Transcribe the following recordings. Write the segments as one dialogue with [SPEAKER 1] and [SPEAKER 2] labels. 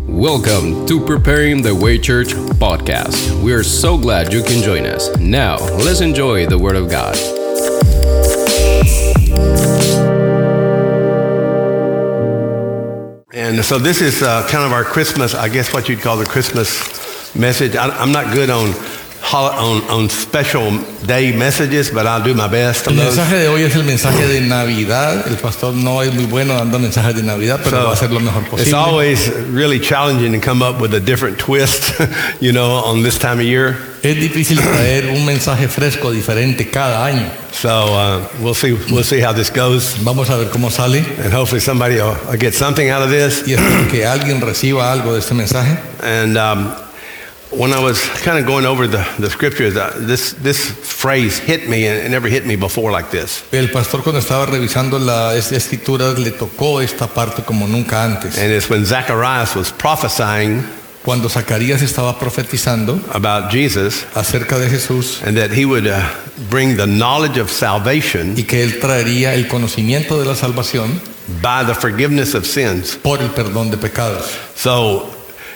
[SPEAKER 1] Welcome to Preparing the Way Church podcast. We are so glad you can join us. Now, let's enjoy the Word of God.
[SPEAKER 2] And so this is uh, kind of our Christmas, I guess what you'd call the Christmas message. I, I'm not good on, hol- on, on special day messages, but I'll do my best on
[SPEAKER 3] El
[SPEAKER 2] those.
[SPEAKER 3] mensaje de hoy es el mensaje de Navidad. El pastor no es muy bueno dando mensajes de Navidad, pero va a hacer lo mejor
[SPEAKER 2] It's
[SPEAKER 3] posible.
[SPEAKER 2] always really challenging to come up with a different twist, you know, on this time of year.
[SPEAKER 3] Es difícil traer un mensaje fresco, diferente cada año.
[SPEAKER 2] So uh, we'll see we'll see how this goes,
[SPEAKER 3] Vamos a ver cómo sale
[SPEAKER 2] and hopefully somebody will will get something out of this.
[SPEAKER 3] y espero que alguien reciba algo de este mensaje.
[SPEAKER 2] And um, when I was kind of going over the, the scriptures, uh, this this phrase hit me, and it never hit me before like this.
[SPEAKER 3] El pastor cuando estaba revisando las escrituras le tocó esta parte como nunca antes.
[SPEAKER 2] And it's when Zacharias was prophesying
[SPEAKER 3] Cuando Zacarías estaba profetizando
[SPEAKER 2] about Jesus
[SPEAKER 3] acerca de Jesús
[SPEAKER 2] and that he would uh, bring the knowledge of salvation
[SPEAKER 3] y que él traería el conocimiento de la salvación
[SPEAKER 2] by the forgiveness of sins.
[SPEAKER 3] por el perdón de pecados.
[SPEAKER 2] So,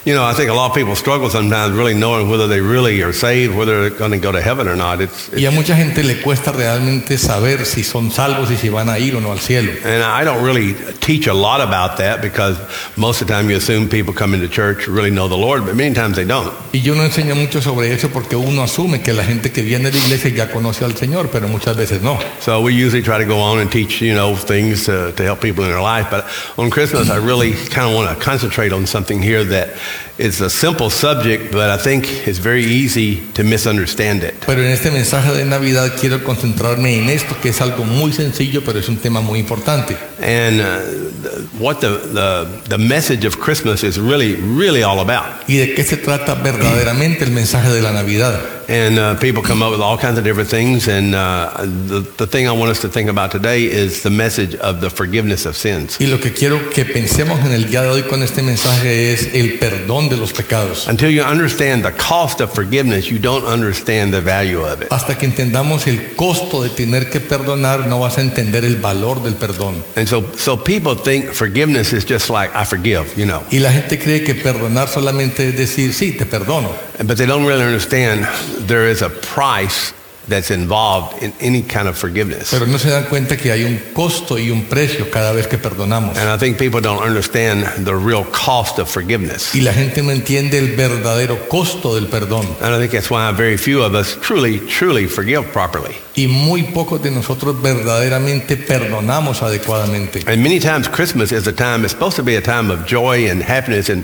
[SPEAKER 2] you know, I think a lot of people struggle sometimes really knowing whether they really are saved, whether they're going to go to heaven or not. It's,
[SPEAKER 3] Y a mucha gente le cuesta realmente saber si son salvos y si van a ir o no al cielo.
[SPEAKER 2] and I don't really teach a lot about that because most of the time you assume people coming to church really know the Lord, but many times they don't.
[SPEAKER 3] Y yo no enseño mucho sobre eso porque uno asume que la gente que viene a la iglesia ya conoce al Señor, pero muchas veces no.
[SPEAKER 2] So we usually try to go on and teach, you know, things to, to help people in their life. But on Christmas, I really kind of want to concentrate on something here that is a simple subject, but I think it's very easy to misunderstand it.
[SPEAKER 3] Pero en este mensaje de Navidad quiero concentrarme en esto, que es algo muy sencillo, pero es un tema muy importante.
[SPEAKER 2] And uh, the- what the, the, the message of Christmas is really, really all about.
[SPEAKER 3] ¿Y de qué se trata verdaderamente el mensaje de la Navidad?
[SPEAKER 2] And uh, people come up with all kinds of different things. And uh, the, the thing I want us to think about today is the message of the forgiveness of sins.
[SPEAKER 3] Y lo que quiero que pensemos en el día de hoy con este mensaje es el perdón de los pecados.
[SPEAKER 2] Until you understand the cost of forgiveness, you don't understand the value of it.
[SPEAKER 3] Hasta que entendamos el costo de tener que perdonar, no vas a entender el valor del perdón.
[SPEAKER 2] And so, so people think forgiveness is just like, I forgive, you know.
[SPEAKER 3] Y la gente cree que perdonar solamente es decir, sí, te perdono.
[SPEAKER 2] But they don't really understand there is a price that's involved in any kind of forgiveness.
[SPEAKER 3] Pero no se dan cuenta que hay un costo y un precio cada vez que perdonamos.
[SPEAKER 2] And I think people don't understand the real cost of forgiveness.
[SPEAKER 3] Y la gente no entiende el verdadero costo del perdón.
[SPEAKER 2] And I think that's why very few of us truly, truly forgive properly.
[SPEAKER 3] Y muy pocos de nosotros verdaderamente perdonamos adecuadamente.
[SPEAKER 2] And many times Christmas is a time, it's supposed to be a time of joy and happiness. And,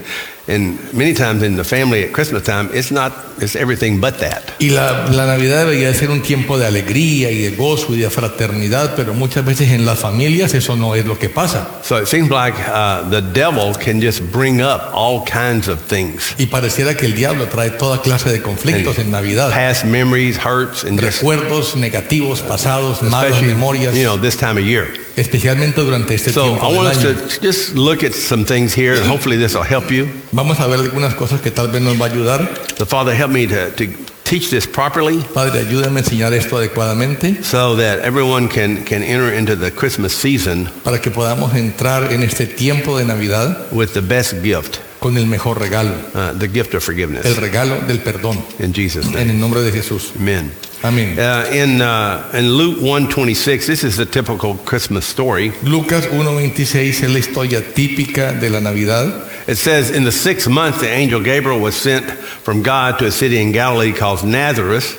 [SPEAKER 2] and many times in the family at Christmas time, it's not, it's everything but that.
[SPEAKER 3] Y la, la Navidad debería de ser un tiempo de alegría y de gozo y de fraternidad, pero muchas veces en las familias eso no es lo que pasa.
[SPEAKER 2] So it seems like uh, the devil can just bring up all kinds of things.
[SPEAKER 3] Y pareciera que el diablo trae toda clase de conflictos en Navidad.
[SPEAKER 2] Past memories, hurts, and just,
[SPEAKER 3] Recuerdos negativos, pasados, malas
[SPEAKER 2] especially,
[SPEAKER 3] memorias.
[SPEAKER 2] you know, this time of year.
[SPEAKER 3] especialmente durante este
[SPEAKER 2] So
[SPEAKER 3] tiempo
[SPEAKER 2] I
[SPEAKER 3] del
[SPEAKER 2] want
[SPEAKER 3] año.
[SPEAKER 2] us to just look at some things here, and hopefully this will help you.
[SPEAKER 3] Vamos a ver algunas cosas que tal vez nos va a ayudar.
[SPEAKER 2] So Father, help me to, to teach this properly
[SPEAKER 3] Padre, ayúdame a enseñar esto adecuadamente
[SPEAKER 2] so that everyone can, can enter into the Christmas season
[SPEAKER 3] para que podamos entrar en este tiempo de Navidad
[SPEAKER 2] with the best gift,
[SPEAKER 3] con el mejor regalo,
[SPEAKER 2] uh, the gift of
[SPEAKER 3] el
[SPEAKER 2] forgiveness.
[SPEAKER 3] regalo del perdón,
[SPEAKER 2] In Jesus'
[SPEAKER 3] en
[SPEAKER 2] name,
[SPEAKER 3] el nombre de Jesús.
[SPEAKER 2] amen.
[SPEAKER 3] Amén.
[SPEAKER 2] Uh, in, uh, in Luke 1.26, this is the typical Christmas story.
[SPEAKER 3] Lucas 1.26 es la historia típica de la Navidad.
[SPEAKER 2] It says, In the sixth month, the angel Gabriel was sent from God to a city in Galilee called Nazareth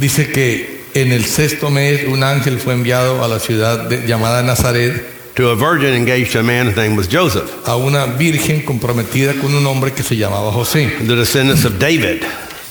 [SPEAKER 3] Dice que en el sexto mes un ángel fue enviado a la ciudad de- llamada Nazaret
[SPEAKER 2] to a virgin engaged to a man whose name was Joseph,
[SPEAKER 3] a una virgen comprometida con un hombre que se llamaba José,
[SPEAKER 2] the descendants of David.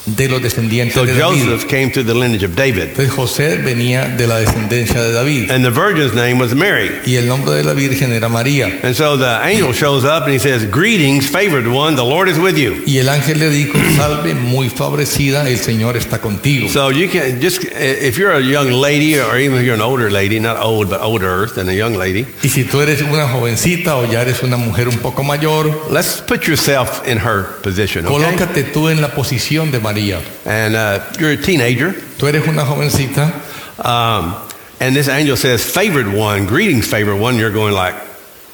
[SPEAKER 3] de los descendientes
[SPEAKER 2] So
[SPEAKER 3] de David.
[SPEAKER 2] Joseph came through the lineage of David.
[SPEAKER 3] Entonces José venía de la descendencia de David
[SPEAKER 2] And the virgin's name was Mary.
[SPEAKER 3] y el nombre de la Virgen era María.
[SPEAKER 2] And so the angel shows up and he says, Greetings, favored one, the Lord is with you.
[SPEAKER 3] Y el ángel le dijo, salve muy favorecida, el Señor está contigo.
[SPEAKER 2] So you can just, if you're a young lady or even if you're an older lady, not old, but older than a young lady,
[SPEAKER 3] Y si tú eres una jovencita o ya eres una mujer un poco mayor,
[SPEAKER 2] let's put yourself in her position, okay?
[SPEAKER 3] colócate tú en la posición de María.
[SPEAKER 2] And uh, you're a teenager.
[SPEAKER 3] Tú eres una jovencita
[SPEAKER 2] Um, and this angel says, favored one, greetings, favored one. You're going like,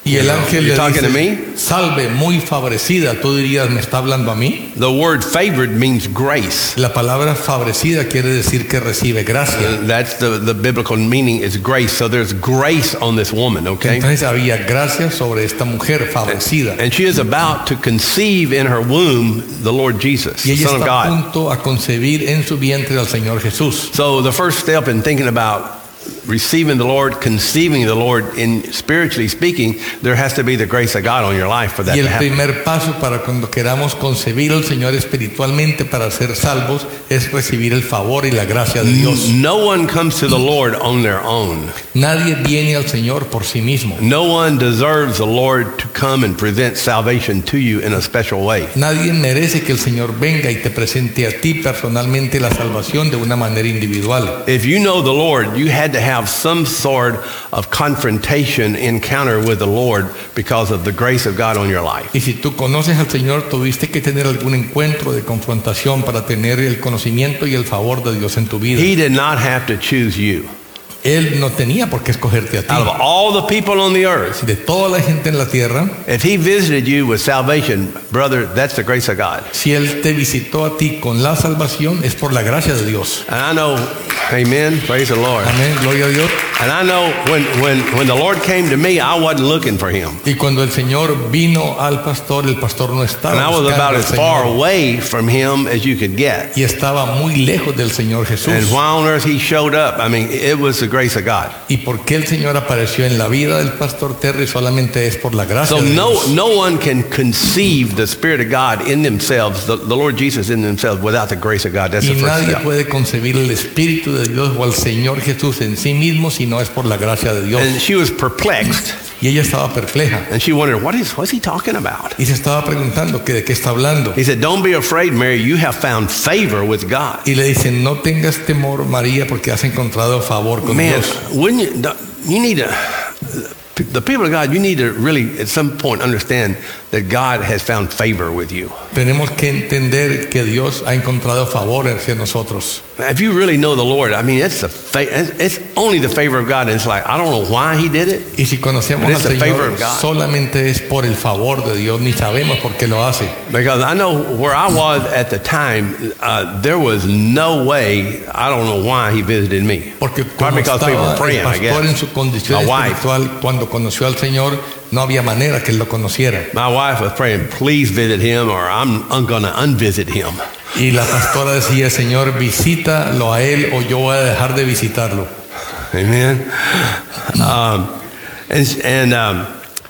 [SPEAKER 3] Y el ángel
[SPEAKER 2] You
[SPEAKER 3] le
[SPEAKER 2] talking to
[SPEAKER 3] dice,
[SPEAKER 2] me?
[SPEAKER 3] salve, muy favorecida. Tú dirías, ¿me está hablando a mí?
[SPEAKER 2] The word favored means grace.
[SPEAKER 3] La palabra favorecida quiere decir que recibe gracia.
[SPEAKER 2] That's the, the biblical meaning is grace. So there's grace on this woman, okay?
[SPEAKER 3] Entonces había gracia sobre esta mujer favorecida.
[SPEAKER 2] And she is about to conceive in her womb the Lord Jesus,
[SPEAKER 3] Y ella
[SPEAKER 2] Son of
[SPEAKER 3] está a
[SPEAKER 2] God.
[SPEAKER 3] punto a concebir en su vientre al Señor Jesús.
[SPEAKER 2] So the first step in thinking about receiving the Lord, conceiving the Lord, in spiritually speaking, there has to be the grace of God on your life for that
[SPEAKER 3] Y
[SPEAKER 2] to
[SPEAKER 3] el
[SPEAKER 2] happen.
[SPEAKER 3] primer paso para cuando queramos concebir al Señor espiritualmente para ser salvos es recibir el favor y la gracia de Dios.
[SPEAKER 2] No one comes to the Lord on their own.
[SPEAKER 3] Nadie viene al Señor por sí mismo.
[SPEAKER 2] No one deserves the Lord to come and present salvation to you in a special way.
[SPEAKER 3] Nadie merece que el Señor venga y te presente a ti personalmente la salvación de una manera individual.
[SPEAKER 2] If you know the Lord, you had to have some sort of confrontation encounter with the Lord because of the grace of God on your life.
[SPEAKER 3] Y si tú conoces al Señor, tuviste que tener algún encuentro de confrontación para tener el conocimiento y el favor de Dios en tu vida.
[SPEAKER 2] He did not have to choose you.
[SPEAKER 3] Él no tenía por qué escogerte a
[SPEAKER 2] Out of
[SPEAKER 3] ti.
[SPEAKER 2] all the people on the earth,
[SPEAKER 3] De toda la gente en la tierra,
[SPEAKER 2] If he visited you with salvation, brother, that's the grace of God.
[SPEAKER 3] Si Él te visitó a ti con la salvación, es por la gracia de Dios.
[SPEAKER 2] And I know, amen, praise the Lord.
[SPEAKER 3] Amén, gloria a Dios.
[SPEAKER 2] And I know when, when, when the Lord came to me, I wasn't looking for him.
[SPEAKER 3] Y cuando el Señor vino al pastor, el pastor no
[SPEAKER 2] And
[SPEAKER 3] estaba
[SPEAKER 2] I was about
[SPEAKER 3] buscando al
[SPEAKER 2] as far
[SPEAKER 3] Señor,
[SPEAKER 2] away from him as you could get.
[SPEAKER 3] y estaba muy lejos del Señor Jesús.
[SPEAKER 2] And why on earth he showed up, I mean, it was the grace of God.
[SPEAKER 3] ¿Y por qué el Señor apareció en la vida del pastor Terry? Solamente es por la gracia
[SPEAKER 2] So
[SPEAKER 3] de
[SPEAKER 2] no,
[SPEAKER 3] Dios.
[SPEAKER 2] no one can conceive the Spirit of God in themselves, the, the Lord Jesus in themselves, without the grace of God. That's
[SPEAKER 3] Y
[SPEAKER 2] the first
[SPEAKER 3] nadie
[SPEAKER 2] step.
[SPEAKER 3] puede concebir el Espíritu de Dios o al Señor Jesús en sí mismo si no es por la gracia de Dios.
[SPEAKER 2] And she was perplexed,
[SPEAKER 3] Y ella estaba perpleja
[SPEAKER 2] and she wondered, what is, what's he talking about?
[SPEAKER 3] y se estaba preguntando que de qué está hablando.
[SPEAKER 2] He said, Don't be afraid, Mary. You have found favor with God.
[SPEAKER 3] Y le dicen, no tengas temor, María, porque has encontrado favor con
[SPEAKER 2] Man,
[SPEAKER 3] Dios.
[SPEAKER 2] wouldn't you? don't- You need to, the people of God, you need to really at some point understand that God has found favor with you.
[SPEAKER 3] Tenemos que entender que Dios ha encontrado favor hacia nosotros.
[SPEAKER 2] If you really know the Lord, I mean, it's, the fa- it's it's only the favor of God. And it's like, I don't know why He did it.
[SPEAKER 3] Y si conocemos
[SPEAKER 2] But
[SPEAKER 3] al
[SPEAKER 2] it's the favor
[SPEAKER 3] Señor,
[SPEAKER 2] of God.
[SPEAKER 3] solamente es por el favor de Dios, ni sabemos por qué lo hace.
[SPEAKER 2] Because I know where I was at the time, uh, there was no way, I don't know why He visited me.
[SPEAKER 3] Porque como
[SPEAKER 2] Probably because
[SPEAKER 3] estaba
[SPEAKER 2] people were
[SPEAKER 3] el
[SPEAKER 2] praying, I
[SPEAKER 3] pastor
[SPEAKER 2] guess.
[SPEAKER 3] en su condición
[SPEAKER 2] My wife.
[SPEAKER 3] espiritual, cuando conoció al Señor, no había manera que él lo conociera.
[SPEAKER 2] My wife was praying, please visit him or I'm, I'm going to unvisit him.
[SPEAKER 3] Y la pastora decía, Señor, visítalo a él o yo voy a dejar de visitarlo.
[SPEAKER 2] Amen. Um, and and um,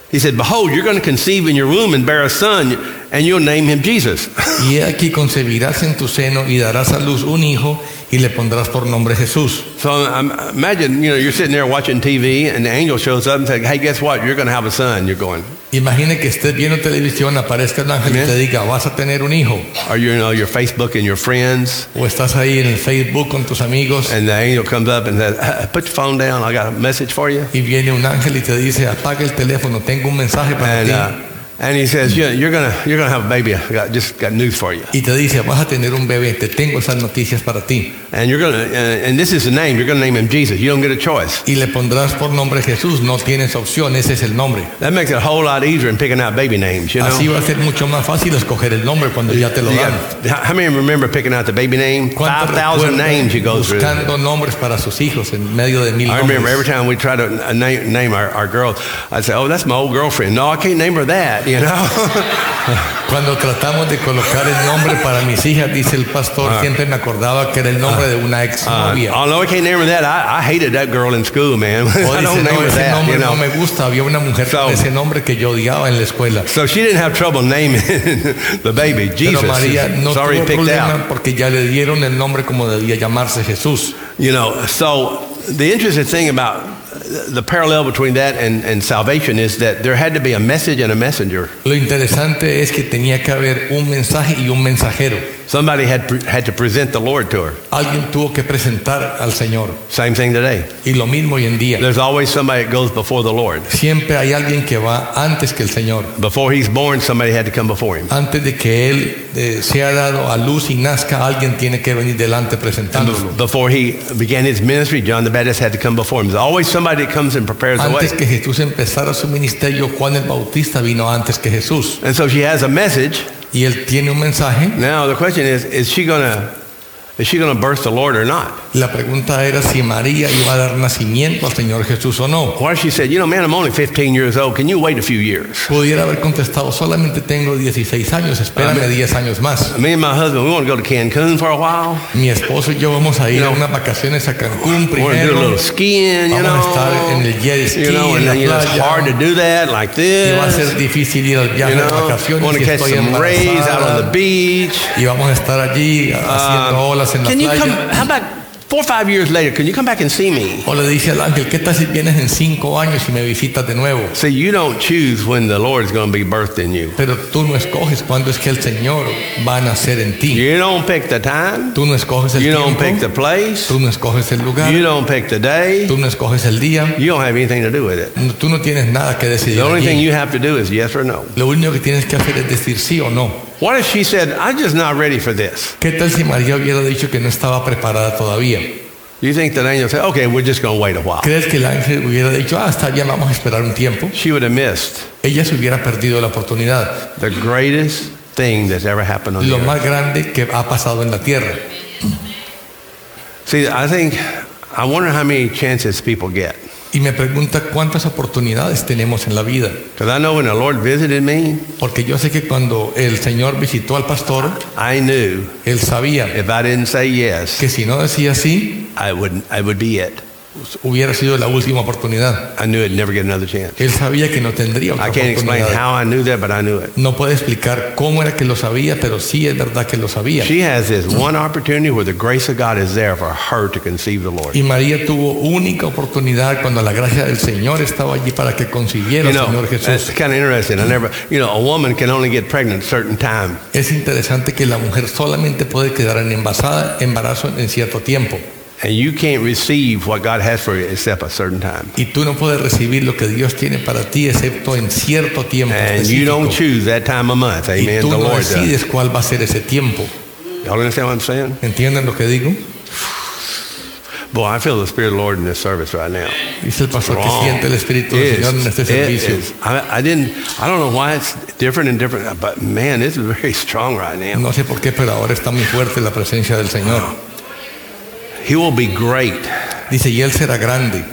[SPEAKER 2] he said, Behold, you're going to conceive in your womb and bear a son, and you'll name him Jesus.
[SPEAKER 3] Y he aquí concebirás en tu seno y darás a luz un hijo y le pondrás por nombre Jesús.
[SPEAKER 2] so um, imagine, you know, you're sitting there watching TV, and the angel shows up and says, Hey, guess what? You're going to have a son. You're going,
[SPEAKER 3] Imagine que estés viendo televisión, aparezca el ángel y
[SPEAKER 2] Amén.
[SPEAKER 3] te diga, vas a tener un hijo.
[SPEAKER 2] or you know, your Facebook and your friends.
[SPEAKER 3] O estás ahí en el Facebook con tus amigos
[SPEAKER 2] And the angel comes up and says, "Uh, Put your phone down. I got a message for you.
[SPEAKER 3] y viene un ángel y te dice, apaga el teléfono, tengo un mensaje para
[SPEAKER 2] And,
[SPEAKER 3] ti.
[SPEAKER 2] uh, and he says, yeah, You're going to you're gonna have a baby. I got, just got news for you.
[SPEAKER 3] Y te dice, vas a tener un bebé, te tengo esas noticias para ti.
[SPEAKER 2] And you're gonna, uh, and this is the name. You're gonna name him Jesus. You don't get a choice.
[SPEAKER 3] Y le pondrás por nombre Jesús, no tienes opción, ese es el nombre.
[SPEAKER 2] That makes it a whole lot easier in picking out baby names. You know,
[SPEAKER 3] Así va a ser mucho más fácil escoger el nombre cuando ya te lo
[SPEAKER 2] You
[SPEAKER 3] dan.
[SPEAKER 2] got- how many remember picking out the baby name? Five
[SPEAKER 3] ¿Cuántos
[SPEAKER 2] thousand
[SPEAKER 3] recuerdan
[SPEAKER 2] names you go through.
[SPEAKER 3] buscando nombres para sus hijos en medio de mil
[SPEAKER 2] I remember every
[SPEAKER 3] nombres?
[SPEAKER 2] time we try to uh, name, name our, our girls, I'd say, "Oh, that's my old girlfriend." No, I can't name her that. You know.
[SPEAKER 3] Cuando tratamos de colocar el nombre para mis hijas, dice el pastor,
[SPEAKER 2] Ah.
[SPEAKER 3] siempre me acordaba que era el nombre de una ex
[SPEAKER 2] Uh,
[SPEAKER 3] novia.
[SPEAKER 2] oh no, I can't name her that. I, I hated that girl in school, man.
[SPEAKER 3] o
[SPEAKER 2] I
[SPEAKER 3] dice,
[SPEAKER 2] don't name
[SPEAKER 3] no,
[SPEAKER 2] her
[SPEAKER 3] ese
[SPEAKER 2] that.
[SPEAKER 3] nombre
[SPEAKER 2] You know.
[SPEAKER 3] no me gusta. Había una mujer
[SPEAKER 2] So-
[SPEAKER 3] con ese nombre que yo odiaba en la escuela.
[SPEAKER 2] So she didn't have trouble naming the baby.
[SPEAKER 3] Pero
[SPEAKER 2] Jesus
[SPEAKER 3] María
[SPEAKER 2] is-
[SPEAKER 3] no
[SPEAKER 2] is already
[SPEAKER 3] tuvo
[SPEAKER 2] picked out.
[SPEAKER 3] problema porque ya le dieron el nombre como debía llamarse Jesús.
[SPEAKER 2] You know, so the interesting thing about the parallel between that and, and salvation is that there had to be a message and a messenger.
[SPEAKER 3] Lo interesante es que tenía que haber un mensaje y un mensajero.
[SPEAKER 2] Somebody had, pre- had to present the Lord to her.
[SPEAKER 3] Alguien tuvo que presentar al Señor.
[SPEAKER 2] Same thing today.
[SPEAKER 3] Y lo mismo hoy en día.
[SPEAKER 2] There's always somebody that goes before the Lord.
[SPEAKER 3] Siempre hay alguien que va antes que el Señor.
[SPEAKER 2] Before he's born, somebody had to come before him.
[SPEAKER 3] Antes de que Él eh, sea dado a luz y nazca, alguien tiene que venir delante presentándolo.
[SPEAKER 2] Before he began his ministry, John the Baptist had to come before him. There's always somebody that comes and prepares the
[SPEAKER 3] Antes
[SPEAKER 2] way.
[SPEAKER 3] que Jesús empezara su ministerio, Juan el Bautista vino antes que Jesús.
[SPEAKER 2] And so she has a message.
[SPEAKER 3] Y Él tiene un mensaje.
[SPEAKER 2] Now the question is, is she gonna is she gonna birth the Lord or not?
[SPEAKER 3] La pregunta era si María iba a dar nacimiento al Señor Jesús o no.
[SPEAKER 2] Or she said, you know, man, I'm only 15 years old. Can you wait a few years?
[SPEAKER 3] Pudiera haber contestado, solamente tengo 16 años, espérame 10 años más.
[SPEAKER 2] Me and my husband, we want to go to Cancun for a while.
[SPEAKER 3] Mi esposo y yo vamos a ir a unas vacaciones a
[SPEAKER 2] We want
[SPEAKER 3] Cancún
[SPEAKER 2] to do a
[SPEAKER 3] primero.
[SPEAKER 2] little skiing, you
[SPEAKER 3] Vamos a estar en el
[SPEAKER 2] know.
[SPEAKER 3] jet ski,
[SPEAKER 2] You know,
[SPEAKER 3] en
[SPEAKER 2] and
[SPEAKER 3] la
[SPEAKER 2] then you know, it's
[SPEAKER 3] playa.
[SPEAKER 2] hard to do that like
[SPEAKER 3] Y va a ser
[SPEAKER 2] this.
[SPEAKER 3] difícil ir al viaje
[SPEAKER 2] You
[SPEAKER 3] de
[SPEAKER 2] know,
[SPEAKER 3] vacaciones
[SPEAKER 2] want
[SPEAKER 3] y
[SPEAKER 2] to catch
[SPEAKER 3] estoy
[SPEAKER 2] some rays out on the
[SPEAKER 3] embarazada.
[SPEAKER 2] beach.
[SPEAKER 3] Y vamos a estar allí
[SPEAKER 2] Ah.
[SPEAKER 3] haciendo olas en la
[SPEAKER 2] Can you come?
[SPEAKER 3] playa.
[SPEAKER 2] How about four or five years later? Can you come back and see me?
[SPEAKER 3] O le dice al ángel, ¿qué tal si vienes en cinco años y me visitas de nuevo?
[SPEAKER 2] See, you don't choose when the Lord's going to be birthed in you.
[SPEAKER 3] Pero tú no escoges cuándo es que el Señor va a nacer en ti.
[SPEAKER 2] You don't pick the time.
[SPEAKER 3] Tú no escoges el
[SPEAKER 2] You don't pick
[SPEAKER 3] tiempo.
[SPEAKER 2] the place.
[SPEAKER 3] Tú no escoges el lugar.
[SPEAKER 2] You don't pick the day.
[SPEAKER 3] Tú no escoges el día.
[SPEAKER 2] You don't have anything to do with it.
[SPEAKER 3] No- Tú no tienes nada que decidir.
[SPEAKER 2] The only
[SPEAKER 3] allí.
[SPEAKER 2] thing you have to do is yes or no.
[SPEAKER 3] Lo único que tienes que hacer es decir sí o no.
[SPEAKER 2] What if she said, "I'm just not ready for this"?
[SPEAKER 3] ¿Qué tal si María hubiera dicho que no estaba preparada todavía?
[SPEAKER 2] Do you think that angel said, "Okay, we're just going to wait a while"?
[SPEAKER 3] ¿Crees que el ángel hubiera dicho, ah, está bien, vamos a esperar un tiempo?
[SPEAKER 2] She would have missed
[SPEAKER 3] Ella se hubiera perdido la oportunidad.
[SPEAKER 2] the greatest thing that's ever happened on
[SPEAKER 3] Lo
[SPEAKER 2] the earth.
[SPEAKER 3] más grande que ha pasado en la tierra.
[SPEAKER 2] See, I think I wonder how many chances people get.
[SPEAKER 3] Y me pregunta cuántas oportunidades tenemos en la vida.
[SPEAKER 2] Because I know when the Lord visited me,
[SPEAKER 3] Porque yo sé que cuando el Señor visitó al pastor,
[SPEAKER 2] I knew
[SPEAKER 3] él sabía
[SPEAKER 2] if I didn't say yes,
[SPEAKER 3] que si no decía sí, pues,
[SPEAKER 2] I would I would be it.
[SPEAKER 3] hubiera sido la última oportunidad.
[SPEAKER 2] I knew I'd never get another chance.
[SPEAKER 3] Él sabía que no tendría otra
[SPEAKER 2] I can't explain
[SPEAKER 3] oportunidad.
[SPEAKER 2] how I knew that, but I knew it.
[SPEAKER 3] No puede explicar cómo era que lo sabía, pero sí es verdad que lo sabía.
[SPEAKER 2] She has this one opportunity where the grace of God is there for her to conceive the Lord.
[SPEAKER 3] Y María tuvo única oportunidad cuando la gracia del Señor estaba allí para que concibiera
[SPEAKER 2] You
[SPEAKER 3] al
[SPEAKER 2] know,
[SPEAKER 3] Señor
[SPEAKER 2] that's
[SPEAKER 3] Jesús.
[SPEAKER 2] kind of interesting. I never, you know, a woman can only get pregnant a certain time.
[SPEAKER 3] Es interesante que la mujer solamente puede quedar en embarazada, embarazo en cierto tiempo.
[SPEAKER 2] And you can't receive what God has for you except a certain time.
[SPEAKER 3] Y tú no puedes recibir lo que Dios tiene para ti excepto en cierto tiempo.
[SPEAKER 2] And you
[SPEAKER 3] específico.
[SPEAKER 2] don't choose that time of month.
[SPEAKER 3] y
[SPEAKER 2] Amen.
[SPEAKER 3] tú
[SPEAKER 2] The
[SPEAKER 3] no
[SPEAKER 2] Lord does.
[SPEAKER 3] decides cuál va a ser ese tiempo.
[SPEAKER 2] Y'all understand what I'm saying?
[SPEAKER 3] ¿Entienden lo que digo?
[SPEAKER 2] Boy, I feel the Spirit of the Lord in this service right now.
[SPEAKER 3] Dice el pastor que
[SPEAKER 2] Wrong.
[SPEAKER 3] siente el Espíritu del
[SPEAKER 2] It
[SPEAKER 3] Señor en
[SPEAKER 2] is.
[SPEAKER 3] este
[SPEAKER 2] It
[SPEAKER 3] servicio.
[SPEAKER 2] is. I, I didn't. I don't know why it's different and different, but man, it's very strong right now.
[SPEAKER 3] No sé por qué, pero ahora está muy fuerte la presencia del Señor.
[SPEAKER 2] He will be great.
[SPEAKER 3] Dice, y él será grande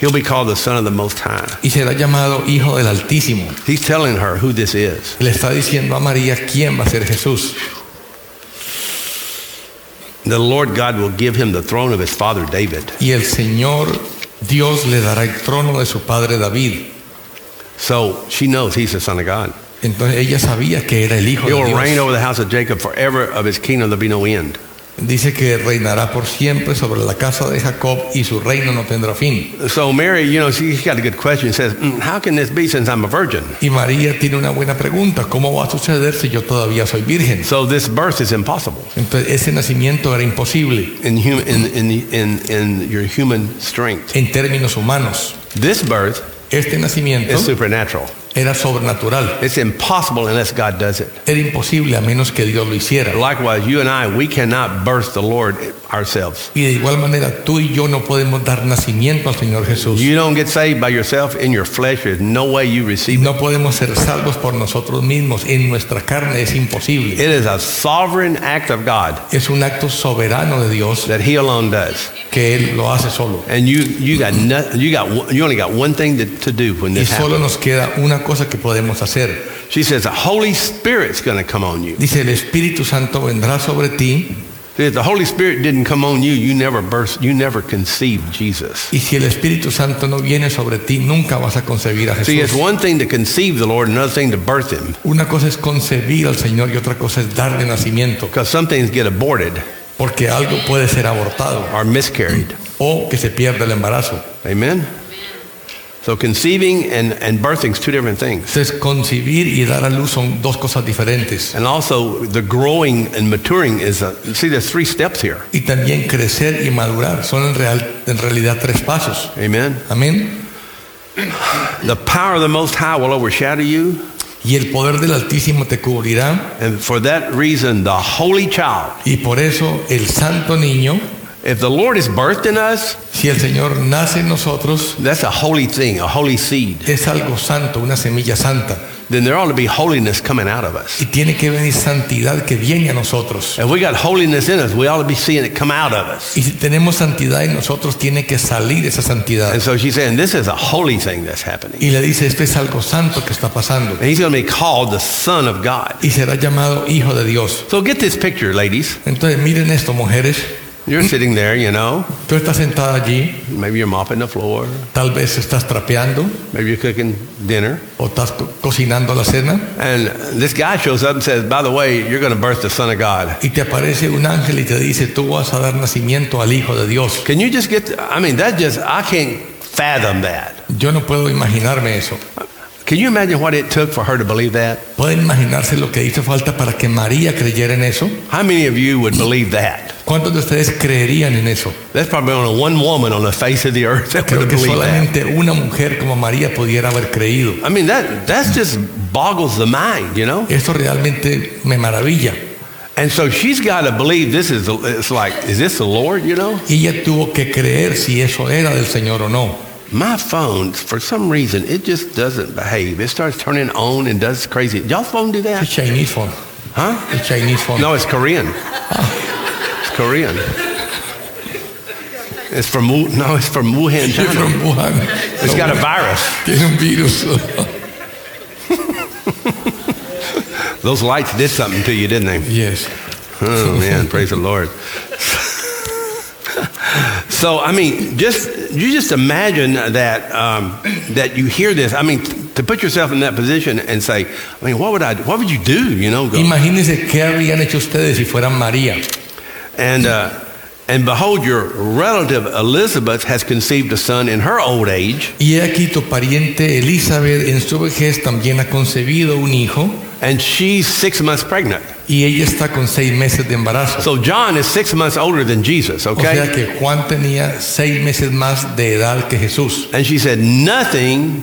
[SPEAKER 2] He'll be called the Son of the Most High.
[SPEAKER 3] y será llamado Hijo del Altísimo.
[SPEAKER 2] He's telling her who this is.
[SPEAKER 3] Le está diciendo a María quién va a ser Jesús.
[SPEAKER 2] The Lord God will give him the throne of his father David.
[SPEAKER 3] Y el Señor Dios le dará el trono de su padre David.
[SPEAKER 2] So she knows he's the Son of God.
[SPEAKER 3] Entonces ella sabía que era el Hijo
[SPEAKER 2] He
[SPEAKER 3] de
[SPEAKER 2] will reign
[SPEAKER 3] Dios.
[SPEAKER 2] over the house of Jacob forever. Of his kingdom there'll be no end.
[SPEAKER 3] Dice que reinará por siempre sobre la casa de Jacob y su reino no tendrá fin.
[SPEAKER 2] So Mary, you know, she's got a good question. She says, "Mm, "How can this be since I'm a virgin?"
[SPEAKER 3] Y María tiene una buena pregunta. ¿Cómo va a suceder si yo todavía soy virgen?
[SPEAKER 2] So this birth is impossible
[SPEAKER 3] Entonces ese nacimiento era imposible
[SPEAKER 2] in human in, in, in, in your human strength.
[SPEAKER 3] en términos humanos.
[SPEAKER 2] This birth
[SPEAKER 3] Este nacimiento
[SPEAKER 2] is supernatural.
[SPEAKER 3] era sobrenatural.
[SPEAKER 2] It's impossible unless God does it.
[SPEAKER 3] Era imposible a menos que Dios lo hiciera.
[SPEAKER 2] Likewise, you and I, we cannot birth the Lord ourselves.
[SPEAKER 3] Y de igual manera, tú y yo no podemos dar nacimiento al Señor Jesús.
[SPEAKER 2] You don't get saved by yourself in your flesh. There's no way you
[SPEAKER 3] Y
[SPEAKER 2] receive it.
[SPEAKER 3] no podemos ser salvos por nosotros mismos. En nuestra carne es imposible.
[SPEAKER 2] It is a sovereign act of God
[SPEAKER 3] Es un acto soberano de Dios
[SPEAKER 2] that He alone does.
[SPEAKER 3] que Él lo hace solo.
[SPEAKER 2] And you, you got nothing, you got one- you only got one thing to, to do when
[SPEAKER 3] Y
[SPEAKER 2] this
[SPEAKER 3] solo
[SPEAKER 2] happens.
[SPEAKER 3] nos queda una cosa que podemos hacer.
[SPEAKER 2] She says the Holy Spirit's going to come on you.
[SPEAKER 3] Dice, el Espíritu Santo vendrá sobre ti.
[SPEAKER 2] If the Holy Spirit didn't come on you, you never birth, you never conceived Jesus.
[SPEAKER 3] Y si el Espíritu Santo no viene sobre ti, nunca vas a concebir a
[SPEAKER 2] See, it's
[SPEAKER 3] Jesús.
[SPEAKER 2] one thing to conceive the Lord, another thing to birth Him.
[SPEAKER 3] Una cosa es concebir al Señor y otra cosa es darle nacimiento.
[SPEAKER 2] Because some things get aborted
[SPEAKER 3] Porque algo puede ser abortado
[SPEAKER 2] or miscarried.
[SPEAKER 3] o que se pierda el embarazo.
[SPEAKER 2] Amen? So conceiving and, and birthing is two different things.
[SPEAKER 3] Entonces, concebir y dar a luz son dos cosas diferentes.
[SPEAKER 2] And also the growing and maturing is a, you see there's three steps here.
[SPEAKER 3] Y también crecer y madurar son en, real- en realidad tres pasos.
[SPEAKER 2] Amen.
[SPEAKER 3] Amén.
[SPEAKER 2] The power of the Most High will overshadow you.
[SPEAKER 3] Y el poder del Altísimo te cubrirá.
[SPEAKER 2] And for that reason, the holy child,
[SPEAKER 3] Y por eso el santo niño,
[SPEAKER 2] if the Lord is birthed in us,
[SPEAKER 3] si el Señor nace en nosotros,
[SPEAKER 2] that's a holy thing, a holy seed.
[SPEAKER 3] es algo santo, una semilla santa.
[SPEAKER 2] Then there ought to be holiness coming out of us.
[SPEAKER 3] Y tiene que venir santidad que viene a nosotros.
[SPEAKER 2] If we got holiness in us, we ought to be seeing it come out of us.
[SPEAKER 3] Y si tenemos santidad en nosotros, tiene que salir esa santidad.
[SPEAKER 2] And so she's saying, this is a holy thing that's happening.
[SPEAKER 3] Y le dice, esto es algo santo que está pasando.
[SPEAKER 2] And he's going to be called the Son of God.
[SPEAKER 3] Y será llamado hijo de Dios.
[SPEAKER 2] So get this picture, ladies.
[SPEAKER 3] Entonces, miren esto, mujeres.
[SPEAKER 2] You're sitting there, you know.
[SPEAKER 3] Tú estás sentada allí,
[SPEAKER 2] Maybe you're mopping the floor.
[SPEAKER 3] tal vez estás trapeando
[SPEAKER 2] Maybe you're cooking dinner.
[SPEAKER 3] o estás co- cocinando la cena.
[SPEAKER 2] And this guy shows up and says, by the way, you're going to birth the Son of God.
[SPEAKER 3] Y te aparece un ángel y te dice, tú vas a dar nacimiento al hijo de Dios.
[SPEAKER 2] Can you just get, I mean, that just, I can't fathom that.
[SPEAKER 3] Yo no puedo imaginarme eso.
[SPEAKER 2] Can you imagine what it took for her to believe that?
[SPEAKER 3] ¿Pueden imaginarse lo que hizo falta para que María creyera en eso?
[SPEAKER 2] How many of you would believe that?
[SPEAKER 3] ¿Cuántos de ustedes creerían en eso?
[SPEAKER 2] That's probably only one woman on the face of the earth that would
[SPEAKER 3] Creo
[SPEAKER 2] have
[SPEAKER 3] que
[SPEAKER 2] believed that.
[SPEAKER 3] solamente una mujer como María pudiera haber creído.
[SPEAKER 2] I mean, that that's just boggles the mind, you know?
[SPEAKER 3] Esto realmente me maravilla.
[SPEAKER 2] And so she's got to believe this is, the- it's like, is this the Lord, you know?
[SPEAKER 3] Y Ella tuvo que creer si eso era del Señor o no.
[SPEAKER 2] My phone, for some reason, it just doesn't behave. It starts turning on and does crazy. Y'all phone do
[SPEAKER 3] El
[SPEAKER 2] that?
[SPEAKER 3] Chinese phone.
[SPEAKER 2] Huh?
[SPEAKER 3] El Chinese phone.
[SPEAKER 2] No, it's Korean. It's Korean. It's from Wu- no, it's from Wuhan,
[SPEAKER 3] You're
[SPEAKER 2] China.
[SPEAKER 3] from Wuhan.
[SPEAKER 2] It's got a virus.
[SPEAKER 3] Tiene un virus.
[SPEAKER 2] Those lights did something to you, didn't they?
[SPEAKER 3] yes.
[SPEAKER 2] Oh man, praise the Lord. so I mean, just you just imagine that um, that you hear this. I mean, to put yourself in that position and say, I mean, what would I? What would you do? You know, go,
[SPEAKER 3] Imagínense qué habrían hecho ustedes si fueran María.
[SPEAKER 2] and uh, and behold, your relative Elizabeth has conceived a son in her old age,
[SPEAKER 3] Y he aquí tu pariente Elizabeth en su vejez también ha concebido un hijo
[SPEAKER 2] and she's six months pregnant.
[SPEAKER 3] y ella está con seis meses de embarazo.
[SPEAKER 2] So John is six months older than Jesus.
[SPEAKER 3] O sea
[SPEAKER 2] Okay,
[SPEAKER 3] que Juan tenía seis meses más de edad que Jesús.
[SPEAKER 2] and she said, nothing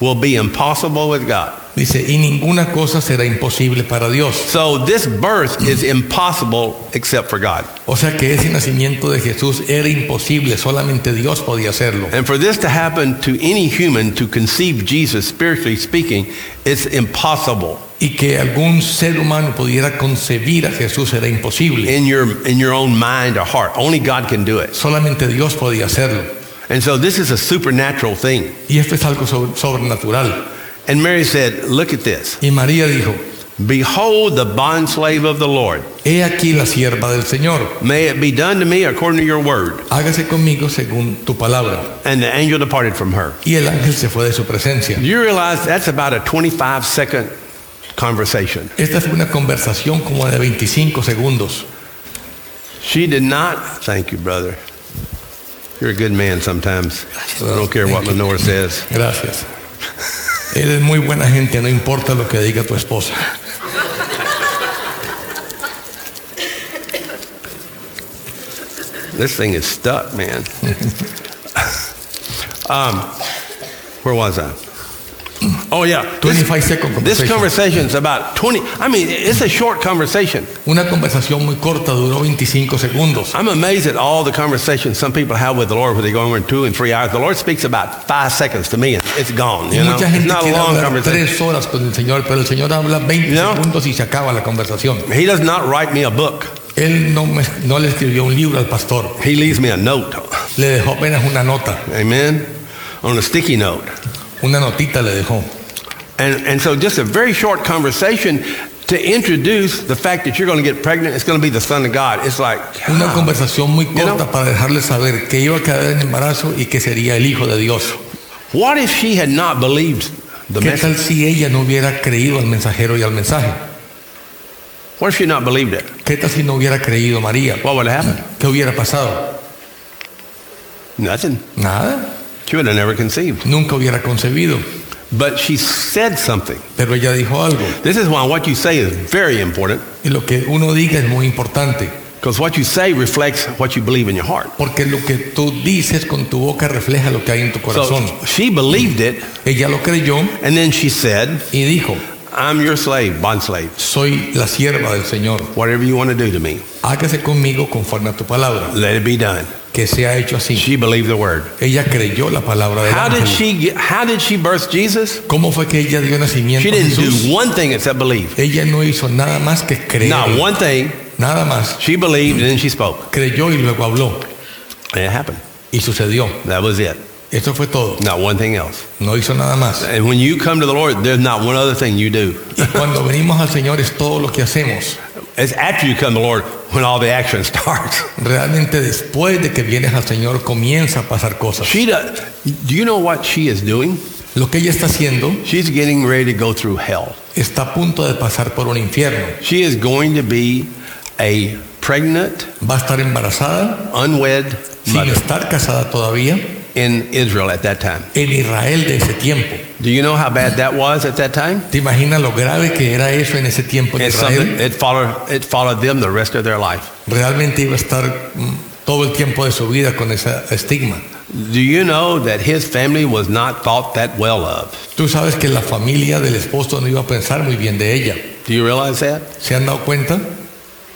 [SPEAKER 2] will be impossible with God.
[SPEAKER 3] Dice, y ninguna cosa será imposible para Dios.
[SPEAKER 2] So this birth is impossible except for God.
[SPEAKER 3] O sea que ese nacimiento de Jesús era imposible, solamente Dios podía hacerlo.
[SPEAKER 2] And for this to happen to any human to conceive Jesus spiritually speaking, it's impossible.
[SPEAKER 3] Y que algún ser humano pudiera concebir a Jesús era imposible.
[SPEAKER 2] In your in your own mind or heart. Only God can do it.
[SPEAKER 3] Solamente Dios podía hacerlo.
[SPEAKER 2] And so this is a supernatural thing.
[SPEAKER 3] Y esto es algo sobre- sobrenatural.
[SPEAKER 2] And Mary said, Look at this.
[SPEAKER 3] Y María dijo,
[SPEAKER 2] Behold the bondslave of the Lord.
[SPEAKER 3] he aquí la sierva del Señor,
[SPEAKER 2] May it be done to me according to your word.
[SPEAKER 3] hágase conmigo según tu palabra.
[SPEAKER 2] And the angel departed from her.
[SPEAKER 3] Y el ángel se fue de su presencia.
[SPEAKER 2] Do you realize that's about a 25 second conversation?
[SPEAKER 3] Esta fue una conversación como de 25 segundos.
[SPEAKER 2] She did not. Thank you, brother. You're a good man sometimes. I don't care what Lenore says.
[SPEAKER 3] Gracias. Eres muy buena gente, no importa lo que diga tu esposa.
[SPEAKER 2] This thing is stuck, man. um, where was I? Oh, yeah.
[SPEAKER 3] 25 second
[SPEAKER 2] This, this
[SPEAKER 3] conversation.
[SPEAKER 2] conversation is about 20. I mean, it's a short conversation.
[SPEAKER 3] Una conversación muy corta duró 25 segundos.
[SPEAKER 2] I'm amazed at all the conversations some people have with the Lord where they go over in two and three hours. The Lord speaks about five seconds to me and it's gone.
[SPEAKER 3] Y
[SPEAKER 2] You know?
[SPEAKER 3] mucha
[SPEAKER 2] It's
[SPEAKER 3] gente
[SPEAKER 2] not a
[SPEAKER 3] quiere
[SPEAKER 2] long
[SPEAKER 3] hablar
[SPEAKER 2] conversation.
[SPEAKER 3] tres horas con el Señor, pero el Señor habla 20
[SPEAKER 2] No.
[SPEAKER 3] segundos y se acaba la conversación.
[SPEAKER 2] He does not write me a book.
[SPEAKER 3] Él no, me- no le escribió un libro al pastor,
[SPEAKER 2] He leaves me a note.
[SPEAKER 3] le dejó apenas una nota,
[SPEAKER 2] Amen. On a sticky note.
[SPEAKER 3] una notita le dejó.
[SPEAKER 2] And, and so, just a very short conversation to introduce the fact that you're going to get pregnant. It's going to be the Son of God. It's like,
[SPEAKER 3] Una
[SPEAKER 2] ah,
[SPEAKER 3] conversación muy corta
[SPEAKER 2] know.
[SPEAKER 3] para dejarle saber que iba a quedar en embarazo y que sería el Hijo de Dios.
[SPEAKER 2] what if she had not believed the
[SPEAKER 3] ¿Qué
[SPEAKER 2] message?
[SPEAKER 3] tal si ella no hubiera creído al mensajero y al mensaje?
[SPEAKER 2] What if she not believed it?
[SPEAKER 3] ¿Qué tal si no hubiera creído María?
[SPEAKER 2] What would happen?
[SPEAKER 3] ¿Qué hubiera pasado?
[SPEAKER 2] Nothing.
[SPEAKER 3] Nada.
[SPEAKER 2] she would have never conceived.
[SPEAKER 3] Nunca hubiera concebido,
[SPEAKER 2] But she said something.
[SPEAKER 3] pero ella dijo algo.
[SPEAKER 2] This is why what you say is very important,
[SPEAKER 3] Y lo que uno diga es muy importante,
[SPEAKER 2] because what you say reflects what you believe in your heart.
[SPEAKER 3] porque lo que tú dices con tu boca refleja lo que hay en tu corazón.
[SPEAKER 2] So she believed it,
[SPEAKER 3] ella lo creyó
[SPEAKER 2] and then she said,
[SPEAKER 3] y dijo,
[SPEAKER 2] I'm your slave, bond slave.
[SPEAKER 3] soy la sierva del Señor,
[SPEAKER 2] Whatever you want to do to me,
[SPEAKER 3] hágase conmigo conforme a tu palabra,
[SPEAKER 2] let it be done.
[SPEAKER 3] que sea hecho así.
[SPEAKER 2] She believed the word.
[SPEAKER 3] Ella creyó la palabra de
[SPEAKER 2] How did
[SPEAKER 3] Dios.
[SPEAKER 2] she get, how did she birth Jesus?
[SPEAKER 3] ¿Cómo fue que ella dio nacimiento
[SPEAKER 2] She
[SPEAKER 3] a
[SPEAKER 2] didn't
[SPEAKER 3] Jesús?
[SPEAKER 2] do one thing except believe.
[SPEAKER 3] Ella no hizo nada más que creer,
[SPEAKER 2] Not one thing.
[SPEAKER 3] nada más.
[SPEAKER 2] She believed and then she spoke.
[SPEAKER 3] Creyó y luego habló
[SPEAKER 2] And it happened.
[SPEAKER 3] y sucedió.
[SPEAKER 2] That was it.
[SPEAKER 3] Esto fue todo.
[SPEAKER 2] Not one thing else.
[SPEAKER 3] No hizo nada más.
[SPEAKER 2] And when you come to the Lord, there's not one other thing you do.
[SPEAKER 3] Y cuando venimos al Señor es todo lo que hacemos.
[SPEAKER 2] It's after you come to the Lord when all the action starts.
[SPEAKER 3] Realmente después de que vienes al Señor comienza a pasar cosas.
[SPEAKER 2] She does, do you know what she is doing?
[SPEAKER 3] Lo que ella está haciendo
[SPEAKER 2] She's getting ready to go through hell.
[SPEAKER 3] está a punto de pasar por un infierno.
[SPEAKER 2] She is going to be a pregnant,
[SPEAKER 3] Va a estar embarazada
[SPEAKER 2] unwed
[SPEAKER 3] sin
[SPEAKER 2] mother
[SPEAKER 3] estar casada todavía
[SPEAKER 2] in Israel at that time.
[SPEAKER 3] en Israel de ese tiempo.
[SPEAKER 2] Do you know how bad that was at that time?
[SPEAKER 3] ¿Te imaginas lo grave que era eso en ese tiempo en
[SPEAKER 2] It's something,
[SPEAKER 3] Israel?
[SPEAKER 2] it followed it followed them the rest of their life.
[SPEAKER 3] Realmente iba a estar mm, todo el tiempo de su vida con ese estigma.
[SPEAKER 2] Do you know that his family was not thought that well of?
[SPEAKER 3] Tú sabes que la familia del esposo no iba a pensar muy bien de ella.
[SPEAKER 2] Do you realize that?
[SPEAKER 3] ¿Se han dado cuenta?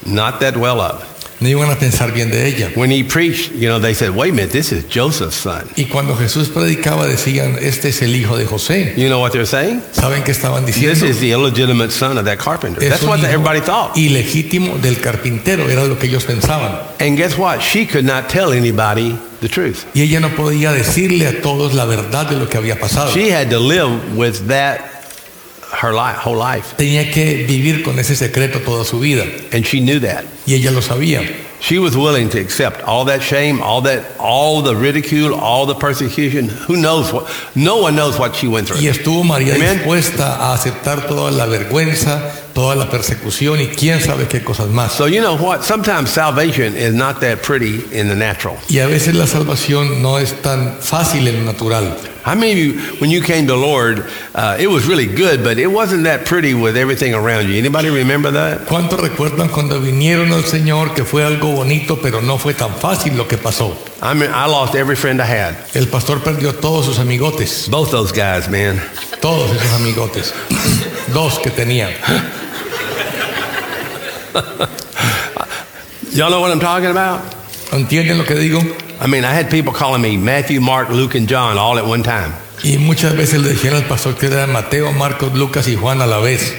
[SPEAKER 2] Not that well of.
[SPEAKER 3] No iban a pensar bien de ella.
[SPEAKER 2] When he preached, you know, they said, "Wait a minute, this is Joseph's son."
[SPEAKER 3] Y cuando Jesús predicaba decían, este es el hijo de José.
[SPEAKER 2] You know what they're saying?
[SPEAKER 3] ¿Saben qué estaban
[SPEAKER 2] This
[SPEAKER 3] diciendo?
[SPEAKER 2] is the illegitimate son of that carpenter.
[SPEAKER 3] Es
[SPEAKER 2] That's
[SPEAKER 3] un
[SPEAKER 2] what
[SPEAKER 3] hijo
[SPEAKER 2] everybody thought.
[SPEAKER 3] Ilegítimo del carpintero, era lo que ellos pensaban.
[SPEAKER 2] And guess what? She could not tell anybody the truth.
[SPEAKER 3] Y ella no podía decirle a todos la verdad de lo que había pasado.
[SPEAKER 2] She had to live with that her life, whole life,
[SPEAKER 3] Tenía que vivir con ese secreto toda su vida.
[SPEAKER 2] and she knew that.
[SPEAKER 3] Y ella lo sabía.
[SPEAKER 2] She was willing to accept all that shame, all that, all the ridicule, all the persecution. Who knows what? No one knows what she went
[SPEAKER 3] Y
[SPEAKER 2] through.
[SPEAKER 3] estuvo María
[SPEAKER 2] Amén.
[SPEAKER 3] dispuesta a aceptar toda la vergüenza, toda la persecución y quién sabe qué cosas más.
[SPEAKER 2] So you know what? Sometimes salvation is not that pretty in the natural.
[SPEAKER 3] Y a veces la salvación no es tan fácil en lo natural.
[SPEAKER 2] How many of you, when you came to the Lord, uh, it was really good, but it wasn't that pretty with everything around you. Anybody remember that?
[SPEAKER 3] ¿Cuántos recuerdan cuando vinieron al Señor que fue algo bonito, pero no fue tan fácil lo que pasó?
[SPEAKER 2] I mean, I lost every friend I had.
[SPEAKER 3] El pastor perdió a todos sus amigotes,
[SPEAKER 2] Both those guys, man.
[SPEAKER 3] todos esos amigotes, dos que tenía.
[SPEAKER 2] Y'all know what I'm talking about?
[SPEAKER 3] ¿Entienden lo que digo?
[SPEAKER 2] I mean, I had people calling me Matthew, Mark, Luke, and John all at one time.
[SPEAKER 3] Y muchas veces le decían al pastor que era Mateo, Marcos, Lucas y Juan a la vez.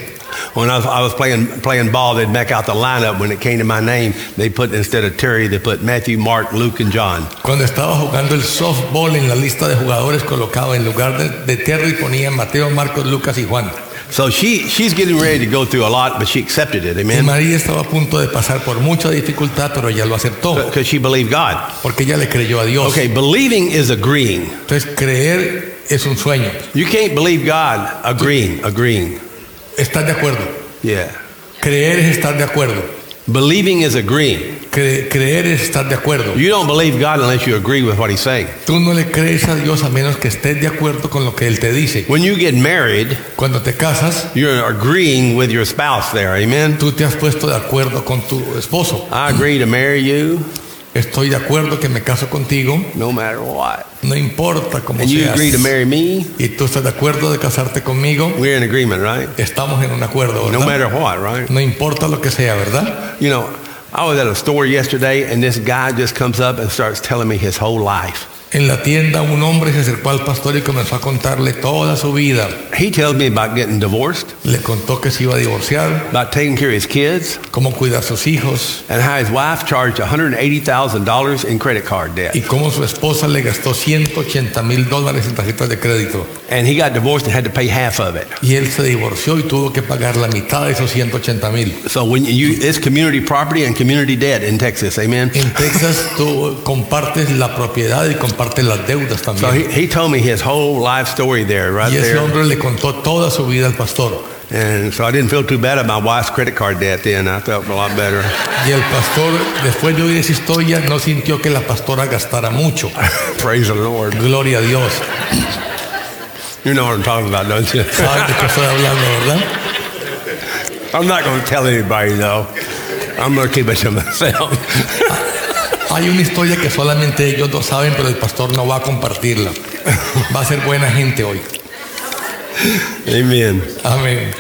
[SPEAKER 2] When I was, I was playing playing ball, they'd make out the lineup. When it came to my name, they put instead of Terry, they put Matthew, Mark, Luke, and John.
[SPEAKER 3] Cuando estaba jugando el softball en la lista de jugadores colocaba en lugar de, de Terry ponía Mateo, Marcos, Lucas y Juan.
[SPEAKER 2] So she she's getting ready to go through a lot, but she accepted it,
[SPEAKER 3] Y
[SPEAKER 2] amen,
[SPEAKER 3] María estaba a punto de pasar por mucha dificultad, pero ella lo aceptó
[SPEAKER 2] because she believed God.
[SPEAKER 3] porque ella le creyó a Dios.
[SPEAKER 2] Okay, believing is agreeing.
[SPEAKER 3] Entonces creer es un sueño.
[SPEAKER 2] You can't believe God agreeing, agreeing.
[SPEAKER 3] Estar de acuerdo.
[SPEAKER 2] Yeah,
[SPEAKER 3] Creer es estar de acuerdo.
[SPEAKER 2] believing is agreeing.
[SPEAKER 3] Cre- creer es estar de acuerdo.
[SPEAKER 2] You don't believe God unless you agree with what He's saying.
[SPEAKER 3] Tú no le crees a Dios a menos que estés de acuerdo con lo que Él te dice.
[SPEAKER 2] When you get married,
[SPEAKER 3] Cuando te casas,
[SPEAKER 2] you're agreeing with your spouse there, amen.
[SPEAKER 3] tú te has puesto de acuerdo con tu esposo.
[SPEAKER 2] I agree to marry you,
[SPEAKER 3] Estoy de acuerdo que me caso contigo,
[SPEAKER 2] no matter what,
[SPEAKER 3] no importa cómo
[SPEAKER 2] and you
[SPEAKER 3] seas.
[SPEAKER 2] agree to marry me.
[SPEAKER 3] Y tú estás de acuerdo de casarte conmigo,
[SPEAKER 2] We're in agreement, right?
[SPEAKER 3] estamos en un acuerdo,
[SPEAKER 2] No
[SPEAKER 3] ¿verdad?
[SPEAKER 2] matter what, right?
[SPEAKER 3] No importa lo que sea, ¿verdad?
[SPEAKER 2] You know, I was at a store yesterday and this guy just comes up and starts telling me his whole life.
[SPEAKER 3] En la tienda un hombre se acercó al pastor y comenzó a contarle toda su vida.
[SPEAKER 2] He tells me about getting divorced,
[SPEAKER 3] Le contó que se iba a divorciar,
[SPEAKER 2] about taking care of his kids,
[SPEAKER 3] cómo cuidar sus hijos
[SPEAKER 2] and how his wife charged $180,000 in credit card debt.
[SPEAKER 3] y cómo su esposa le gastó 180 mil dólares en tarjetas de crédito.
[SPEAKER 2] And he got divorced and had to pay half of it.
[SPEAKER 3] Y él se divorció y tuvo que pagar la mitad de esos 180 mil.
[SPEAKER 2] So when you, it's community property and community debt in Texas, amen?
[SPEAKER 3] En Texas tú compartes la propiedad y comparte las deudas
[SPEAKER 2] So he,
[SPEAKER 3] también.
[SPEAKER 2] he told me his whole life story there, right
[SPEAKER 3] Y ese
[SPEAKER 2] there.
[SPEAKER 3] hombre le contó toda su vida al pastor.
[SPEAKER 2] And so I didn't feel too bad about my wife's credit card debt then. I felt a lot better.
[SPEAKER 3] Y el pastor, después de oír esa historia, no sintió que la pastora gastara mucho.
[SPEAKER 2] Praise the Lord.
[SPEAKER 3] Gloria a Dios.
[SPEAKER 2] You know what I'm talking about, don't you?
[SPEAKER 3] ¿Saben de qué estoy hablando, verdad?
[SPEAKER 2] I'm not going to tell anybody, though. I'm going to keep it to myself.
[SPEAKER 3] Hay una historia que solamente ellos dos saben, pero el pastor no va a compartirla. Va a ser buena gente hoy.
[SPEAKER 2] Amen.
[SPEAKER 3] Amén.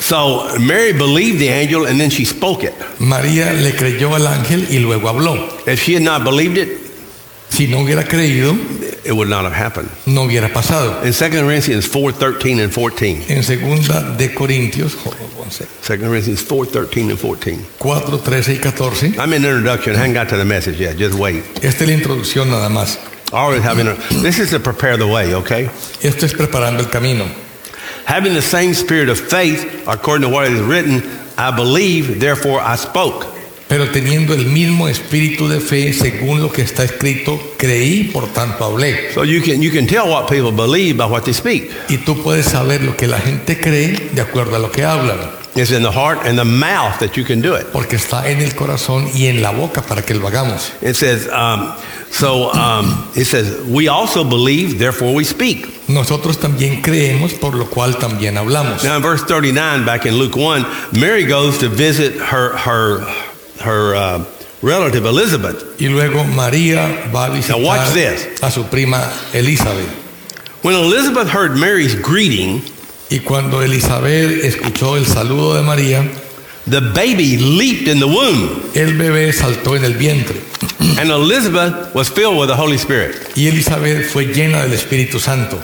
[SPEAKER 2] So Mary believed the angel and then she spoke it.
[SPEAKER 3] María le creyó al ángel y luego habló.
[SPEAKER 2] If she had not believed it,
[SPEAKER 3] Si no hubiera creído,
[SPEAKER 2] it would not have happened.
[SPEAKER 3] no hubiera pasado.
[SPEAKER 2] In 2 Corinthians 4 13 and 14.
[SPEAKER 3] En segunda de Corintios
[SPEAKER 2] 2 Corinthians 4 13 and 14.
[SPEAKER 3] 4, 13 y 14.
[SPEAKER 2] I'm in the introduction. I haven't got to the message yet. Just wait.
[SPEAKER 3] Esta es la introducción nada más.
[SPEAKER 2] I always have inter- This is to prepare the way, okay?
[SPEAKER 3] Esto es preparando el camino.
[SPEAKER 2] Having the same spirit of faith, according to what is written, I believe, therefore I spoke.
[SPEAKER 3] Pero teniendo el mismo espíritu de fe, según lo que está escrito, creí, por tanto hablé.
[SPEAKER 2] So you can you can tell what people believe by what they speak.
[SPEAKER 3] Y tú puedes saber lo que la gente cree de acuerdo a lo que hablan,
[SPEAKER 2] It's in the heart and the mouth that you can do it.
[SPEAKER 3] porque está en el corazón y en la boca para que lo hagamos.
[SPEAKER 2] It says, um, so um, it says, we also believe, therefore we speak.
[SPEAKER 3] Nosotros también creemos, por lo cual también hablamos.
[SPEAKER 2] Now in verse 39, back in Luke 1, Mary goes to visit her her her uh, relative Elizabeth.
[SPEAKER 3] Y luego María va a
[SPEAKER 2] Now watch
[SPEAKER 3] visitar
[SPEAKER 2] this.
[SPEAKER 3] a su prima Elizabeth.
[SPEAKER 2] When Elizabeth heard Mary's greeting,
[SPEAKER 3] Y cuando Elizabeth escuchó el saludo de María,
[SPEAKER 2] the baby leaped in the womb,
[SPEAKER 3] el bebé saltó en el vientre.
[SPEAKER 2] and Elizabeth was filled with the Holy Spirit.
[SPEAKER 3] Y Elizabeth fue llena del Espíritu Santo.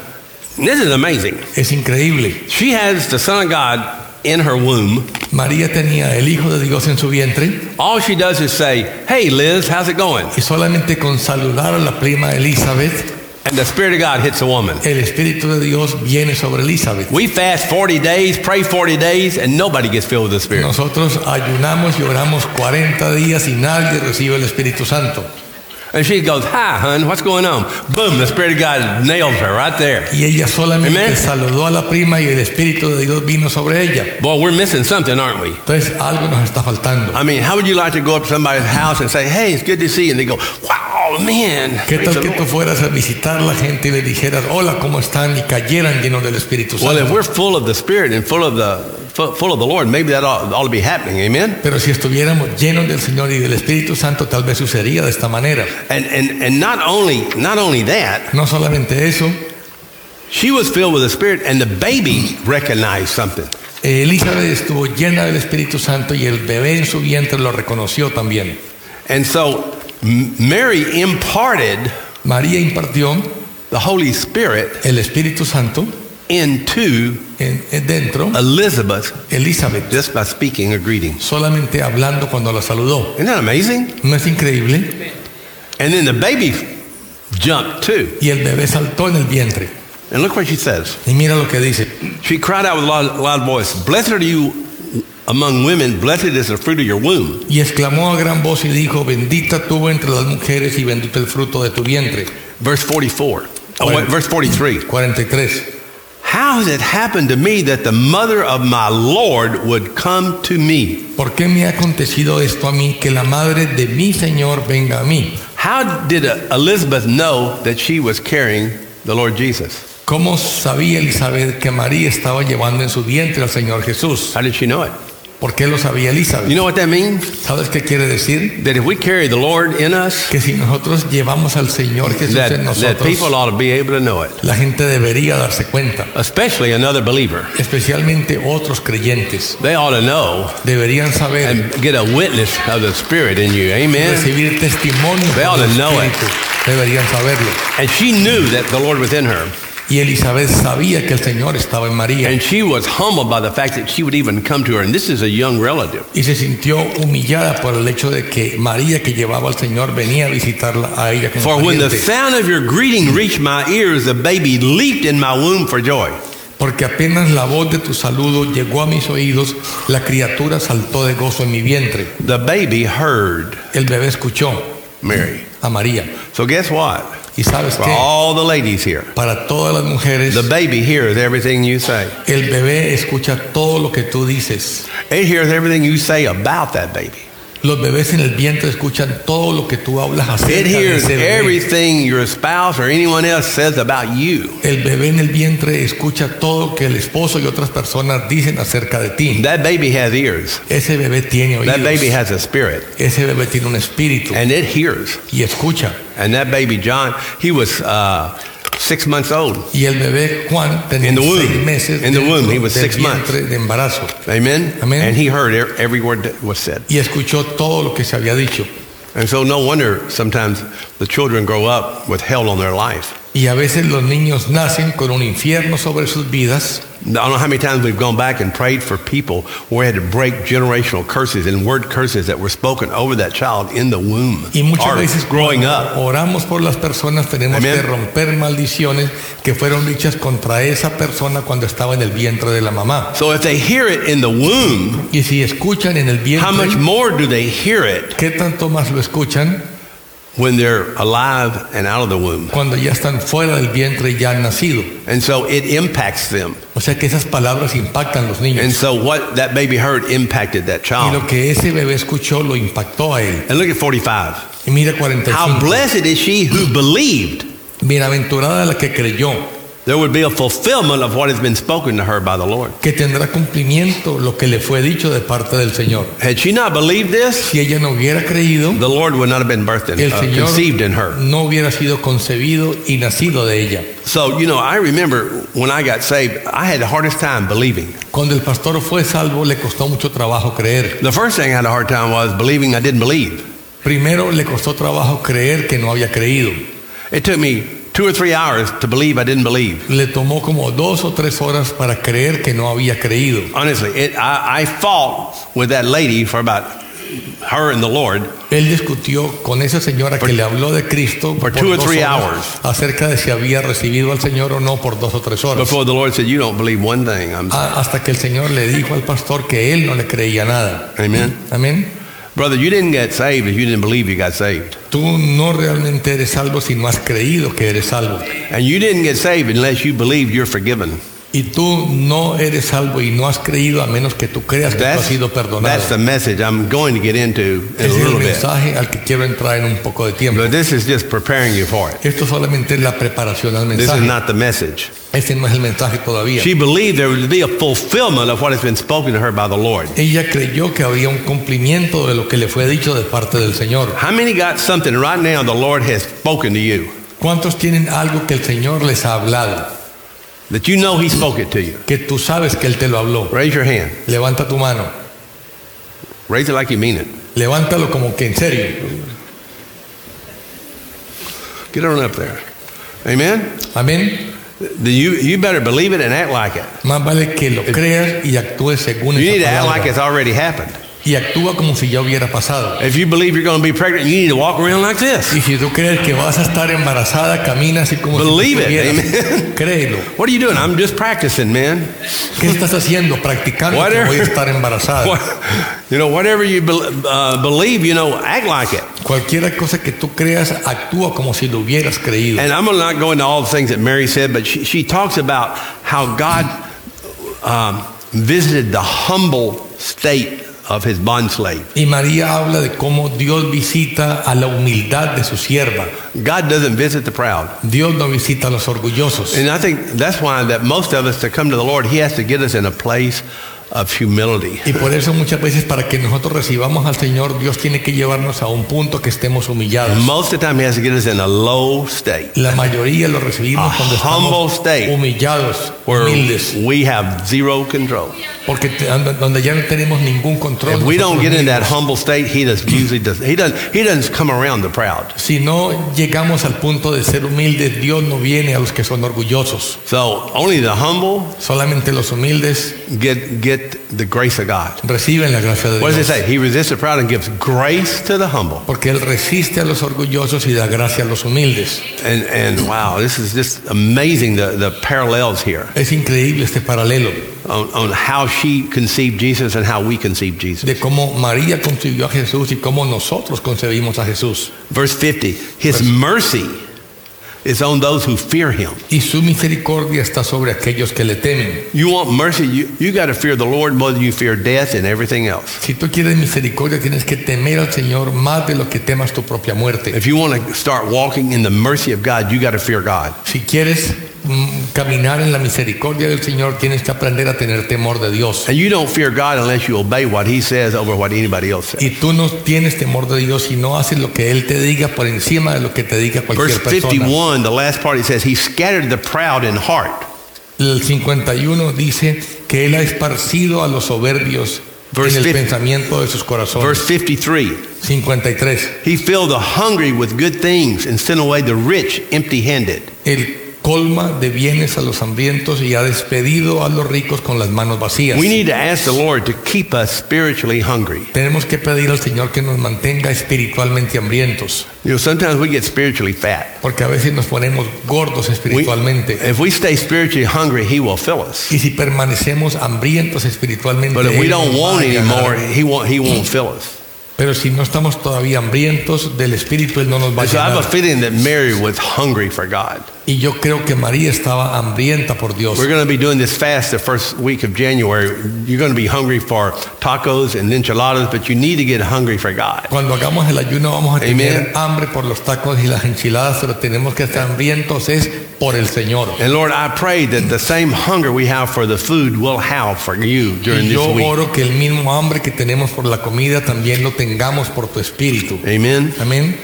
[SPEAKER 2] This is amazing.
[SPEAKER 3] Es increíble.
[SPEAKER 2] She has the Son of God in her womb.
[SPEAKER 3] María tenía el Hijo de Dios en su vientre
[SPEAKER 2] All she does is say, "Hey, Liz, how's it going?"
[SPEAKER 3] y solamente con saludar a la prima Elizabeth,
[SPEAKER 2] And the Spirit of God hits a woman.
[SPEAKER 3] el Espíritu de Dios viene sobre Elizabeth.
[SPEAKER 2] We fast 40 days, pray 40 days, and nobody gets filled with the Spirit.
[SPEAKER 3] Nosotros ayunamos y oramos 40 días y nadie recibe el Espíritu Santo.
[SPEAKER 2] And she goes, Hi, hon, what's going on? Boom, the Spirit of God nailed her right there.
[SPEAKER 3] Y ella solamente
[SPEAKER 2] Amén.
[SPEAKER 3] saludó a la prima y el Espíritu de Dios vino sobre ella.
[SPEAKER 2] Boy, we're missing something, aren't we?
[SPEAKER 3] Entonces algo nos está faltando.
[SPEAKER 2] I mean, how would you like to go up to somebody's house and say, Hey, it's good to see you? And they go, Wow, man.
[SPEAKER 3] ¿Qué
[SPEAKER 2] praise
[SPEAKER 3] tal
[SPEAKER 2] the
[SPEAKER 3] que
[SPEAKER 2] Lord."
[SPEAKER 3] tú fueras a visitar la gente y le dijeras, hola, ¿cómo están? Y cayeran llenos del Espíritu
[SPEAKER 2] Well, if
[SPEAKER 3] Santo.
[SPEAKER 2] we're full of the Spirit and full of the fu- full of the Lord, maybe that ought, ought to be happening. Amen.
[SPEAKER 3] Pero si estuviéramos llenos del Señor y del Espíritu Santo, tal vez sucedería de esta manera.
[SPEAKER 2] And and and not only not only that,
[SPEAKER 3] No solamente eso,
[SPEAKER 2] she was filled with the Spirit, and the baby recognized something.
[SPEAKER 3] eh, Elizabeth estuvo llena del Espíritu Santo y el bebé en su vientre lo reconoció también.
[SPEAKER 2] And so M- Mary imparted
[SPEAKER 3] María impartió
[SPEAKER 2] the Holy Spirit
[SPEAKER 3] el Espíritu Santo
[SPEAKER 2] into
[SPEAKER 3] en- en dentro.
[SPEAKER 2] Elizabeth
[SPEAKER 3] Elizabeth
[SPEAKER 2] just by speaking a greeting.
[SPEAKER 3] solamente hablando cuando la saludó.
[SPEAKER 2] Isn't that amazing?
[SPEAKER 3] ¿No es increíble?
[SPEAKER 2] And then the baby jumped too.
[SPEAKER 3] Y el bebé saltó en el vientre.
[SPEAKER 2] And look what she says.
[SPEAKER 3] Y mira lo que dice.
[SPEAKER 2] She cried out with a loud, loud voice, Blessed are you among women, blessed is the fruit of your womb.
[SPEAKER 3] Y exclamó a gran voz y dijo, bendita tú entre las mujeres y bendito el fruto de tu vientre.
[SPEAKER 2] Verse 44. Oh, wait, verse 43.
[SPEAKER 3] 43.
[SPEAKER 2] How has it happened to me that the mother of my Lord would come to me?
[SPEAKER 3] ¿Por qué me ha acontecido esto a mí, que la madre de mi Señor venga a mí?
[SPEAKER 2] How did uh, Elizabeth know that she was carrying the Lord Jesus?
[SPEAKER 3] ¿Cómo sabía Elizabeth que María estaba llevando en su vientre al Señor Jesús?
[SPEAKER 2] How did she know it?
[SPEAKER 3] ¿Por qué lo sabía
[SPEAKER 2] You
[SPEAKER 3] Elizabeth?
[SPEAKER 2] know what that means?
[SPEAKER 3] ¿Sabes qué quiere decir?
[SPEAKER 2] That if we carry the Lord in us,
[SPEAKER 3] Que si nosotros llevamos al Señor Jesús
[SPEAKER 2] that,
[SPEAKER 3] en
[SPEAKER 2] that people
[SPEAKER 3] nosotros,
[SPEAKER 2] ought to be able to know it,
[SPEAKER 3] la gente debería darse cuenta,
[SPEAKER 2] especially another believer.
[SPEAKER 3] especialmente otros creyentes.
[SPEAKER 2] They ought to know
[SPEAKER 3] Deberían saber,
[SPEAKER 2] and get a witness of the Spirit in you. Amen.
[SPEAKER 3] recibir testimonio
[SPEAKER 2] They ought
[SPEAKER 3] del
[SPEAKER 2] to know it.
[SPEAKER 3] Espíritu. Deberían saberlo.
[SPEAKER 2] And she knew that the Lord was in her.
[SPEAKER 3] Y Elizabeth sabía que el Señor estaba en María
[SPEAKER 2] And she was humbled by the fact that she would even come to her. And this is a young relative.
[SPEAKER 3] y se sintió humillada por el hecho de que María que llevaba al Señor venía a visitarla a ella como
[SPEAKER 2] For when the
[SPEAKER 3] pariente.
[SPEAKER 2] sound of your greeting reached my ears, the baby leaped in my womb for joy.
[SPEAKER 3] Porque apenas la voz de tu saludo llegó a mis oídos, la criatura saltó de gozo en mi vientre.
[SPEAKER 2] The baby heard
[SPEAKER 3] El bebé escuchó
[SPEAKER 2] Mary.
[SPEAKER 3] a María.
[SPEAKER 2] So guess what?
[SPEAKER 3] ¿Y sabes
[SPEAKER 2] For
[SPEAKER 3] qué?
[SPEAKER 2] all the ladies here,
[SPEAKER 3] Para todas las mujeres,
[SPEAKER 2] the baby hears everything you say.
[SPEAKER 3] el bebé escucha todo lo que tú dices.
[SPEAKER 2] It hears everything you say about that baby.
[SPEAKER 3] Los bebés en el vientre escuchan todo lo que tú hablas
[SPEAKER 2] It
[SPEAKER 3] acerca de
[SPEAKER 2] hears
[SPEAKER 3] ese bebé.
[SPEAKER 2] everything your spouse or anyone else says about you.
[SPEAKER 3] El bebé en el vientre escucha todo lo que el esposo y otras personas dicen acerca de ti.
[SPEAKER 2] That baby has ears.
[SPEAKER 3] Ese bebé tiene oídos.
[SPEAKER 2] That baby has a spirit.
[SPEAKER 3] Ese bebé tiene un espíritu
[SPEAKER 2] And it hears.
[SPEAKER 3] y escucha.
[SPEAKER 2] And that baby John, he was uh, six months old.
[SPEAKER 3] Y el bebé Juan tenía
[SPEAKER 2] In the womb.
[SPEAKER 3] seis meses
[SPEAKER 2] In the
[SPEAKER 3] dentro
[SPEAKER 2] womb, he was
[SPEAKER 3] del
[SPEAKER 2] six
[SPEAKER 3] vientre de embarazo.
[SPEAKER 2] Amen?
[SPEAKER 3] Amen.
[SPEAKER 2] And he heard e- every word that was said.
[SPEAKER 3] Y escuchó todo lo que se había dicho.
[SPEAKER 2] And so no wonder sometimes the children grow up with hell on their life.
[SPEAKER 3] Y a veces los niños nacen con un infierno sobre sus vidas.
[SPEAKER 2] I don't know how many times we've gone back and prayed for people where we had to break generational curses and word curses that were spoken over that child in the womb
[SPEAKER 3] Y muchas
[SPEAKER 2] or
[SPEAKER 3] veces
[SPEAKER 2] growing
[SPEAKER 3] cuando
[SPEAKER 2] up.
[SPEAKER 3] oramos por las personas, tenemos
[SPEAKER 2] Amén.
[SPEAKER 3] que romper maldiciones que fueron dichas contra esa persona cuando estaba en el vientre de la mamá.
[SPEAKER 2] So if they hear it in the womb,
[SPEAKER 3] Y si escuchan en el
[SPEAKER 2] how much
[SPEAKER 3] vientre,
[SPEAKER 2] more do they hear it
[SPEAKER 3] ¿qué tanto más lo escuchan
[SPEAKER 2] when they're alive and out of the womb?
[SPEAKER 3] cuando ya están fuera del vientre y ya han nacido?
[SPEAKER 2] And so it impacts them.
[SPEAKER 3] O sea que esas palabras impactan a los
[SPEAKER 2] And
[SPEAKER 3] niños.
[SPEAKER 2] so what that baby heard impacted that
[SPEAKER 3] Y
[SPEAKER 2] child.
[SPEAKER 3] lo que ese bebé escuchó lo impactó a él.
[SPEAKER 2] And look at 45.
[SPEAKER 3] Y mira
[SPEAKER 2] How
[SPEAKER 3] 45.
[SPEAKER 2] blessed is she who believed
[SPEAKER 3] Bienaventurada la que creyó,
[SPEAKER 2] there would be a fulfillment of what has been spoken to her by the Lord.
[SPEAKER 3] que tendrá cumplimiento lo que le fue dicho de parte del Señor.
[SPEAKER 2] Had she not believed this,
[SPEAKER 3] Si ella no hubiera creído,
[SPEAKER 2] the Lord would not have been birthed in,
[SPEAKER 3] el
[SPEAKER 2] uh,
[SPEAKER 3] Señor
[SPEAKER 2] conceived in her.
[SPEAKER 3] no hubiera sido concebido y nacido de ella.
[SPEAKER 2] So, you know, I remember when I got saved, I had the hardest time believing.
[SPEAKER 3] Cuando el pastor fue salvo le costó mucho trabajo creer.
[SPEAKER 2] The first thing I had a hard time was believing I didn't believe.
[SPEAKER 3] Primero le costó trabajo creer que no había creído.
[SPEAKER 2] It took me two or three hours to believe I didn't believe.
[SPEAKER 3] Le tomó como dos o tres horas para creer que no había creído.
[SPEAKER 2] Honestly, it, I, I fought with that lady for about her and the Lord
[SPEAKER 3] Él discutió con esa señora que le habló de Cristo
[SPEAKER 2] for
[SPEAKER 3] por
[SPEAKER 2] two or
[SPEAKER 3] dos
[SPEAKER 2] three
[SPEAKER 3] horas acerca de si había recibido al Señor o no por dos o tres horas.
[SPEAKER 2] before the Lord said, You don't believe one thing. I'm,
[SPEAKER 3] A- Hasta que el Señor le dijo al pastor que él no le creía nada.
[SPEAKER 2] amen.
[SPEAKER 3] Amén.
[SPEAKER 2] Brother, you didn't get saved if you didn't believe you got saved.
[SPEAKER 3] Tú no realmente eres salvo si no has creído que eres salvo.
[SPEAKER 2] And you didn't get saved unless you believed you're forgiven.
[SPEAKER 3] Y tú no eres salvo y no has creído a menos que tú creas que tú has
[SPEAKER 2] That's,
[SPEAKER 3] sido perdonado.
[SPEAKER 2] that's the message I'm going to get into in a
[SPEAKER 3] Ese es el
[SPEAKER 2] little bit.
[SPEAKER 3] mensaje al que quiero entrar en un poco de tiempo.
[SPEAKER 2] But this is just preparing you for it.
[SPEAKER 3] Esto solamente es la preparación al
[SPEAKER 2] This is
[SPEAKER 3] mensaje.
[SPEAKER 2] not the message.
[SPEAKER 3] Ese no es el mensaje todavía.
[SPEAKER 2] She believed there would be a fulfillment of what has been spoken to her by the Lord.
[SPEAKER 3] Ella creyó que habría un cumplimiento de lo que le fue dicho de parte del Señor.
[SPEAKER 2] How many got something right now the Lord has spoken to you
[SPEAKER 3] ¿Cuántos tienen algo que el Señor les ha hablado?
[SPEAKER 2] that you know He spoke it to you?
[SPEAKER 3] Que tú sabes que Él te lo habló.
[SPEAKER 2] Raise your hand.
[SPEAKER 3] Levanta tu mano.
[SPEAKER 2] Raise it like you mean it.
[SPEAKER 3] Levántalo como que en serio.
[SPEAKER 2] Get on up there. Amen?
[SPEAKER 3] Amén.
[SPEAKER 2] Then you, you better believe it and act like it.
[SPEAKER 3] Más vale que lo creas y actúes según
[SPEAKER 2] You
[SPEAKER 3] esa
[SPEAKER 2] need to act like
[SPEAKER 3] palabra.
[SPEAKER 2] it's already happened.
[SPEAKER 3] Y actúa como si ya hubiera pasado.
[SPEAKER 2] If you believe you're going to be pregnant, you need to walk around like this.
[SPEAKER 3] Y si tú crees que vas a estar embarazada, camina así como
[SPEAKER 2] Believe it,
[SPEAKER 3] si tú estuvieras.
[SPEAKER 2] amen.
[SPEAKER 3] Créelo.
[SPEAKER 2] What are you doing? I'm just practicing, man.
[SPEAKER 3] ¿Qué estás haciendo? Practicando
[SPEAKER 2] Whatever.
[SPEAKER 3] que voy a estar embarazada.
[SPEAKER 2] What, you know, whatever you bel uh, believe, you know, act like it.
[SPEAKER 3] Cualquier cosa que tú creas, actúa como si lo hubieras creído.
[SPEAKER 2] And I'm going to not go into all the things that Mary said, but she, she talks about how God um, visited the humble state of his bondslave.
[SPEAKER 3] Y María habla de cómo Dios visita a la humildad de su sierva.
[SPEAKER 2] God doesn't visit the proud.
[SPEAKER 3] Dios no visita a los orgullosos.
[SPEAKER 2] And I think that's why that most of us to come to the Lord, he has to get us in a place of humility.
[SPEAKER 3] Y por eso muchas veces para que nosotros recibamos al Señor, Dios tiene que llevarnos a un punto que estemos humillados.
[SPEAKER 2] Most of the time, he has to get us in a low state
[SPEAKER 3] La mayoría lo recibimos
[SPEAKER 2] A
[SPEAKER 3] cuando
[SPEAKER 2] humble
[SPEAKER 3] estamos
[SPEAKER 2] state.
[SPEAKER 3] humillados,
[SPEAKER 2] where
[SPEAKER 3] humildes.
[SPEAKER 2] we have zero control.
[SPEAKER 3] Porque te- ando- donde ya no tenemos ningún control.
[SPEAKER 2] If we don't
[SPEAKER 3] nosotros
[SPEAKER 2] get in that
[SPEAKER 3] mismos.
[SPEAKER 2] humble state, he does usually does. He doesn't. He doesn't come around the proud.
[SPEAKER 3] Si no llegamos al punto de ser humildes, Dios no viene a los que son orgullosos.
[SPEAKER 2] So only the humble
[SPEAKER 3] Solamente los humildes
[SPEAKER 2] get get get the grace of God.
[SPEAKER 3] Reciben la gracia de
[SPEAKER 2] What
[SPEAKER 3] Dios.
[SPEAKER 2] does it say? He resists the proud and gives grace to the humble.
[SPEAKER 3] Porque Él resiste a los orgullosos y da gracia a los humildes.
[SPEAKER 2] And, and wow, this is just amazing the, the parallels here
[SPEAKER 3] Es increíble este paralelo
[SPEAKER 2] on, on how she conceived Jesus and how we conceive Jesus.
[SPEAKER 3] de cómo María concibió a Jesús y cómo nosotros concebimos a Jesús.
[SPEAKER 2] Verse 50 His mercy is on those who fear him.
[SPEAKER 3] Y su misericordia está sobre aquellos que le temen.
[SPEAKER 2] You want mercy, you, you got to fear the Lord more than you fear death and everything else.
[SPEAKER 3] Si tú quieres misericordia, tienes que temer al Señor más de lo que temas tu propia muerte.
[SPEAKER 2] If you want to start walking in the mercy of God, you got to fear God.
[SPEAKER 3] Si quieres mm, caminar en la misericordia del Señor, tienes que aprender a tener temor de Dios.
[SPEAKER 2] And you don't fear God unless you obey what He says over what anybody else says.
[SPEAKER 3] Y tú no tienes temor de Dios y no haces lo que Él te diga por encima de lo que te diga
[SPEAKER 2] Verse
[SPEAKER 3] cualquier persona.
[SPEAKER 2] 51, the last part, he says, He scattered the proud in heart.
[SPEAKER 3] El 51 dice que Él ha esparcido a los soberbios
[SPEAKER 2] Verse
[SPEAKER 3] en el
[SPEAKER 2] 50.
[SPEAKER 3] pensamiento de sus corazones.
[SPEAKER 2] Verse 53,
[SPEAKER 3] 53.
[SPEAKER 2] He filled the hungry with good things and sent away the rich empty handed.
[SPEAKER 3] Él colma de bienes a los hambrientos y ha despedido a los ricos con las manos vacías.
[SPEAKER 2] We need to ask the Lord to keep us spiritually hungry.
[SPEAKER 3] Tenemos que pedir al Señor que nos mantenga espiritualmente hambrientos,
[SPEAKER 2] You know, sometimes we get spiritually fat.
[SPEAKER 3] porque a veces nos ponemos gordos
[SPEAKER 2] We- eh,
[SPEAKER 3] espiritualmente.
[SPEAKER 2] if we stay spiritually hungry, He will fill us.
[SPEAKER 3] Y si permanecemos hambrientos espiritualmente,
[SPEAKER 2] But if we
[SPEAKER 3] Él
[SPEAKER 2] don't
[SPEAKER 3] nos va
[SPEAKER 2] want
[SPEAKER 3] a
[SPEAKER 2] anymore,
[SPEAKER 3] llenar.
[SPEAKER 2] He won't, he won't fill us.
[SPEAKER 3] pero si no estamos todavía hambrientos del espíritu, Él no nos va a
[SPEAKER 2] So I have a
[SPEAKER 3] llenar.
[SPEAKER 2] feeling that Mary was hungry for God.
[SPEAKER 3] Y yo creo que María estaba hambrienta por Dios.
[SPEAKER 2] We're going to be doing this fast the first week of January. You're going to be hungry for tacos and enchiladas, but you need to get hungry for God.
[SPEAKER 3] Cuando hagamos el ayuno vamos a
[SPEAKER 2] Amen.
[SPEAKER 3] tener hambre por los tacos y las enchiladas, pero tenemos que estar hambrientos es por el Señor.
[SPEAKER 2] And Lord, I pray that the same hunger we have for the food we'll have for you during
[SPEAKER 3] Y yo
[SPEAKER 2] this week.
[SPEAKER 3] oro que el mismo hambre que tenemos por la comida también lo tengamos por tu espíritu.
[SPEAKER 2] Amen.
[SPEAKER 3] Amén.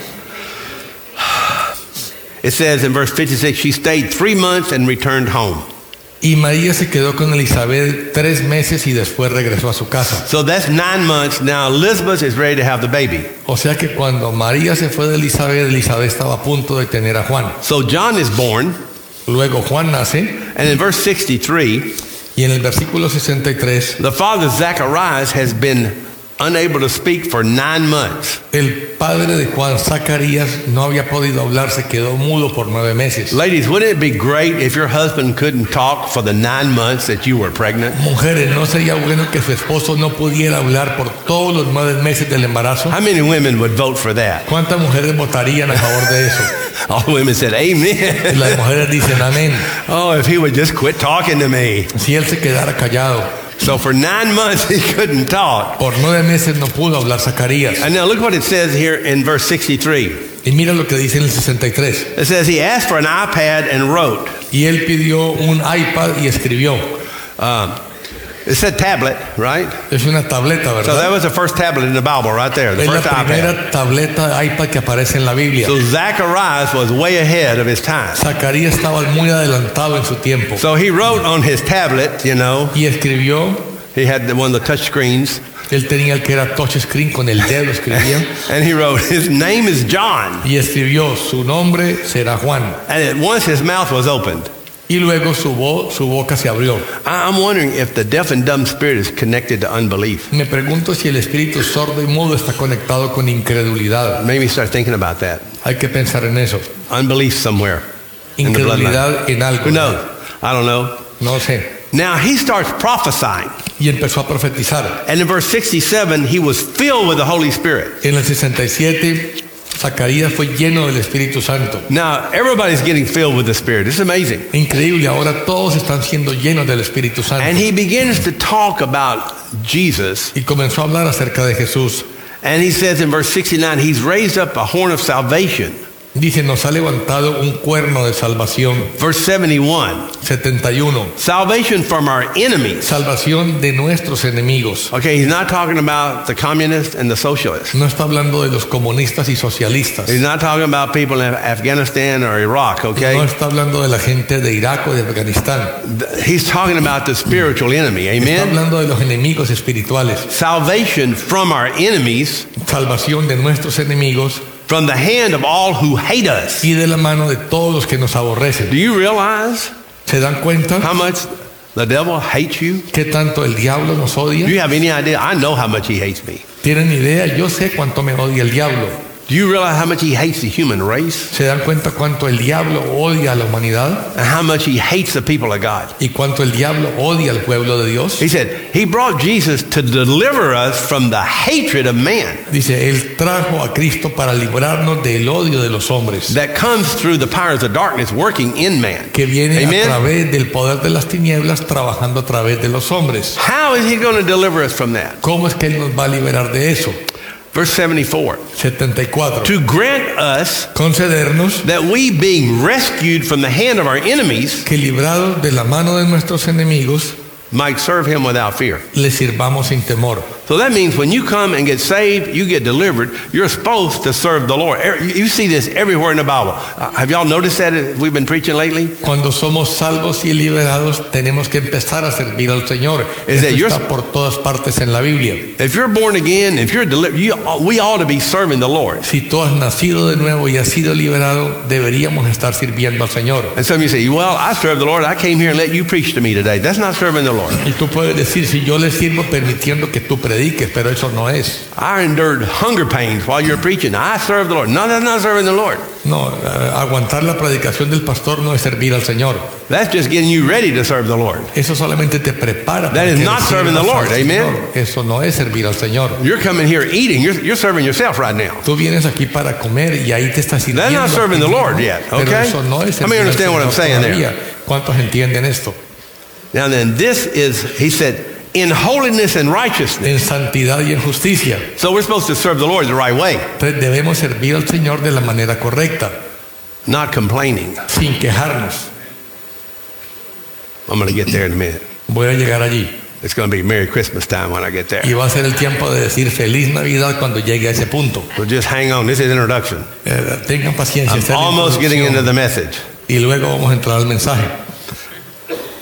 [SPEAKER 2] It says in verse 56 she stayed three months and returned home.
[SPEAKER 3] Y María se quedó con Elizabeth tres meses y después regresó a su casa.
[SPEAKER 2] So that's nine months. Now Elizabeth is ready to have the baby.
[SPEAKER 3] O sea que cuando María se fue de Elizabeth, Elizabeth estaba a punto de tener a Juan.
[SPEAKER 2] So John is born.
[SPEAKER 3] Luego Juan nace
[SPEAKER 2] And in verse 63,
[SPEAKER 3] y en el versículo 63
[SPEAKER 2] the father Zacharias has been unable to speak for nine months.
[SPEAKER 3] el padre de Juan, Zacarías, no había podido hablar, se quedó mudo por nueve meses.
[SPEAKER 2] Ladies, wouldn't it be great if your husband couldn't talk for the nine months that you were pregnant?
[SPEAKER 3] Mujeres, ¿no sería bueno que su esposo no pudiera hablar por todos los nueve meses del embarazo?
[SPEAKER 2] How many women would vote for that?
[SPEAKER 3] ¿Cuántas mujeres votarían a favor de eso?
[SPEAKER 2] All the women said,
[SPEAKER 3] Y
[SPEAKER 2] Amen.
[SPEAKER 3] Las mujeres dicen amén.
[SPEAKER 2] oh, if he would just quit talking to me.
[SPEAKER 3] Si él se quedara callado,
[SPEAKER 2] So for nine months, he couldn't talk.
[SPEAKER 3] por nueve meses no pudo hablar Zacarías.
[SPEAKER 2] And now look what it says here in verse 63.
[SPEAKER 3] Y mira lo que dice en el 63.
[SPEAKER 2] It says, He asked for an iPad and wrote.
[SPEAKER 3] Y él pidió un iPad y escribió.
[SPEAKER 2] Um, it said tablet, right?
[SPEAKER 3] Es una tableta,
[SPEAKER 2] So
[SPEAKER 3] ¿verdad?
[SPEAKER 2] that was the first tablet in the Bible right there, the
[SPEAKER 3] Es la
[SPEAKER 2] first iPad.
[SPEAKER 3] primera tableta iPad que aparece en la Biblia.
[SPEAKER 2] So Zacharias was way ahead of his time.
[SPEAKER 3] Zacarías estaba muy adelantado en su tiempo.
[SPEAKER 2] So he wrote on his tablet, you know,
[SPEAKER 3] Y escribió,
[SPEAKER 2] He had the, one of the touch screens,
[SPEAKER 3] él tenía el que era touch screen, con el dedo escribía.
[SPEAKER 2] and he wrote, "His name is John."
[SPEAKER 3] y escribió su nombre será Juan
[SPEAKER 2] And at once his mouth was opened.
[SPEAKER 3] y luego su, bo- su boca se abrió.
[SPEAKER 2] I- I'm wondering if the deaf and dumb spirit is connected to unbelief.
[SPEAKER 3] Me pregunto si el espíritu sordo y mudo está conectado con incredulidad.
[SPEAKER 2] Maybe start thinking about that.
[SPEAKER 3] Hay que pensar en eso.
[SPEAKER 2] Unbelief somewhere. in the bloodline.
[SPEAKER 3] Incredulidad en algo.
[SPEAKER 2] Who knows? I don't know.
[SPEAKER 3] No sé.
[SPEAKER 2] Now he starts prophesying,
[SPEAKER 3] Y empezó a profetizar.
[SPEAKER 2] and in verse 67 he was filled with the Holy Spirit.
[SPEAKER 3] En el 67 Zacarías fue lleno del Espíritu Santo.
[SPEAKER 2] Now everybody's getting filled with the Spirit. It's amazing.
[SPEAKER 3] Increíble, ahora todos están siendo llenos del Espíritu
[SPEAKER 2] And
[SPEAKER 3] Santo.
[SPEAKER 2] he begins to talk about Jesus
[SPEAKER 3] Y comenzó a hablar acerca de Jesús.
[SPEAKER 2] And he says in verse 69, he's raised up a horn of salvation.
[SPEAKER 3] Dice, nos ha levantado un cuerno de salvación.
[SPEAKER 2] Verse 71,
[SPEAKER 3] 71.
[SPEAKER 2] salvation from our enemies.
[SPEAKER 3] Salvación de nuestros enemigos.
[SPEAKER 2] Okay, he's not talking about the communists and the socialists.
[SPEAKER 3] No está hablando de los comunistas y socialistas.
[SPEAKER 2] He's not talking about people in Afghanistan or Iraq,
[SPEAKER 3] No
[SPEAKER 2] okay?
[SPEAKER 3] está hablando de la gente de Irak o de Afganistán.
[SPEAKER 2] Th- He's talking about the spiritual enemy,
[SPEAKER 3] Está
[SPEAKER 2] amen?
[SPEAKER 3] hablando de los enemigos espirituales.
[SPEAKER 2] Salvation from our enemies,
[SPEAKER 3] Salvación de nuestros enemigos
[SPEAKER 2] from the hand of all who hate us.
[SPEAKER 3] y de la mano de todos los que nos aborrecen.
[SPEAKER 2] Do you realize
[SPEAKER 3] ¿Se dan cuenta
[SPEAKER 2] how much The devil hates you.
[SPEAKER 3] ¿Qué tanto el diablo nos
[SPEAKER 2] Do
[SPEAKER 3] odia?
[SPEAKER 2] you have any idea? I know how much he hates me.
[SPEAKER 3] ¿Tienen idea? Yo sé cuánto me odia el diablo.
[SPEAKER 2] Do you realize how much he hates the human race?
[SPEAKER 3] ¿Se dan cuenta cuánto el diablo odia a la humanidad?
[SPEAKER 2] And how much he hates the people of God?
[SPEAKER 3] ¿Y cuánto el diablo odia al pueblo de Dios?
[SPEAKER 2] He said, He brought Jesus to deliver us from the hatred of man
[SPEAKER 3] Dice, Él trajo a Cristo para librarnos del odio de los hombres,
[SPEAKER 2] that comes through the powers of darkness working in man.
[SPEAKER 3] que viene a
[SPEAKER 2] Amen.
[SPEAKER 3] través del poder de las tinieblas trabajando a través de los hombres.
[SPEAKER 2] How is he going to deliver us from that?
[SPEAKER 3] ¿Cómo es que Él nos va a liberar de eso?
[SPEAKER 2] Verse 74
[SPEAKER 3] 74.
[SPEAKER 2] To grant us
[SPEAKER 3] Concedernos
[SPEAKER 2] that we, being rescued from the hand of our enemies,
[SPEAKER 3] que librados de la mano de nuestros enemigos,
[SPEAKER 2] might serve him without fear.
[SPEAKER 3] le sirvamos sin temor.
[SPEAKER 2] So that means when you come and get saved, you get delivered, you're supposed to serve the Lord. Er- You see this everywhere in the Bible. Uh, Have y'all noticed that as we've been preaching lately?
[SPEAKER 3] Cuando somos salvos y liberados, tenemos que empezar a servir al Señor.
[SPEAKER 2] Es de
[SPEAKER 3] Eso
[SPEAKER 2] ellos.
[SPEAKER 3] está por todas partes en la Biblia.
[SPEAKER 2] If you're born again, if you're delivered, you, we ought to be serving the Lord.
[SPEAKER 3] Si tú has nacido de nuevo y has sido liberado, deberíamos estar sirviendo al Señor.
[SPEAKER 2] And some of you say, well, I serve the Lord. I came here and let you preach to me today. That's not serving the Lord.
[SPEAKER 3] Y tú puedes decir, si yo le sirvo permitiendo que tú prediques, pero eso no es.
[SPEAKER 2] I endured hunger pains while you're preaching. I serve the Lord. No, that's not serving the Lord.
[SPEAKER 3] No, eh, aguantar la predicación del pastor no es servir al Señor.
[SPEAKER 2] That's just getting you ready to serve the Lord.
[SPEAKER 3] Eso solamente te prepara. para
[SPEAKER 2] That is
[SPEAKER 3] que
[SPEAKER 2] not
[SPEAKER 3] le
[SPEAKER 2] serving the
[SPEAKER 3] sirvas
[SPEAKER 2] Lord.
[SPEAKER 3] al
[SPEAKER 2] Amen.
[SPEAKER 3] Señor. Eso no es servir al Señor.
[SPEAKER 2] You're coming here eating. You're, you're serving yourself right now.
[SPEAKER 3] Tú vienes aquí para comer y ahí te estás sirviendo.
[SPEAKER 2] They're not
[SPEAKER 3] a ti
[SPEAKER 2] serving the
[SPEAKER 3] mismo,
[SPEAKER 2] Lord yet,
[SPEAKER 3] Pero
[SPEAKER 2] okay?
[SPEAKER 3] eso no es
[SPEAKER 2] How many
[SPEAKER 3] servir al
[SPEAKER 2] understand what I'm
[SPEAKER 3] Señor
[SPEAKER 2] saying there?
[SPEAKER 3] todavía. ¿Cuántos entienden esto?
[SPEAKER 2] Now then, this is, he said, in holiness and righteousness.
[SPEAKER 3] En santidad y en justicia.
[SPEAKER 2] So we're supposed to serve the Lord the right way,
[SPEAKER 3] Entonces debemos servir al Señor de la manera correcta,
[SPEAKER 2] not complaining.
[SPEAKER 3] sin quejarnos.
[SPEAKER 2] I'm going to get there in a minute.
[SPEAKER 3] Voy a llegar allí.
[SPEAKER 2] It's going to be Merry Christmas time when I get there.
[SPEAKER 3] Y va a ser el tiempo de decir feliz Navidad cuando llegue a ese punto.
[SPEAKER 2] So just hang on. This is introduction.
[SPEAKER 3] Eh, tengan paciencia.
[SPEAKER 2] I'm
[SPEAKER 3] está en
[SPEAKER 2] almost getting into
[SPEAKER 3] introducción.
[SPEAKER 2] the message.
[SPEAKER 3] Y luego vamos a entrar al mensaje.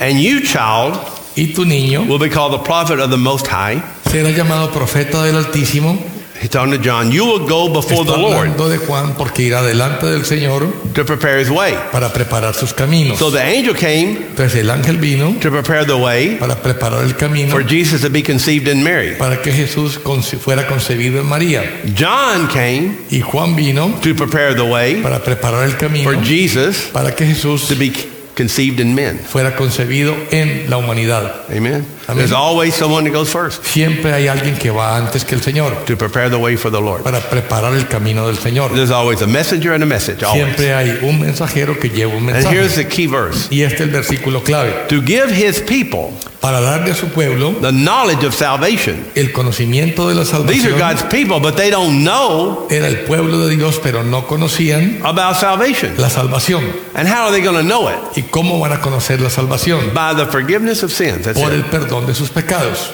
[SPEAKER 2] And you, child,
[SPEAKER 3] Y tu niño
[SPEAKER 2] will be called the prophet of the Most High.
[SPEAKER 3] será llamado profeta del Altísimo.
[SPEAKER 2] He's talking to John. You will go before
[SPEAKER 3] Está
[SPEAKER 2] the Lord
[SPEAKER 3] hablando de Juan porque irá delante del Señor
[SPEAKER 2] to prepare his way.
[SPEAKER 3] para preparar sus caminos.
[SPEAKER 2] So the angel came
[SPEAKER 3] Entonces el ángel vino
[SPEAKER 2] to prepare the way
[SPEAKER 3] para preparar el camino
[SPEAKER 2] for Jesus to be conceived in Mary.
[SPEAKER 3] para que Jesús conce- fuera concebido en María.
[SPEAKER 2] John came
[SPEAKER 3] Y Juan vino
[SPEAKER 2] to prepare the way
[SPEAKER 3] para preparar el camino
[SPEAKER 2] for Jesus
[SPEAKER 3] para que
[SPEAKER 2] to
[SPEAKER 3] Jesús
[SPEAKER 2] be conceived in men.
[SPEAKER 3] fuera concebido en la humanidad.
[SPEAKER 2] Amen.
[SPEAKER 3] Amen.
[SPEAKER 2] There's always someone that goes first
[SPEAKER 3] Siempre hay alguien que va antes que el Señor.
[SPEAKER 2] to prepare the way for the Lord.
[SPEAKER 3] para preparar el camino del Señor.
[SPEAKER 2] There's always a messenger and a message. Always.
[SPEAKER 3] Siempre hay un mensajero que lleva un
[SPEAKER 2] And here's
[SPEAKER 3] mensaje.
[SPEAKER 2] the key verse
[SPEAKER 3] Y este es el versículo clave.
[SPEAKER 2] to give his people
[SPEAKER 3] Para darle a su pueblo
[SPEAKER 2] the knowledge of salvation.
[SPEAKER 3] el conocimiento de la
[SPEAKER 2] These are
[SPEAKER 3] salvación.
[SPEAKER 2] God's people, but they don't know
[SPEAKER 3] Era el pueblo de Dios, pero no conocían
[SPEAKER 2] about salvation.
[SPEAKER 3] la salvación.
[SPEAKER 2] And how are they going to know it?
[SPEAKER 3] ¿Y cómo van a conocer la salvación?
[SPEAKER 2] By the forgiveness of sins. That's
[SPEAKER 3] Por
[SPEAKER 2] it.
[SPEAKER 3] el perdón de sus pecados.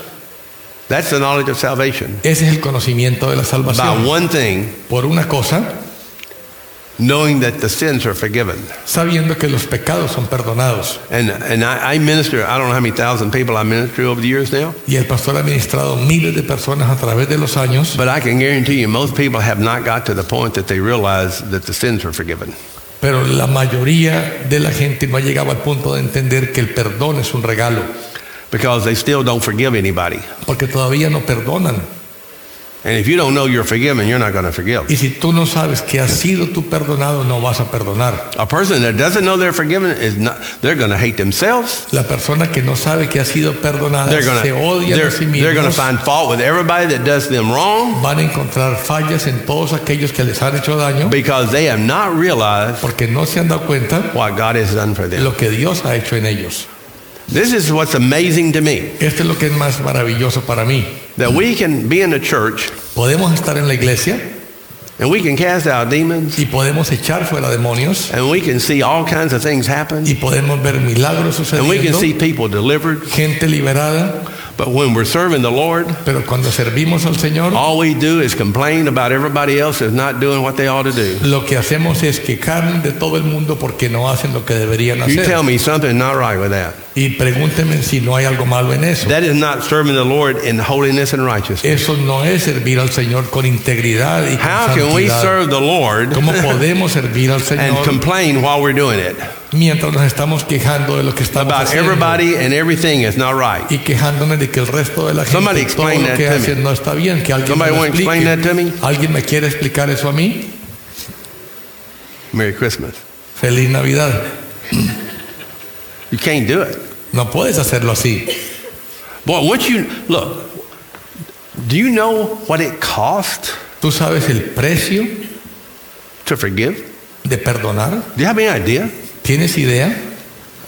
[SPEAKER 2] That's the knowledge of salvation.
[SPEAKER 3] Ese es el conocimiento de la
[SPEAKER 2] By
[SPEAKER 3] salvación.
[SPEAKER 2] one thing,
[SPEAKER 3] Por una cosa,
[SPEAKER 2] knowing that the sins are forgiven.
[SPEAKER 3] sabiendo que los pecados son perdonados.
[SPEAKER 2] And, and I, I minister, I don't know how many thousand people I minister over the years now,
[SPEAKER 3] Y el pastor ha ministrado miles de personas a través de los años.
[SPEAKER 2] but I can guarantee you most people have not got to the point that they realize that the sins are forgiven.
[SPEAKER 3] Pero la mayoría de la gente no ha llegado al punto de entender que el perdón es un regalo,
[SPEAKER 2] Because they still don't forgive anybody.
[SPEAKER 3] porque todavía no perdonan.
[SPEAKER 2] And if you don't know you're forgiven, you're not going to forgive.
[SPEAKER 3] Y si tú no sabes que has sido tú perdonado, no vas a perdonar.
[SPEAKER 2] A person that doesn't know they're forgiven is not, they're going to hate themselves.
[SPEAKER 3] La persona que no sabe que ha sido perdonada
[SPEAKER 2] They're going
[SPEAKER 3] se
[SPEAKER 2] to
[SPEAKER 3] odia
[SPEAKER 2] they're,
[SPEAKER 3] a sí
[SPEAKER 2] they're gonna
[SPEAKER 3] mismos.
[SPEAKER 2] find fault with everybody that does them wrong
[SPEAKER 3] Van a encontrar fallas en todos aquellos que les han hecho daño,
[SPEAKER 2] because they have not realized
[SPEAKER 3] porque no se han dado cuenta
[SPEAKER 2] what God has done for
[SPEAKER 3] de
[SPEAKER 2] them.
[SPEAKER 3] lo que Dios ha hecho en ellos.
[SPEAKER 2] This is what's amazing to me
[SPEAKER 3] Esto es lo que es más maravilloso para mí.
[SPEAKER 2] that we can be in the church
[SPEAKER 3] Podemos estar en la iglesia
[SPEAKER 2] and we can cast out demons
[SPEAKER 3] y podemos echar fuera demonios
[SPEAKER 2] and we can see all kinds of things happen
[SPEAKER 3] y podemos ver milagros
[SPEAKER 2] and we can
[SPEAKER 3] sucediendo.
[SPEAKER 2] see people delivered.
[SPEAKER 3] gente liberada,
[SPEAKER 2] But when we're serving the Lord,
[SPEAKER 3] pero cuando servimos al Señor,
[SPEAKER 2] all we do is complain about everybody else is not doing what they ought to do.
[SPEAKER 3] lo que hacemos es quejarnos de todo el mundo porque no hacen lo que deberían
[SPEAKER 2] You tell
[SPEAKER 3] hacer.
[SPEAKER 2] me something not right with that.
[SPEAKER 3] Y pregúntenme si no hay algo malo en eso.
[SPEAKER 2] That is not serving the Lord in holiness and righteousness.
[SPEAKER 3] Eso no es servir al Señor con integridad y con
[SPEAKER 2] How can we
[SPEAKER 3] santidad.
[SPEAKER 2] serve the Lord
[SPEAKER 3] ¿Cómo podemos servir al
[SPEAKER 2] and
[SPEAKER 3] Señor
[SPEAKER 2] complain while we're doing it.
[SPEAKER 3] mientras nos estamos quejando de lo que estamos
[SPEAKER 2] about
[SPEAKER 3] haciendo
[SPEAKER 2] everybody and everything is not right.
[SPEAKER 3] y quejándonos de que el resto de la
[SPEAKER 2] Somebody
[SPEAKER 3] gente todo
[SPEAKER 2] explain
[SPEAKER 3] lo
[SPEAKER 2] that
[SPEAKER 3] que
[SPEAKER 2] to
[SPEAKER 3] hace
[SPEAKER 2] me.
[SPEAKER 3] no está bien, que alguien
[SPEAKER 2] Somebody
[SPEAKER 3] me lo
[SPEAKER 2] wanna
[SPEAKER 3] explique.
[SPEAKER 2] explain that to me?
[SPEAKER 3] ¿Alguien me quiere explicar eso a mí?
[SPEAKER 2] Merry Christmas.
[SPEAKER 3] Feliz Navidad.
[SPEAKER 2] You can't do it.
[SPEAKER 3] No puedes hacerlo así.
[SPEAKER 2] Boy, once you look, do you know what it cost
[SPEAKER 3] ¿Tú sabes el precio
[SPEAKER 2] to forgive?
[SPEAKER 3] de perdonar?
[SPEAKER 2] Do you have any idea?
[SPEAKER 3] ¿Tienes idea?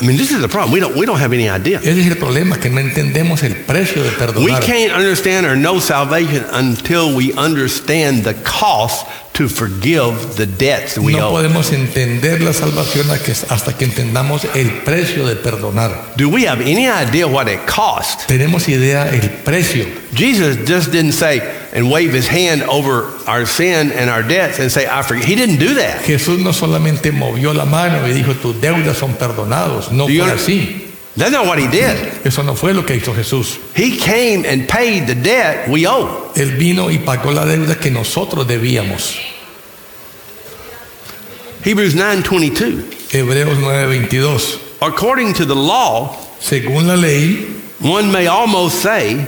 [SPEAKER 2] I mean, this is the problem. We don't, we don't have any idea.
[SPEAKER 3] Ese es el problema, que no entendemos el precio de
[SPEAKER 2] We
[SPEAKER 3] perdonar.
[SPEAKER 2] can't understand or know salvation until we understand the cost to forgive the debts we
[SPEAKER 3] No
[SPEAKER 2] owe.
[SPEAKER 3] podemos entender la salvación a que- hasta que entendamos el precio de perdonar.
[SPEAKER 2] Do we have any idea what it cost?
[SPEAKER 3] Tenemos idea el precio.
[SPEAKER 2] Jesus just didn't say and wave his hand over our sin and our debts and say, I forgive. He didn't do that.
[SPEAKER 3] Jesús no solamente movió la mano y dijo, tus deudas son perdonados. No
[SPEAKER 2] Do you
[SPEAKER 3] fue
[SPEAKER 2] under-
[SPEAKER 3] así.
[SPEAKER 2] That's not what he did.
[SPEAKER 3] Eso no fue lo que hizo Jesús.
[SPEAKER 2] He came and paid the debt we owe.
[SPEAKER 3] Él vino y pagó la deuda que nosotros debíamos.
[SPEAKER 2] Hebrews 9:22.
[SPEAKER 3] Hebreos 9:22.
[SPEAKER 2] According to the law,
[SPEAKER 3] Según la ley,
[SPEAKER 2] one may almost say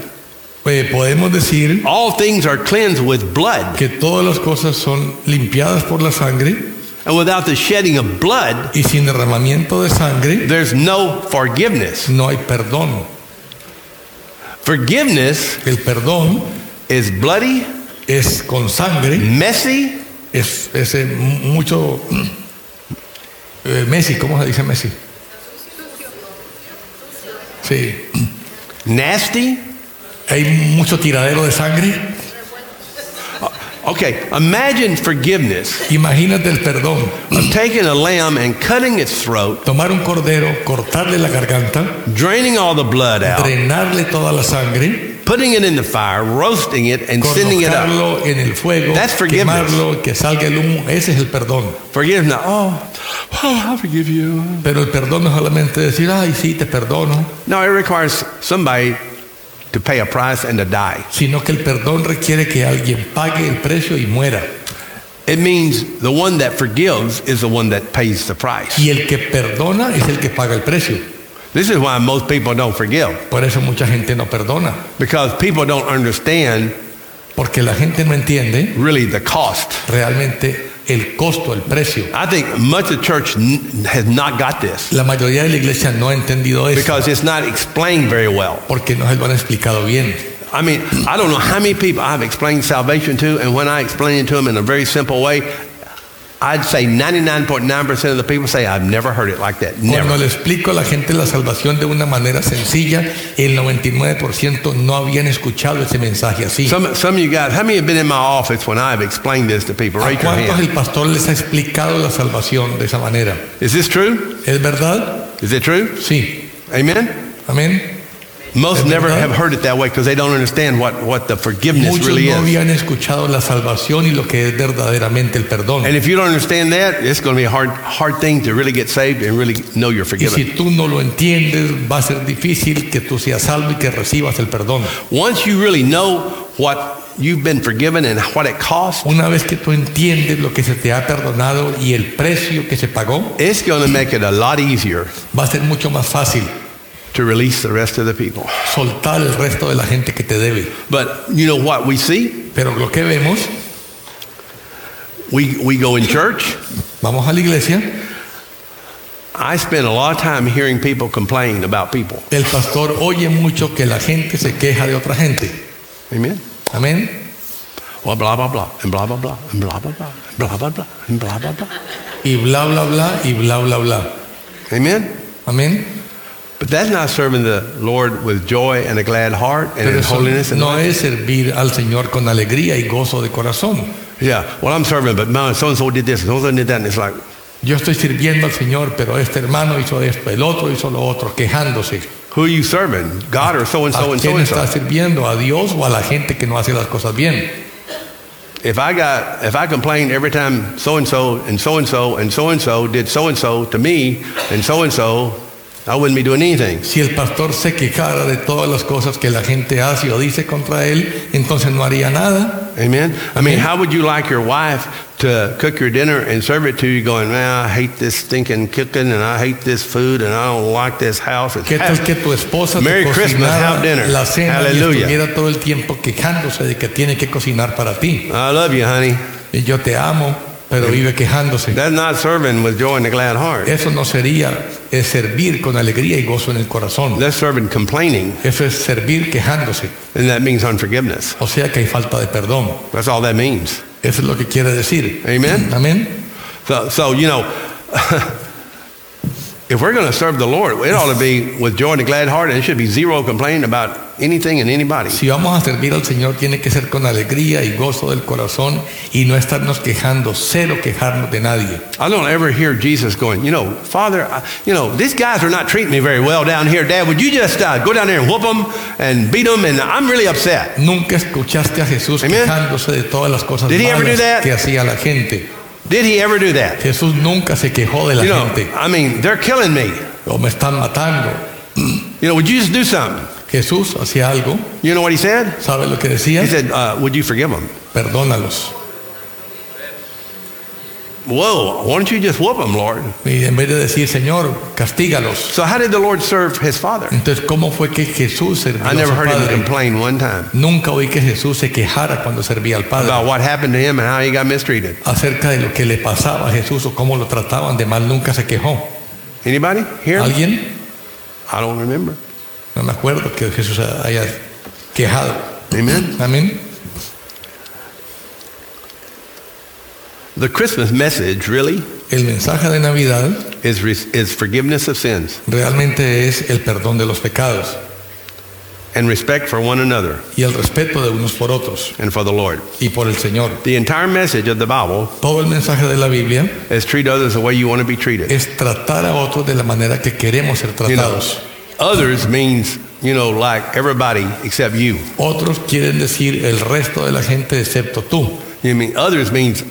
[SPEAKER 3] eh, podemos decir
[SPEAKER 2] all things are cleansed with blood,
[SPEAKER 3] que todas las cosas son limpiadas por la sangre
[SPEAKER 2] and without the shedding of blood,
[SPEAKER 3] y sin derramamiento de sangre
[SPEAKER 2] there's no forgiveness.
[SPEAKER 3] no hay perdón.
[SPEAKER 2] Forgiveness
[SPEAKER 3] El perdón
[SPEAKER 2] is bloody,
[SPEAKER 3] es con sangre,
[SPEAKER 2] messy,
[SPEAKER 3] es, es, eh, mu- mucho... eh, Messi, ¿cómo se dice Messi? Sí,
[SPEAKER 2] nasty.
[SPEAKER 3] hay mucho tiradero de sangre.
[SPEAKER 2] Okay, imagine forgiveness
[SPEAKER 3] Imagínate el perdón.
[SPEAKER 2] of taking a lamb and cutting its throat,
[SPEAKER 3] Tomar un cordero, cortarle la garganta,
[SPEAKER 2] draining all the blood out,
[SPEAKER 3] drenarle toda la sangre,
[SPEAKER 2] putting it in the fire, roasting it, and sending it up.
[SPEAKER 3] colocarlo en el fuego,
[SPEAKER 2] That's forgiveness.
[SPEAKER 3] quemarlo, que salga el humo. Ese es el perdón.
[SPEAKER 2] Forgiveness. Oh, oh, I forgive you.
[SPEAKER 3] Pero el perdón no es solamente decir, ay, sí, te perdono,
[SPEAKER 2] No, it requires somebody to pay a price and to die.
[SPEAKER 3] sino que el perdón requiere que alguien pague el precio y muera.
[SPEAKER 2] It means the one that forgives is the one that pays the price.
[SPEAKER 3] Y el que perdona es el que paga el precio.
[SPEAKER 2] This is why most people don't forgive
[SPEAKER 3] Por eso mucha gente no perdona,
[SPEAKER 2] because people don't understand
[SPEAKER 3] porque la gente no entiende
[SPEAKER 2] really the cost.
[SPEAKER 3] realmente el costo, el precio.
[SPEAKER 2] I think much of the church n- has not got this
[SPEAKER 3] La mayoría de la iglesia no ha entendido eso.
[SPEAKER 2] because it's not explained very well.
[SPEAKER 3] porque no se lo han explicado bien.
[SPEAKER 2] I mean, I don't know how many people I've explained salvation to, and when I explain it to them in a very simple way, I'd say 99.9% of the people say, I've never heard it like that.
[SPEAKER 3] Cuando
[SPEAKER 2] Never.
[SPEAKER 3] le explico a la gente la salvación de una manera sencilla, el 99% no habían escuchado ese mensaje así.
[SPEAKER 2] Some, some of you guys, how many have been in my office when I've explained this to people?
[SPEAKER 3] ¿A
[SPEAKER 2] Raise your
[SPEAKER 3] cuántos
[SPEAKER 2] hand.
[SPEAKER 3] el pastor les ha explicado la salvación de esa manera?
[SPEAKER 2] Is this true?
[SPEAKER 3] ¿Es verdad?
[SPEAKER 2] Is it true?
[SPEAKER 3] Sí.
[SPEAKER 2] Amen?
[SPEAKER 3] Amén.
[SPEAKER 2] Most
[SPEAKER 3] Es
[SPEAKER 2] never
[SPEAKER 3] verdad.
[SPEAKER 2] have heard it that way because they don't understand what, what the forgiveness
[SPEAKER 3] Muchos
[SPEAKER 2] really
[SPEAKER 3] no
[SPEAKER 2] is.
[SPEAKER 3] habían escuchado la salvación y lo que es verdaderamente el perdón.
[SPEAKER 2] And if you don't understand that, it's going to be a hard, hard thing to really get saved and really know you're
[SPEAKER 3] Y
[SPEAKER 2] forgiven.
[SPEAKER 3] si tú no lo entiendes, va a ser difícil que tú seas salvo y que recibas el perdón.
[SPEAKER 2] Once you really know what you've been forgiven and what it costs,
[SPEAKER 3] Una vez que tú entiendes lo que se te ha perdonado y el precio que se pagó,
[SPEAKER 2] it's going to make it a lot easier
[SPEAKER 3] va a ser mucho más fácil
[SPEAKER 2] to release the rest of the people.
[SPEAKER 3] soltar el resto de la gente que te debe.
[SPEAKER 2] But you know what we see?
[SPEAKER 3] Pero lo que vemos,
[SPEAKER 2] We, we go in church.
[SPEAKER 3] vamos a la iglesia,
[SPEAKER 2] I spend a lot of time hearing people complain about people.
[SPEAKER 3] el pastor oye mucho que la gente se queja de otra gente.
[SPEAKER 2] Amen.
[SPEAKER 3] Amén.
[SPEAKER 2] Well, blah blah blah, and blah blah blah, and blah blah blah, and blah blah blah, and blah blah blah.
[SPEAKER 3] Y bla, bla, bla, y bla, bla, bla.
[SPEAKER 2] Amen.
[SPEAKER 3] Amén.
[SPEAKER 2] But that's not serving the Lord with joy and a glad heart and
[SPEAKER 3] Pero
[SPEAKER 2] in
[SPEAKER 3] eso
[SPEAKER 2] holiness and
[SPEAKER 3] no es servir al Señor con alegría y gozo de corazón.
[SPEAKER 2] yeah. Well, I'm serving, but man, so and so did this, and so and so did that, and it's like,
[SPEAKER 3] Yo estoy sirviendo al Señor, pero este hermano hizo esto, el otro hizo lo otro, quejándose.
[SPEAKER 2] who are you serving? God or so and so
[SPEAKER 3] ¿A
[SPEAKER 2] and so
[SPEAKER 3] quién
[SPEAKER 2] and so?
[SPEAKER 3] está sirviendo? ¿A Dios o a la gente que no hace las cosas bien?
[SPEAKER 2] If I got, if I complained every time so and so and so and so and so and so did so and so to me and so and so, I wouldn't be doing anything.
[SPEAKER 3] Si el pastor se quejara de todas las cosas que la gente hace o dice contra él, entonces no haría nada.
[SPEAKER 2] Amen. I mean,
[SPEAKER 3] Amen.
[SPEAKER 2] how would you like your wife to cook your dinner and serve it to you, going, man, I hate this stinking cooking, and I hate this food, and I don't like this house. It's
[SPEAKER 3] ¿Qué tal
[SPEAKER 2] half-
[SPEAKER 3] que tu esposa
[SPEAKER 2] Merry
[SPEAKER 3] te cocinara
[SPEAKER 2] Christmas, have dinner.
[SPEAKER 3] la cena y
[SPEAKER 2] Hallelujah.
[SPEAKER 3] estuviera todo el tiempo quejándose de que tiene que cocinar para ti?
[SPEAKER 2] I love you, honey.
[SPEAKER 3] Y yo te amo, pero vive quejándose.
[SPEAKER 2] That's not serving with joy and a glad heart.
[SPEAKER 3] Eso no sería eh, servir con alegría y gozo en el corazón.
[SPEAKER 2] That's serving complaining,
[SPEAKER 3] Eso es servir quejándose.
[SPEAKER 2] and that means unforgiveness.
[SPEAKER 3] O sea que hay falta de perdón.
[SPEAKER 2] That's all that means.
[SPEAKER 3] Eso es lo que quiere decir.
[SPEAKER 2] Amen.
[SPEAKER 3] Amén.
[SPEAKER 2] So, so you know, if we're going to serve the Lord, it ought to be with joy and a glad heart, and it should be zero complaint about anything and anybody.
[SPEAKER 3] Si vamos a servir al Señor tiene que ser con alegría y gozo del corazón y no estarnos quejando, cero quejarnos de nadie.
[SPEAKER 2] I don't ever hear Jesus going, you know, Father, I, you know, these guys are not treating me very well down here. Dad, would you just uh, go down there and whoop them and beat them? And I'm really upset.
[SPEAKER 3] Nunca escuchaste a Jesús
[SPEAKER 2] Amen.
[SPEAKER 3] quejándose de todas las cosas
[SPEAKER 2] Did he ever
[SPEAKER 3] malas
[SPEAKER 2] do that?
[SPEAKER 3] que hacía la gente.
[SPEAKER 2] Did he ever do that?
[SPEAKER 3] Jesús nunca se quejó de la
[SPEAKER 2] You know,
[SPEAKER 3] gente.
[SPEAKER 2] I mean, they're killing me.
[SPEAKER 3] O me están matando.
[SPEAKER 2] You know, would you just do something?
[SPEAKER 3] Jesús hacía algo.
[SPEAKER 2] You know what he said?
[SPEAKER 3] ¿Sabe lo que decía?
[SPEAKER 2] He said, uh, would you forgive them?
[SPEAKER 3] Perdónalos.
[SPEAKER 2] Whoa, why don't you just whoop them, Lord?
[SPEAKER 3] Y en vez de decir, Señor, castígalos.
[SPEAKER 2] So how did the Lord serve his father?
[SPEAKER 3] Entonces, ¿cómo fue que Jesús servía
[SPEAKER 2] I
[SPEAKER 3] al
[SPEAKER 2] never heard him
[SPEAKER 3] Padre?
[SPEAKER 2] complain one time
[SPEAKER 3] Nunca oí que Jesús se quejara cuando servía al Padre
[SPEAKER 2] about what happened to him and how he got mistreated.
[SPEAKER 3] acerca de lo que le pasaba a Jesús o cómo lo trataban de mal. Nunca se quejó.
[SPEAKER 2] Anybody here?
[SPEAKER 3] Uh, ¿Alguien?
[SPEAKER 2] I don't remember.
[SPEAKER 3] No me acuerdo que Jesús haya quejado.
[SPEAKER 2] Amen.
[SPEAKER 3] Amén.
[SPEAKER 2] The Christmas message really
[SPEAKER 3] El mensaje de Navidad
[SPEAKER 2] is, is forgiveness of sins
[SPEAKER 3] realmente es el perdón de los pecados
[SPEAKER 2] and respect for one another
[SPEAKER 3] y el respeto de unos por otros
[SPEAKER 2] and for the Lord.
[SPEAKER 3] y por el Señor.
[SPEAKER 2] The entire message of the Bible
[SPEAKER 3] Todo el mensaje de la Biblia
[SPEAKER 2] is treat others the way you want to be treated.
[SPEAKER 3] es tratar a otros de la manera que queremos ser
[SPEAKER 2] You know,
[SPEAKER 3] tratados.
[SPEAKER 2] others means, you know, like everybody except you.
[SPEAKER 3] Otros quieren decir el resto de la gente excepto tú.
[SPEAKER 2] You mean others means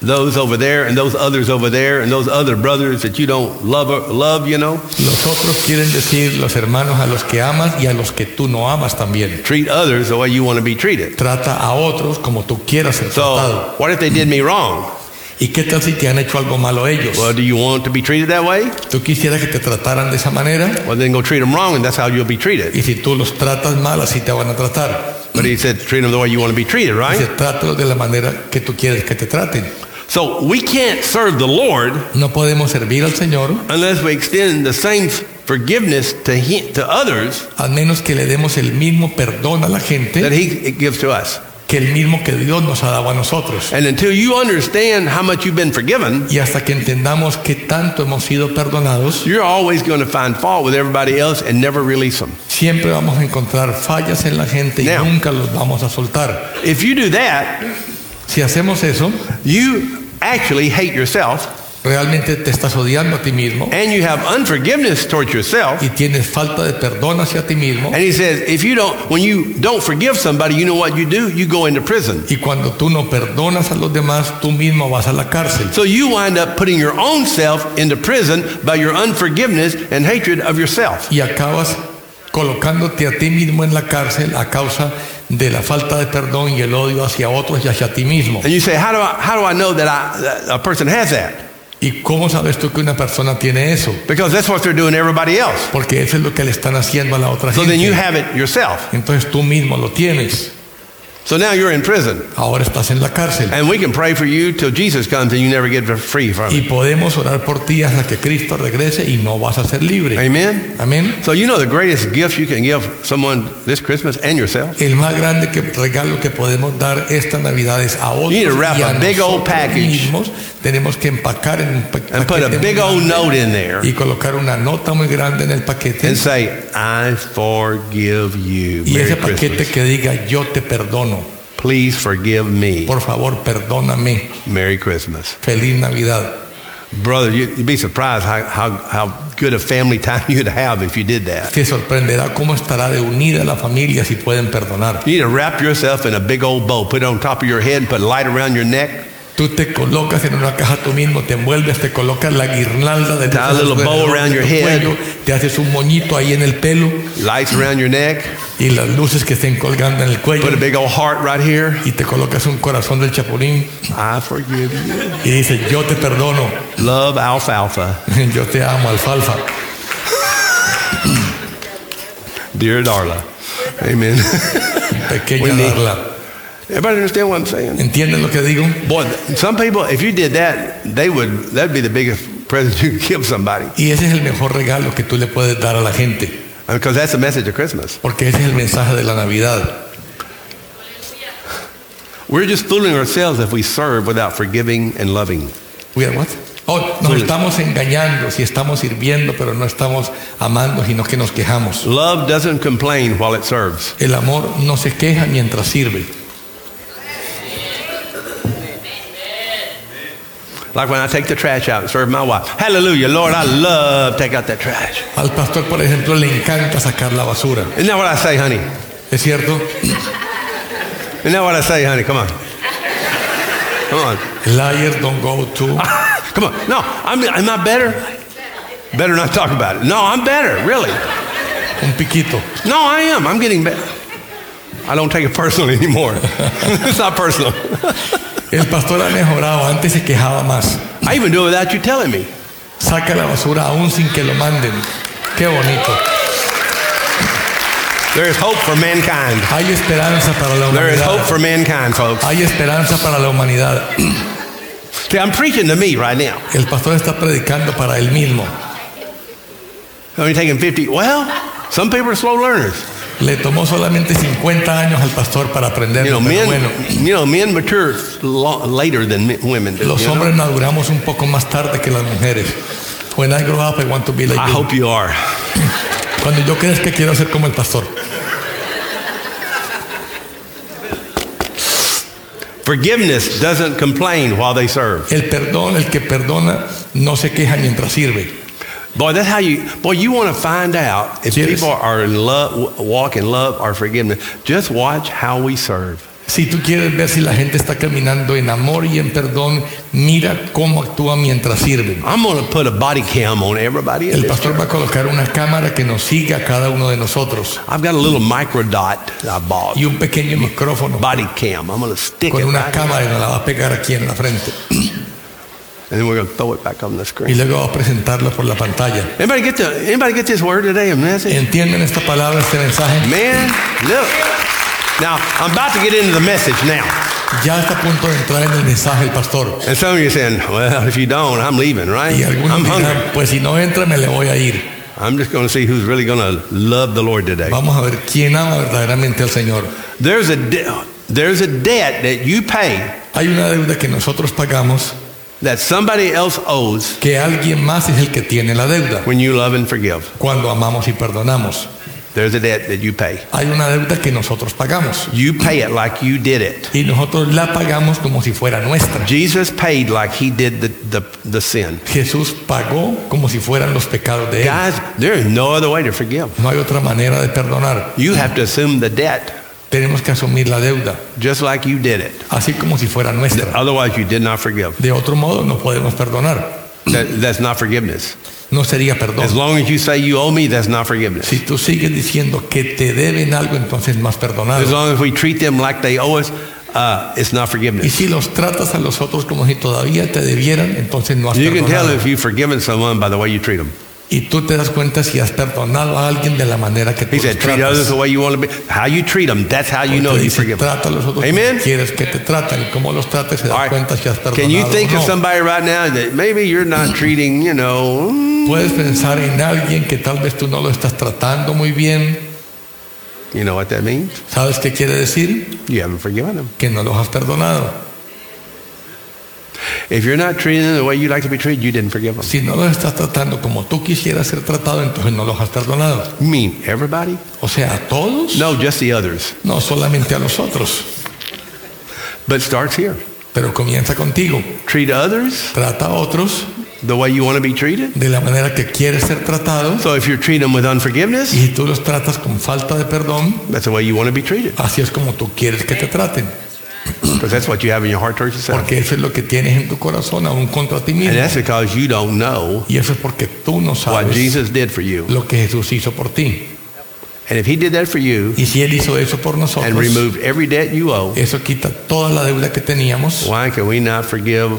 [SPEAKER 2] those over there and those others over there and those other brothers that you don't love, love, you know?
[SPEAKER 3] Los otros quieren decir los hermanos a los que amas y a los que tú no amas también.
[SPEAKER 2] Treat others the way you want to be treated.
[SPEAKER 3] Trata a otros como tú quieras ser
[SPEAKER 2] So,
[SPEAKER 3] tratado.
[SPEAKER 2] what if they did me wrong?
[SPEAKER 3] ¿Y qué tal si te han hecho algo malo ellos?
[SPEAKER 2] Well, do you want to be treated that way?
[SPEAKER 3] Tú quisieras que te trataran de esa manera
[SPEAKER 2] Well, then go treat them wrong, and that's how you'll be treated.
[SPEAKER 3] y si tú los tratas mal así te van a tratar.
[SPEAKER 2] But he said, treat them the way you want to be treated,
[SPEAKER 3] Dice,
[SPEAKER 2] right?
[SPEAKER 3] trátalos de la manera que tú quieres que te traten.
[SPEAKER 2] So, we can't serve the Lord
[SPEAKER 3] No podemos servir al Señor
[SPEAKER 2] unless we extend the same forgiveness to, he, to others
[SPEAKER 3] a menos que le demos el mismo perdón a la
[SPEAKER 2] that
[SPEAKER 3] gente
[SPEAKER 2] he gives to us.
[SPEAKER 3] que el mismo que Dios nos ha dado a nosotros.
[SPEAKER 2] And until you understand how much you've been forgiven,
[SPEAKER 3] Y hasta que entendamos que tanto hemos sido perdonados,
[SPEAKER 2] you're always going to find fault with everybody else and never release them.
[SPEAKER 3] siempre vamos a encontrar fallas en la gente y
[SPEAKER 2] Now.
[SPEAKER 3] nunca los vamos a soltar.
[SPEAKER 2] If you do that,
[SPEAKER 3] Si hacemos eso,
[SPEAKER 2] you actually hate yourself
[SPEAKER 3] realmente te estás odiando a ti mismo
[SPEAKER 2] and you have unforgiveness towards yourself.
[SPEAKER 3] y tienes falta de perdón hacia ti mismo.
[SPEAKER 2] And he says, if you don't, when you don't forgive somebody, you know what you do? You go into prison.
[SPEAKER 3] Y cuando tú no perdonas a los demás, tú mismo vas a la cárcel.
[SPEAKER 2] So you wind up putting your own self into prison by your unforgiveness and hatred of yourself.
[SPEAKER 3] Y acabas colocándote a ti mismo en la cárcel a causa de la falta de perdón y el odio hacia otros y hacia ti mismo.
[SPEAKER 2] And you say, how do I, how do I know that, I, that a person has that?
[SPEAKER 3] ¿Y cómo sabes tú que una persona tiene eso?
[SPEAKER 2] Because that's what they're doing to everybody else.
[SPEAKER 3] Porque eso es lo que le están haciendo a la otra
[SPEAKER 2] So then you
[SPEAKER 3] gente.
[SPEAKER 2] have it yourself.
[SPEAKER 3] Entonces tú mismo lo tienes.
[SPEAKER 2] So now you're in prison.
[SPEAKER 3] Ahora estás en la cárcel.
[SPEAKER 2] And we can pray for you till Jesus comes and you never get free from
[SPEAKER 3] Y
[SPEAKER 2] it.
[SPEAKER 3] podemos orar por ti hasta que Cristo regrese y no vas a ser libre.
[SPEAKER 2] Amen?
[SPEAKER 3] Amén.
[SPEAKER 2] So you know the greatest gift you can give someone this Christmas and yourself?
[SPEAKER 3] El más grande que- regalo que podemos dar esta Navidad es a otros
[SPEAKER 2] need
[SPEAKER 3] y
[SPEAKER 2] to wrap
[SPEAKER 3] a
[SPEAKER 2] a big old
[SPEAKER 3] nosotros
[SPEAKER 2] package.
[SPEAKER 3] mismos. Tenemos que empacar en un pa-
[SPEAKER 2] And put a
[SPEAKER 3] paquete
[SPEAKER 2] big
[SPEAKER 3] muy
[SPEAKER 2] old
[SPEAKER 3] grande
[SPEAKER 2] note in there
[SPEAKER 3] y colocar una nota muy grande en el paquete
[SPEAKER 2] and say, I forgive you.
[SPEAKER 3] y
[SPEAKER 2] Merry
[SPEAKER 3] ese paquete
[SPEAKER 2] Christmas.
[SPEAKER 3] que diga yo te perdono,
[SPEAKER 2] Please forgive me.
[SPEAKER 3] por favor perdóname,
[SPEAKER 2] Merry Christmas.
[SPEAKER 3] feliz Navidad.
[SPEAKER 2] Brother, you- you'd be surprised how, how, how good a family time you'd have if you did that.
[SPEAKER 3] Te sorprenderá cómo estará de unida la familia si pueden perdonar.
[SPEAKER 2] You need to wrap yourself in a big old bow, put it on top of your head, put light around your neck,
[SPEAKER 3] Tú te colocas en una caja tú mismo, te envuelves, te colocas la guirnalda de
[SPEAKER 2] Tie a little bow
[SPEAKER 3] alrededor
[SPEAKER 2] around
[SPEAKER 3] de
[SPEAKER 2] your
[SPEAKER 3] tu
[SPEAKER 2] head.
[SPEAKER 3] cuello, te haces un moñito ahí en el pelo
[SPEAKER 2] lights around your neck,
[SPEAKER 3] y las luces que estén colgando en el cuello
[SPEAKER 2] put a big old heart right here.
[SPEAKER 3] y te colocas un corazón del chapulín
[SPEAKER 2] I forgive you.
[SPEAKER 3] y dices, yo te perdono,
[SPEAKER 2] Love alfalfa,
[SPEAKER 3] yo te amo, alfalfa.
[SPEAKER 2] dear Darla. Amen. We
[SPEAKER 3] Pequeña
[SPEAKER 2] need-
[SPEAKER 3] Darla.
[SPEAKER 2] Everybody understand what I'm saying?
[SPEAKER 3] ¿Entienden lo que digo?
[SPEAKER 2] Boy, some people, if you did that, they would. That'd be the biggest present you could give somebody,
[SPEAKER 3] Y ese es el mejor regalo que tú le puedes dar a la gente,
[SPEAKER 2] because that's the message of Christmas.
[SPEAKER 3] porque ese es el mensaje de la Navidad.
[SPEAKER 2] We're just fooling ourselves if we serve without forgiving and loving.
[SPEAKER 3] We are what? Oh, nos
[SPEAKER 2] Sí.
[SPEAKER 3] estamos engañando, si estamos sirviendo, pero no estamos amando, sino que nos quejamos.
[SPEAKER 2] Love doesn't complain while it serves.
[SPEAKER 3] El amor no se queja mientras sirve.
[SPEAKER 2] Like when I take the trash out and serve my wife. Hallelujah, Lord, I love take out that trash.
[SPEAKER 3] Al pastor, por ejemplo, le encanta sacar la basura.
[SPEAKER 2] Isn't that what I say, honey?
[SPEAKER 3] ¿Es cierto?
[SPEAKER 2] Isn't that what I say, honey? Come on. Come on.
[SPEAKER 3] Liars don't go to.
[SPEAKER 2] Come on. No, I'm, I'm not better. Better not talk about it. No, I'm better, really.
[SPEAKER 3] Un piquito.
[SPEAKER 2] No, I am. I'm getting better. I don't take it personally anymore. it's not personal.
[SPEAKER 3] El pastor ha mejorado, antes se quejaba más.
[SPEAKER 2] I even do it without you telling me.
[SPEAKER 3] Saca la basura aún sin que lo manden. Qué bonito.
[SPEAKER 2] There is hope for mankind.
[SPEAKER 3] Hay esperanza para la
[SPEAKER 2] There is hope
[SPEAKER 3] humanidad.
[SPEAKER 2] for mankind, folks.
[SPEAKER 3] Hay esperanza para la humanidad.
[SPEAKER 2] See, I'm preaching to me right now.
[SPEAKER 3] El pastor está predicando para él mismo.
[SPEAKER 2] Only taking 50. Well, some people are slow learners.
[SPEAKER 3] Le tomó solamente 50 años al pastor para aprender.
[SPEAKER 2] You know, men.
[SPEAKER 3] pero bueno,
[SPEAKER 2] You know, men mature lo- later than men, women do.
[SPEAKER 3] los
[SPEAKER 2] you know?
[SPEAKER 3] hombres maduramos un poco más tarde que las mujeres. When I grow up, I want to be like
[SPEAKER 2] I
[SPEAKER 3] you.
[SPEAKER 2] hope you are.
[SPEAKER 3] Cuando yo crezca, quiero ser como el pastor.
[SPEAKER 2] Forgiveness doesn't complain while they serve.
[SPEAKER 3] El perdón, el que perdona, no se queja mientras sirve.
[SPEAKER 2] Boy, that's how you. Boy, you want to find out if
[SPEAKER 3] Yes.
[SPEAKER 2] people are in love, walk in love or forgiveness. Just watch how we serve.
[SPEAKER 3] Si tú quieres ver si la gente está caminando en amor y en perdón, mira cómo actúa mientras sirven.
[SPEAKER 2] I'm going to put a body cam on everybody. In
[SPEAKER 3] El
[SPEAKER 2] this.
[SPEAKER 3] pastor va a colocar una cámara que nos siga a cada uno de nosotros
[SPEAKER 2] I've got a little micro dot that I bought.
[SPEAKER 3] y un pequeño micrófono
[SPEAKER 2] body cam. I'm going to stick
[SPEAKER 3] con
[SPEAKER 2] it,
[SPEAKER 3] una
[SPEAKER 2] back,
[SPEAKER 3] cámara que nos la va a pegar aquí en la frente
[SPEAKER 2] and then we're going to throw it back on the
[SPEAKER 3] y
[SPEAKER 2] screen.
[SPEAKER 3] luego va a presentarla por la pantalla.
[SPEAKER 2] Anybody get the? Anybody get this word today? A message.
[SPEAKER 3] ¿Entienden esta palabra, este mensaje?
[SPEAKER 2] Man, look. Now, I'm about to get into the message now.
[SPEAKER 3] Ya está a punto de entrar en el mensaje el pastor.
[SPEAKER 2] And some of you are saying, well, if you don't, I'm leaving, right?
[SPEAKER 3] Y algunos
[SPEAKER 2] I'm hungry.
[SPEAKER 3] dirán, pues si no entra me le voy a ir.
[SPEAKER 2] I'm just going to see who's really going to love the Lord today.
[SPEAKER 3] Vamos a ver quién ama verdaderamente al Señor.
[SPEAKER 2] There's a, de- there's a debt that you pay
[SPEAKER 3] Hay una deuda que nosotros pagamos
[SPEAKER 2] that somebody else owes
[SPEAKER 3] que alguien más es el que tiene la deuda.
[SPEAKER 2] when you love and forgive.
[SPEAKER 3] cuando amamos y perdonamos.
[SPEAKER 2] There's a debt that you pay.
[SPEAKER 3] Hay una deuda que nosotros pagamos
[SPEAKER 2] You pay it like you did it.
[SPEAKER 3] y nosotros la pagamos como si fuera nuestra.
[SPEAKER 2] Jesus paid like he did the, the, the sin.
[SPEAKER 3] Jesús pagó como si fueran los pecados de él.
[SPEAKER 2] Guys, there is no other way to forgive.
[SPEAKER 3] No hay otra manera de perdonar.
[SPEAKER 2] You have to assume the debt
[SPEAKER 3] Tenemos que asumir la deuda,
[SPEAKER 2] just like you did it.
[SPEAKER 3] así como si fuera nuestra.
[SPEAKER 2] Otherwise, you did not forgive.
[SPEAKER 3] De otro modo no podemos perdonar.
[SPEAKER 2] That, that's not forgiveness.
[SPEAKER 3] No sería
[SPEAKER 2] As
[SPEAKER 3] perdón.
[SPEAKER 2] long as you say you owe me, that's not forgiveness.
[SPEAKER 3] Si tú sigues diciendo que te deben algo, entonces no has
[SPEAKER 2] As
[SPEAKER 3] perdonado.
[SPEAKER 2] long as we treat them like they owe us, uh, it's not
[SPEAKER 3] Y
[SPEAKER 2] forgiveness.
[SPEAKER 3] si los tratas a los otros como si todavía te debieran, entonces no has
[SPEAKER 2] You can tell
[SPEAKER 3] perdonado.
[SPEAKER 2] if you've forgiven someone by the way you treat them.
[SPEAKER 3] Y tú te das cuenta si has perdonado a alguien de la manera que
[SPEAKER 2] He
[SPEAKER 3] tú los
[SPEAKER 2] said, treat
[SPEAKER 3] tratas.
[SPEAKER 2] others the way you want to be. How you treat them, that's how you know
[SPEAKER 3] Porque
[SPEAKER 2] you
[SPEAKER 3] dice,
[SPEAKER 2] forgive.
[SPEAKER 3] trata a los otros
[SPEAKER 2] Amen.
[SPEAKER 3] como quieres que te traten y cómo los trates se
[SPEAKER 2] All
[SPEAKER 3] da
[SPEAKER 2] right.
[SPEAKER 3] cuenta si has perdonado
[SPEAKER 2] Can you
[SPEAKER 3] o
[SPEAKER 2] think of
[SPEAKER 3] no.
[SPEAKER 2] somebody right now that maybe you're not treating, you know, mm,
[SPEAKER 3] Puedes pensar en alguien que tal vez tú no lo estás tratando muy bien.
[SPEAKER 2] you know what that means?
[SPEAKER 3] ¿Sabes qué quiere decir?
[SPEAKER 2] You haven't forgiven them.
[SPEAKER 3] Que no los has perdonado.
[SPEAKER 2] If you're not treating them the way you like to be treated, you didn't forgive them.
[SPEAKER 3] Si no los estás tratando como tú quisieras ser tratado, entonces no los has perdonado.
[SPEAKER 2] You mean everybody?
[SPEAKER 3] O sea, a todos,
[SPEAKER 2] No, just the others.
[SPEAKER 3] no solamente a los otros.
[SPEAKER 2] But it starts here.
[SPEAKER 3] Pero comienza contigo.
[SPEAKER 2] Treat others
[SPEAKER 3] Trata a otros
[SPEAKER 2] the way you want to be treated.
[SPEAKER 3] de la manera que quieres ser tratado.
[SPEAKER 2] So if you're treating them with unforgiveness,
[SPEAKER 3] Y si tú los tratas con falta de perdón,
[SPEAKER 2] that's the way you want to be treated.
[SPEAKER 3] así es como tú quieres que te traten.
[SPEAKER 2] Because that's what you have in your heart towards yourself.
[SPEAKER 3] Porque eso es lo que tienes en tu corazón, aún contra ti
[SPEAKER 2] And
[SPEAKER 3] mismo.
[SPEAKER 2] that's because you don't know
[SPEAKER 3] Y eso es porque tú no
[SPEAKER 2] what
[SPEAKER 3] sabes
[SPEAKER 2] Jesus did for you.
[SPEAKER 3] lo que Jesús hizo por ti.
[SPEAKER 2] And if he did that for you
[SPEAKER 3] Y si Él hizo eso por
[SPEAKER 2] and
[SPEAKER 3] nosotros,
[SPEAKER 2] removed every debt you owe,
[SPEAKER 3] eso quita toda la deuda que teníamos.
[SPEAKER 2] why can we not forgive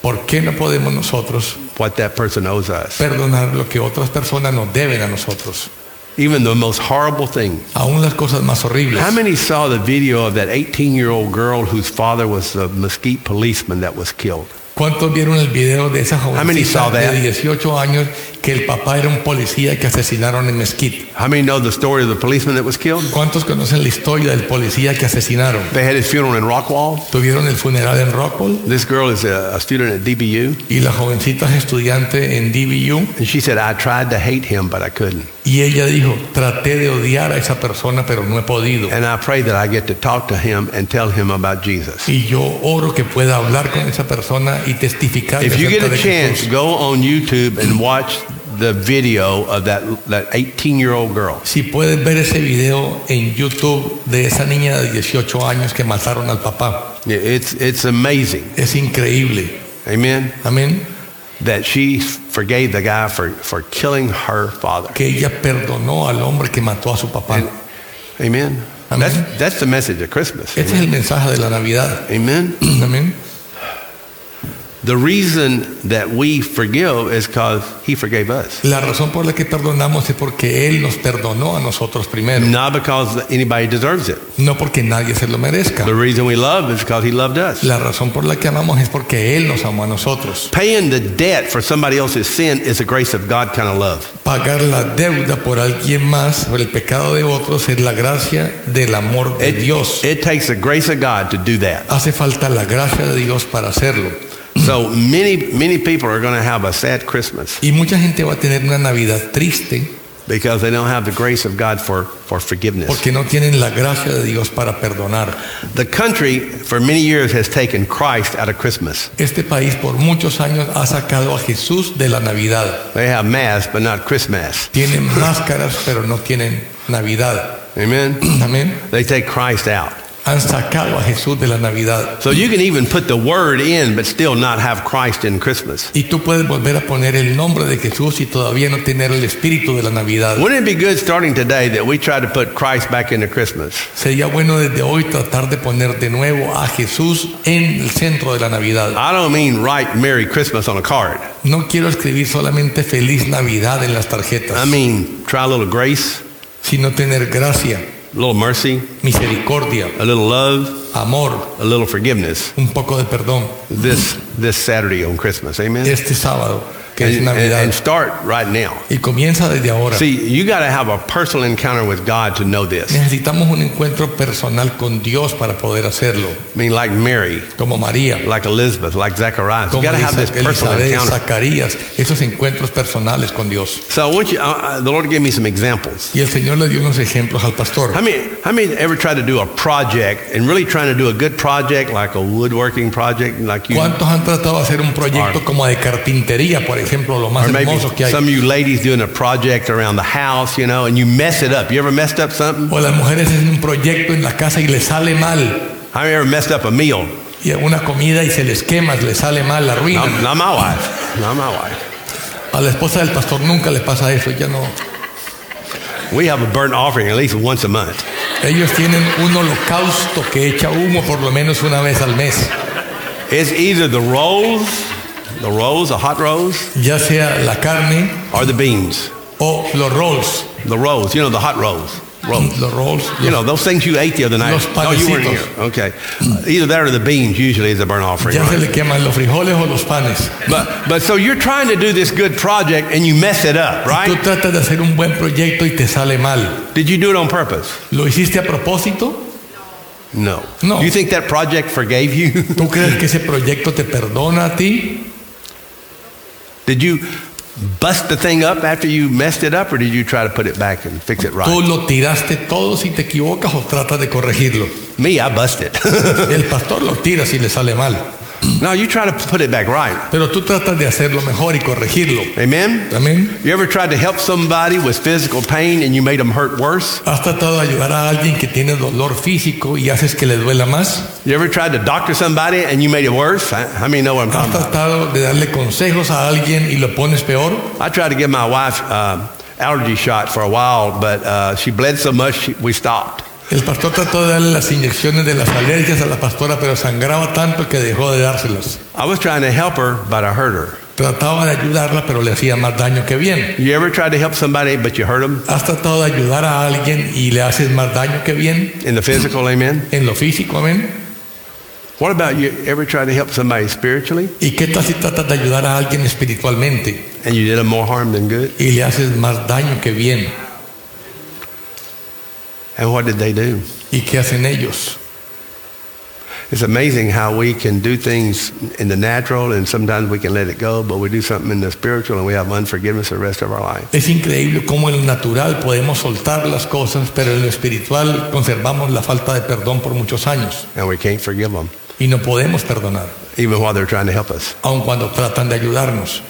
[SPEAKER 3] ¿Por qué no podemos nosotros
[SPEAKER 2] what that person owes us?
[SPEAKER 3] perdonar lo que otras personas nos deben a nosotros?
[SPEAKER 2] Even the most horrible thing.
[SPEAKER 3] Aún las cosas más horribles.
[SPEAKER 2] How many saw the video of that 18-year-old girl whose father was the mesquite policeman that was killed?
[SPEAKER 3] ¿Cuántos vieron el video de esa
[SPEAKER 2] many
[SPEAKER 3] jovencita
[SPEAKER 2] saw that?
[SPEAKER 3] de 18 años que el papá era un policía que asesinaron en Mesquite?
[SPEAKER 2] How many know the story of the policeman that was killed?
[SPEAKER 3] ¿Cuántos conocen la historia del policía que asesinaron?
[SPEAKER 2] They had his funeral in Rockwall.
[SPEAKER 3] Tuvieron el funeral en Rockwell
[SPEAKER 2] This girl is a, a student at DBU,
[SPEAKER 3] y la jovencita es estudiante en DBU
[SPEAKER 2] and she said, "I tried to hate him, but I couldn't."
[SPEAKER 3] y ella dijo, traté de odiar a esa persona pero no he podido.
[SPEAKER 2] And I pray that I get to talk to him and tell him about Jesus.
[SPEAKER 3] Y yo oro que pueda hablar con esa persona y testificar
[SPEAKER 2] If you get
[SPEAKER 3] acerca
[SPEAKER 2] a
[SPEAKER 3] de
[SPEAKER 2] chance,
[SPEAKER 3] Jesús.
[SPEAKER 2] go on YouTube and watch the video of that that 18-year-old girl.
[SPEAKER 3] Si puedes ver ese video en YouTube de esa niña de 18 años que mataron al papá,
[SPEAKER 2] Yeah, It's it's amazing.
[SPEAKER 3] es increíble.
[SPEAKER 2] Amen.
[SPEAKER 3] Amén.
[SPEAKER 2] That she forgave the guy for for killing her father.
[SPEAKER 3] que ella perdonó al hombre que mató a su papá.
[SPEAKER 2] And- Amen.
[SPEAKER 3] Amen.
[SPEAKER 2] That's that's the message of Christmas.
[SPEAKER 3] Este es el mensaje de la Navidad.
[SPEAKER 2] Amen.
[SPEAKER 3] Amén.
[SPEAKER 2] The reason that we forgive is because he forgave us.
[SPEAKER 3] La razón por la que perdonamos es porque Él nos perdonó a nosotros primero,
[SPEAKER 2] Not because anybody deserves it.
[SPEAKER 3] no porque nadie se lo merezca.
[SPEAKER 2] The reason we love is because he loved us.
[SPEAKER 3] La razón por la que amamos es porque Él nos amó a nosotros.
[SPEAKER 2] Paying the debt for somebody else's sin is the grace of God kind of love.
[SPEAKER 3] Pagar la deuda por alguien más, por el pecado de otros, es la gracia del amor de
[SPEAKER 2] It,
[SPEAKER 3] Dios.
[SPEAKER 2] it takes the grace of God to do that.
[SPEAKER 3] Hace falta la gracia de Dios para hacerlo.
[SPEAKER 2] So many, many people are going to have a sad Christmas
[SPEAKER 3] Y mucha gente va a tener una Navidad triste
[SPEAKER 2] because they don't have the grace of God for, for forgiveness.
[SPEAKER 3] porque no tienen la gracia de Dios para perdonar.
[SPEAKER 2] The country for many years has taken Christ out of Christmas.
[SPEAKER 3] Este país por muchos años ha sacado a Jesús de la Navidad.
[SPEAKER 2] They have mass, but not Christmas.
[SPEAKER 3] Tienen máscaras, pero no tienen Navidad.
[SPEAKER 2] Amen.
[SPEAKER 3] Amén.
[SPEAKER 2] They take Christ out.
[SPEAKER 3] Han sacado a Jesús de la Navidad.
[SPEAKER 2] So you can even put the word in, but still not have Christ in Christmas.
[SPEAKER 3] Y tú puedes volver a poner el nombre de Jesús y todavía no tener el espíritu de la Navidad.
[SPEAKER 2] Wouldn't it be good starting today that we try to put Christ back into Christmas?
[SPEAKER 3] Sería bueno desde hoy tratar de poner de nuevo a Jesús en el centro de la Navidad.
[SPEAKER 2] I don't mean write Merry Christmas on a card.
[SPEAKER 3] No quiero escribir solamente feliz Navidad en las
[SPEAKER 2] I
[SPEAKER 3] tarjetas,
[SPEAKER 2] mean try a little grace,
[SPEAKER 3] sino tener gracia,
[SPEAKER 2] a little mercy,
[SPEAKER 3] misericordia,
[SPEAKER 2] a little love,
[SPEAKER 3] amor,
[SPEAKER 2] a little forgiveness
[SPEAKER 3] un poco de perdón.
[SPEAKER 2] this this Saturday on Christmas. Amen.
[SPEAKER 3] este sábado, que es
[SPEAKER 2] And, and-
[SPEAKER 3] Navidad,
[SPEAKER 2] and start right now.
[SPEAKER 3] y comienza desde ahora.
[SPEAKER 2] See, you got to have a personal encounter with God to know this.
[SPEAKER 3] Necesitamos un encuentro personal con Dios para poder hacerlo,
[SPEAKER 2] I mean, like Mary,
[SPEAKER 3] como María,
[SPEAKER 2] like Elizabeth, like Zacharias. You
[SPEAKER 3] como
[SPEAKER 2] got to have this
[SPEAKER 3] Elisa-
[SPEAKER 2] personal
[SPEAKER 3] Elizabeth,
[SPEAKER 2] encounter.
[SPEAKER 3] Zacarías, esos encuentros personales con Dios.
[SPEAKER 2] So I want you. Uh, the Lord gave me some examples.
[SPEAKER 3] Y el Señor le dio unos ejemplos al pastor.
[SPEAKER 2] How many? How many ever tried to do a project and really trying to do a good project, like a woodworking project, like you, or
[SPEAKER 3] ¿Cuántos han tratado de hacer un proyecto
[SPEAKER 2] Or-
[SPEAKER 3] como de carpintería, por ejemplo, lo más
[SPEAKER 2] maybe
[SPEAKER 3] hermoso que hay?
[SPEAKER 2] some of you ladies doing a project around the house, you know, and you mess it up. You ever messed up something?
[SPEAKER 3] O las mujeres hacen un proyecto en la casa y les sale mal,
[SPEAKER 2] How many ever messed up a meal?
[SPEAKER 3] y una comida y se les quema, les sale mal, la
[SPEAKER 2] Not,
[SPEAKER 3] ruinan.
[SPEAKER 2] not my wife. Not my wife.
[SPEAKER 3] A la esposa del pastor nunca le pasa eso, ya no.
[SPEAKER 2] We have a burnt offering at least once a month.
[SPEAKER 3] Ellos tienen un holocausto que echa humo por lo menos una vez al mes,
[SPEAKER 2] It's either the rolls, the rolls, the hot rolls,
[SPEAKER 3] ya sea la carne
[SPEAKER 2] or the beans.
[SPEAKER 3] o los rolls.
[SPEAKER 2] The rolls, you know, the hot rolls.
[SPEAKER 3] Los rolls.
[SPEAKER 2] You
[SPEAKER 3] los-
[SPEAKER 2] know, those things you ate the other night.
[SPEAKER 3] Los
[SPEAKER 2] No, you weren't here.
[SPEAKER 3] panecitos.
[SPEAKER 2] Okay. Uh, Either that or the beans usually is a burnt offering.
[SPEAKER 3] ya se
[SPEAKER 2] Right?
[SPEAKER 3] le queman los frijoles o los panes.
[SPEAKER 2] But, but so you're trying to do this good project and you mess it up,
[SPEAKER 3] Tú
[SPEAKER 2] right?
[SPEAKER 3] tratas de hacer un buen proyecto y te sale mal.
[SPEAKER 2] Did you do it on purpose?
[SPEAKER 3] ¿Lo hiciste a propósito?
[SPEAKER 2] No.
[SPEAKER 3] No.
[SPEAKER 2] You think that project forgave you?
[SPEAKER 3] ¿Tú crees que ese proyecto te perdona a ti?
[SPEAKER 2] did you bust the thing up after you messed it up or did you try to put it back and fix it
[SPEAKER 3] ¿Tú
[SPEAKER 2] right?
[SPEAKER 3] lo tiraste todo si te equivocas o tratas de corregirlo?
[SPEAKER 2] Me, I bust it.
[SPEAKER 3] El pastor lo tira si le sale mal.
[SPEAKER 2] No, you try to put it back right.
[SPEAKER 3] Pero tú tratas de hacerlo mejor y corregirlo.
[SPEAKER 2] Amen?
[SPEAKER 3] Amén.
[SPEAKER 2] You ever tried to help somebody with physical pain and you made them hurt worse?
[SPEAKER 3] ¿Has tratado de ayudar a alguien que tiene dolor físico y haces que le duela más?
[SPEAKER 2] You ever tried to doctor somebody and you made it worse? I, I mean, know what I'm
[SPEAKER 3] ¿Has
[SPEAKER 2] talking about.
[SPEAKER 3] tratado de darle consejos a alguien y lo pones peor?
[SPEAKER 2] I tried to give my wife um allergy shot for a while, but uh, she bled so much she, we stopped.
[SPEAKER 3] El pastor trató de darle las inyecciones de las alergias a la pastora, pero sangraba tanto que dejó de dárselas.
[SPEAKER 2] I was trying to help her, but I hurt her.
[SPEAKER 3] Trataba de ayudarla, pero le hacía más daño que bien.
[SPEAKER 2] You ever tried to help somebody but you hurt them
[SPEAKER 3] ¿Has tratado de ayudar a alguien y le haces más daño que bien?
[SPEAKER 2] in the physical? Amen.
[SPEAKER 3] En lo físico, amén.
[SPEAKER 2] What about you ever tried to help somebody spiritually
[SPEAKER 3] ¿Y qué tal si tratas de ayudar a alguien espiritualmente
[SPEAKER 2] and you did them more harm than good?
[SPEAKER 3] y le haces más daño que bien?
[SPEAKER 2] And what did they do?
[SPEAKER 3] ¿Y qué hacen ellos?
[SPEAKER 2] It's amazing how we can do things in the natural and sometimes we can let it go, but we do something in the spiritual and we have unforgiveness the rest of our life.
[SPEAKER 3] Es increíble cómo en lo natural podemos soltar las cosas, pero en lo espiritual conservamos la falta de perdón por muchos años
[SPEAKER 2] And we can't forgive them,
[SPEAKER 3] y no podemos perdonar,
[SPEAKER 2] even while they're trying to help us.
[SPEAKER 3] aun cuando tratan de ayudarnos.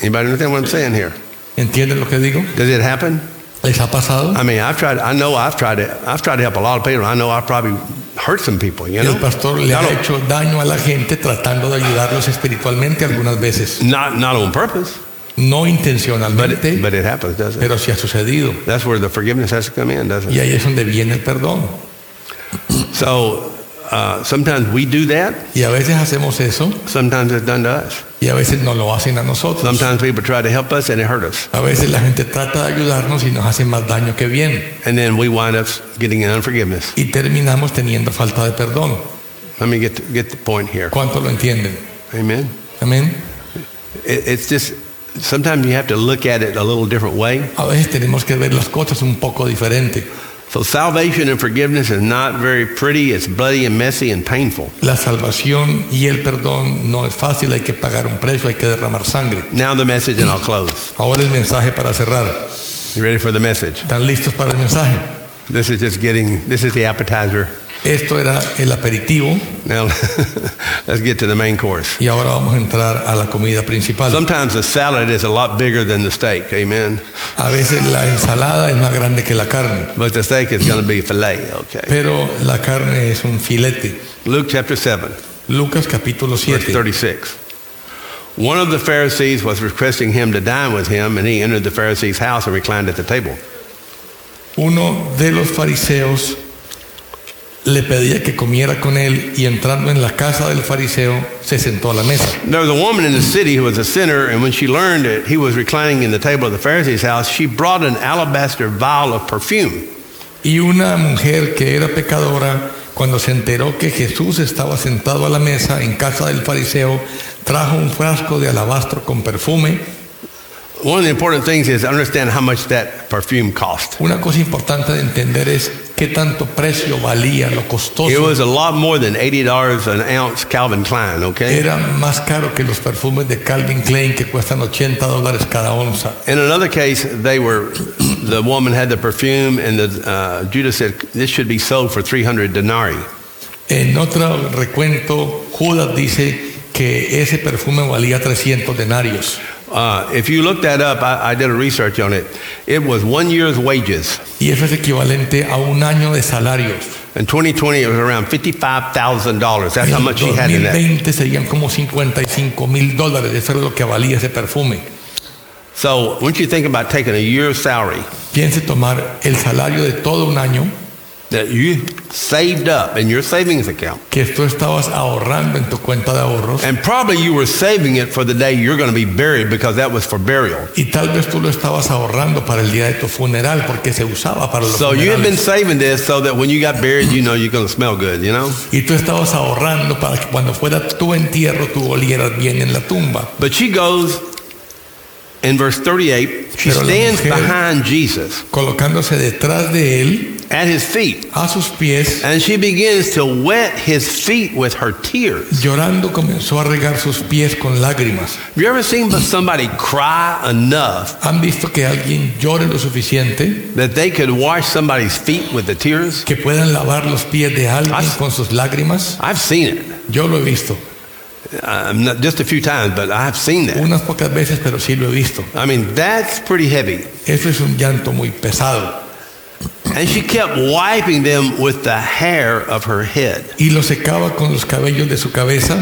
[SPEAKER 2] Anybody understand what I'm saying here?
[SPEAKER 3] ¿Entienden lo que digo?
[SPEAKER 2] Does it happen?
[SPEAKER 3] ¿Les ha pasado?
[SPEAKER 2] I mean, I've tried. I know I've tried to. I've tried to help a lot of people. I know I've probably hurt some people. You know,
[SPEAKER 3] El pastor le ha
[SPEAKER 2] not,
[SPEAKER 3] hecho daño a la gente tratando de ayudarlos espiritualmente algunas veces,
[SPEAKER 2] on, not not on purpose,
[SPEAKER 3] no
[SPEAKER 2] but it,
[SPEAKER 3] intencionalmente,
[SPEAKER 2] but it happens, doesn't it?
[SPEAKER 3] pero sí ha sucedido.
[SPEAKER 2] That's where the forgiveness has to come in, doesn't
[SPEAKER 3] Y ahí es donde viene el perdón.
[SPEAKER 2] it? So uh, sometimes we do that.
[SPEAKER 3] Y a veces hacemos eso
[SPEAKER 2] Sometimes it's done to us.
[SPEAKER 3] y a veces no lo hacen a nosotros.
[SPEAKER 2] Sometimes people try to help us and it hurt us,
[SPEAKER 3] A veces la gente trata de ayudarnos y nos hace más daño que bien.
[SPEAKER 2] and then we wind up getting in unforgiveness.
[SPEAKER 3] Y terminamos teniendo falta de perdón.
[SPEAKER 2] Let me get to, get the point here.
[SPEAKER 3] ¿Cuánto lo entienden?
[SPEAKER 2] Amen.
[SPEAKER 3] Amén.
[SPEAKER 2] It, it's just sometimes you have to look at it a little different way.
[SPEAKER 3] A veces tenemos que ver las cosas un poco diferente.
[SPEAKER 2] So salvation and forgiveness is not very pretty. It's bloody and messy and painful.
[SPEAKER 3] La salvación y el perdón no es fácil, hay que pagar un precio, hay que derramar sangre.
[SPEAKER 2] Now the message, and I'll close.
[SPEAKER 3] Ahora el mensaje para cerrar.
[SPEAKER 2] You ready for the message?
[SPEAKER 3] ¿Están listos para el mensaje?
[SPEAKER 2] This is just getting. This is the appetizer.
[SPEAKER 3] Esto era el aperitivo
[SPEAKER 2] Now let's get to the main course.
[SPEAKER 3] y ahora vamos a entrar a la comida principal.
[SPEAKER 2] Sometimes the salad is a lot bigger than the steak. Amen.
[SPEAKER 3] A veces la ensalada es más grande que la carne,
[SPEAKER 2] But the steak is going to be fillet. Okay.
[SPEAKER 3] pero la carne es un filete.
[SPEAKER 2] Luke chapter seven,
[SPEAKER 3] Lucas capítulo
[SPEAKER 2] verse
[SPEAKER 3] 7.
[SPEAKER 2] thirty-six. One of the Pharisees was requesting him to dine with him, and he entered the Pharisee's house and reclined at the table.
[SPEAKER 3] Uno de los fariseos le pedía que comiera con él y entrando en la casa del fariseo se sentó a la mesa.
[SPEAKER 2] There was a woman in the city who was a sinner, and when she learned that he was reclining in the table of the Pharisee's house, she brought an alabaster vial of perfume.
[SPEAKER 3] Y una mujer que era pecadora, cuando se enteró que Jesús estaba sentado a la mesa en casa del fariseo, trajo un frasco de alabastro con perfume.
[SPEAKER 2] One of the important things is to understand how much that perfume cost.
[SPEAKER 3] Una cosa importante de entender es qué tanto precio valía, lo
[SPEAKER 2] It
[SPEAKER 3] costoso.
[SPEAKER 2] was a lot more than $80 an ounce Calvin Klein, okay?
[SPEAKER 3] Era más caro que los perfumes de Calvin Klein que cuestan 80 dólares cada onza.
[SPEAKER 2] In another case, they were, the woman had the perfume, and the, uh, Judas said, This should be sold for 300 denarii.
[SPEAKER 3] En otro recuento, Judas dice que ese perfume valía 300 denarios.
[SPEAKER 2] Uh, if you look that up, I, I did a research on it. It was one year's wages.
[SPEAKER 3] Y eso es equivalente a un año de salarios.
[SPEAKER 2] In 2020, it was around $55,000. That's how
[SPEAKER 3] En
[SPEAKER 2] much he had in that.
[SPEAKER 3] 2020 serían como 55 mil dólares. Eso era lo que valía ese perfume.
[SPEAKER 2] So, once you think about taking a year's salary
[SPEAKER 3] Piense tomar el salario de todo un año
[SPEAKER 2] that you saved up in your savings account,
[SPEAKER 3] que tú estabas ahorrando en tu cuenta de ahorros
[SPEAKER 2] and probably you were saving it for the day you're going to be buried because that was for burial.
[SPEAKER 3] y tal vez tú lo estabas ahorrando para el día de tu funeral porque se usaba para los
[SPEAKER 2] So, you had been
[SPEAKER 3] funerales.
[SPEAKER 2] saving this so that when you got buried, you know you're going to smell good, you know?
[SPEAKER 3] Y tú estabas ahorrando para que cuando fuera tu entierro tú olieras bien en la tumba.
[SPEAKER 2] But she goes in verse 38, she
[SPEAKER 3] Pero la
[SPEAKER 2] stands
[SPEAKER 3] mujer-
[SPEAKER 2] behind Jesus
[SPEAKER 3] colocándose detrás de él,
[SPEAKER 2] at his feet,
[SPEAKER 3] a sus pies,
[SPEAKER 2] and she begins to wet his feet with her tears.
[SPEAKER 3] llorando comenzó a regar sus pies con lágrimas.
[SPEAKER 2] Have you ever seen somebody cry enough
[SPEAKER 3] ¿Han visto que alguien llore lo suficiente?
[SPEAKER 2] that they could wash somebody's feet with the tears?
[SPEAKER 3] Que puedan lavar los pies de alguien con sus lágrimas.
[SPEAKER 2] I've seen it.
[SPEAKER 3] Yo lo he visto.
[SPEAKER 2] I'm not, just a few times, but I've seen that.
[SPEAKER 3] Unas pocas veces, pero sí lo he visto.
[SPEAKER 2] I mean, that's pretty heavy.
[SPEAKER 3] Eso es un llanto muy pesado.
[SPEAKER 2] And she kept wiping them with the hair of her head,
[SPEAKER 3] Y lo secaba con los cabellos de su cabeza,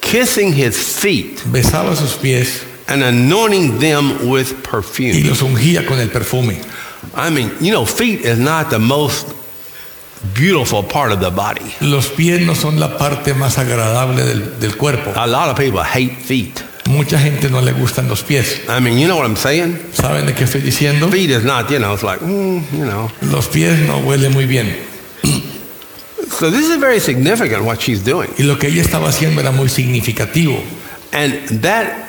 [SPEAKER 2] kissing his feet,
[SPEAKER 3] besaba sus pies
[SPEAKER 2] and anointing them with
[SPEAKER 3] y
[SPEAKER 2] perfume.
[SPEAKER 3] los ungía con el perfume.
[SPEAKER 2] I mean, you know, feet is not the most beautiful part of the body.
[SPEAKER 3] Los pies no son la parte más agradable del, del cuerpo.
[SPEAKER 2] A lot of people hate feet.
[SPEAKER 3] Mucha gente no le gustan los pies.
[SPEAKER 2] I mean, you know what I'm saying?
[SPEAKER 3] ¿Saben de qué estoy diciendo?
[SPEAKER 2] Feet is not, you know, it's like, mm, you know.
[SPEAKER 3] Los pies no huelen muy bien.
[SPEAKER 2] So this is very significant what she's doing.
[SPEAKER 3] Y lo que ella estaba haciendo era muy significativo.
[SPEAKER 2] And that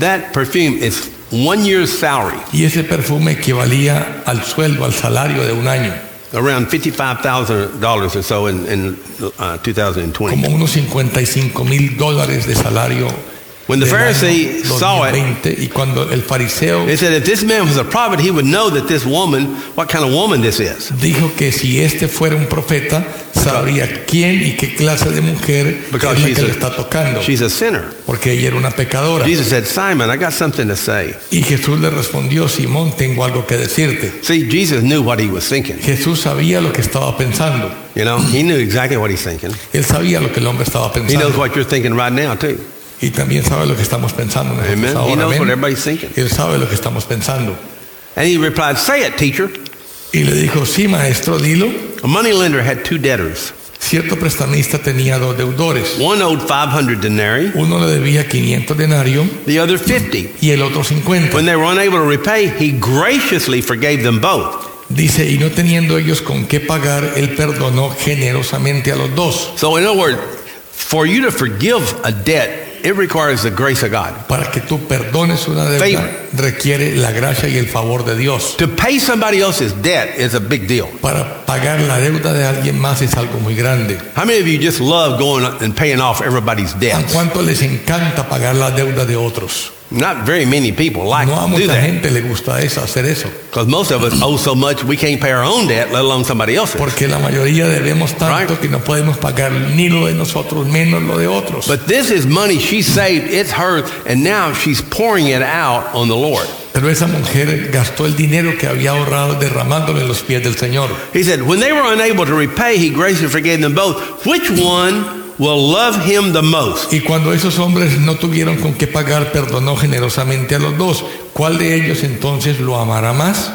[SPEAKER 2] that perfume is one year's salary,
[SPEAKER 3] Y ese perfume equivalía al sueldo, al salario de un año,
[SPEAKER 2] around fifty-five thousand dollars or so in, in uh, 2020.
[SPEAKER 3] como unos 55 mil dólares de salario.
[SPEAKER 2] When the
[SPEAKER 3] del año
[SPEAKER 2] Pharisee saw it,
[SPEAKER 3] 2020. y cuando el fariseo
[SPEAKER 2] they said if this man was a prophet, he would know that this woman, what kind of woman this is.
[SPEAKER 3] dijo que si este fuera un profeta, sabría quién y qué clase de mujer es la
[SPEAKER 2] Because
[SPEAKER 3] que
[SPEAKER 2] she's
[SPEAKER 3] le está tocando, Ah.
[SPEAKER 2] a, she's a sinner.
[SPEAKER 3] porque ella era una pecadora.
[SPEAKER 2] Jesus said, Simon, I got something to say.
[SPEAKER 3] Y Jesús le respondió, Simón, tengo algo que decirte.
[SPEAKER 2] See, Jesus knew what he was thinking.
[SPEAKER 3] Jesús sabía lo que estaba pensando.
[SPEAKER 2] You know, he knew exactly what he's thinking.
[SPEAKER 3] Él sabía lo que el hombre estaba
[SPEAKER 2] He knows
[SPEAKER 3] pensando.
[SPEAKER 2] what you're thinking right now, too.
[SPEAKER 3] Y también sabe lo que estamos pensando nosotros
[SPEAKER 2] Amen. He
[SPEAKER 3] ahora.
[SPEAKER 2] knows what
[SPEAKER 3] Amén.
[SPEAKER 2] everybody's thinking.
[SPEAKER 3] Él sabe lo que estamos pensando.
[SPEAKER 2] And he replied, Say it, teacher.
[SPEAKER 3] Y le dijo, sí, maestro, dilo.
[SPEAKER 2] A moneylender had two debtors.
[SPEAKER 3] Cierto prestamista tenía dos deudores.
[SPEAKER 2] One owed 500 denarii,
[SPEAKER 3] Uno le debía 500 denarios
[SPEAKER 2] the other 50.
[SPEAKER 3] y el otro 50.
[SPEAKER 2] When they were unable to repay, he graciously forgave them both.
[SPEAKER 3] Dice, y no teniendo ellos con qué pagar, él perdonó generosamente a los dos.
[SPEAKER 2] So, in other words, for you to forgive a debt, it requires the grace of God.
[SPEAKER 3] Para que tú perdones una deuda
[SPEAKER 2] Favor.
[SPEAKER 3] requiere la gracia y el favor de Dios.
[SPEAKER 2] To pay somebody else's debt is a big deal.
[SPEAKER 3] Para pagar la deuda de alguien más es algo muy grande.
[SPEAKER 2] How many of you just love going and paying off everybody's
[SPEAKER 3] ¿A
[SPEAKER 2] debts?
[SPEAKER 3] cuánto les encanta pagar la deuda de otros?
[SPEAKER 2] Not very many people like
[SPEAKER 3] No a
[SPEAKER 2] to do
[SPEAKER 3] mucha
[SPEAKER 2] that
[SPEAKER 3] gente le gusta eso, hacer eso.
[SPEAKER 2] because most of us owe so much we can't pay our own debt, let alone somebody else's.
[SPEAKER 3] Porque la mayoría debemos tanto
[SPEAKER 2] Right.
[SPEAKER 3] que no podemos pagar ni lo de nosotros, menos lo de otros.
[SPEAKER 2] But this is money she saved, it's hers, and now she's pouring it out on the Lord.
[SPEAKER 3] Pero esa mujer gastó el dinero que había ahorrado derramándolo en los pies del Señor.
[SPEAKER 2] He said, When they were unable to repay, he graciously forgave them both. Which one will love him the most?
[SPEAKER 3] Y cuando esos hombres no tuvieron con qué pagar, perdonó generosamente a los dos. ¿Cuál de ellos entonces lo amará más?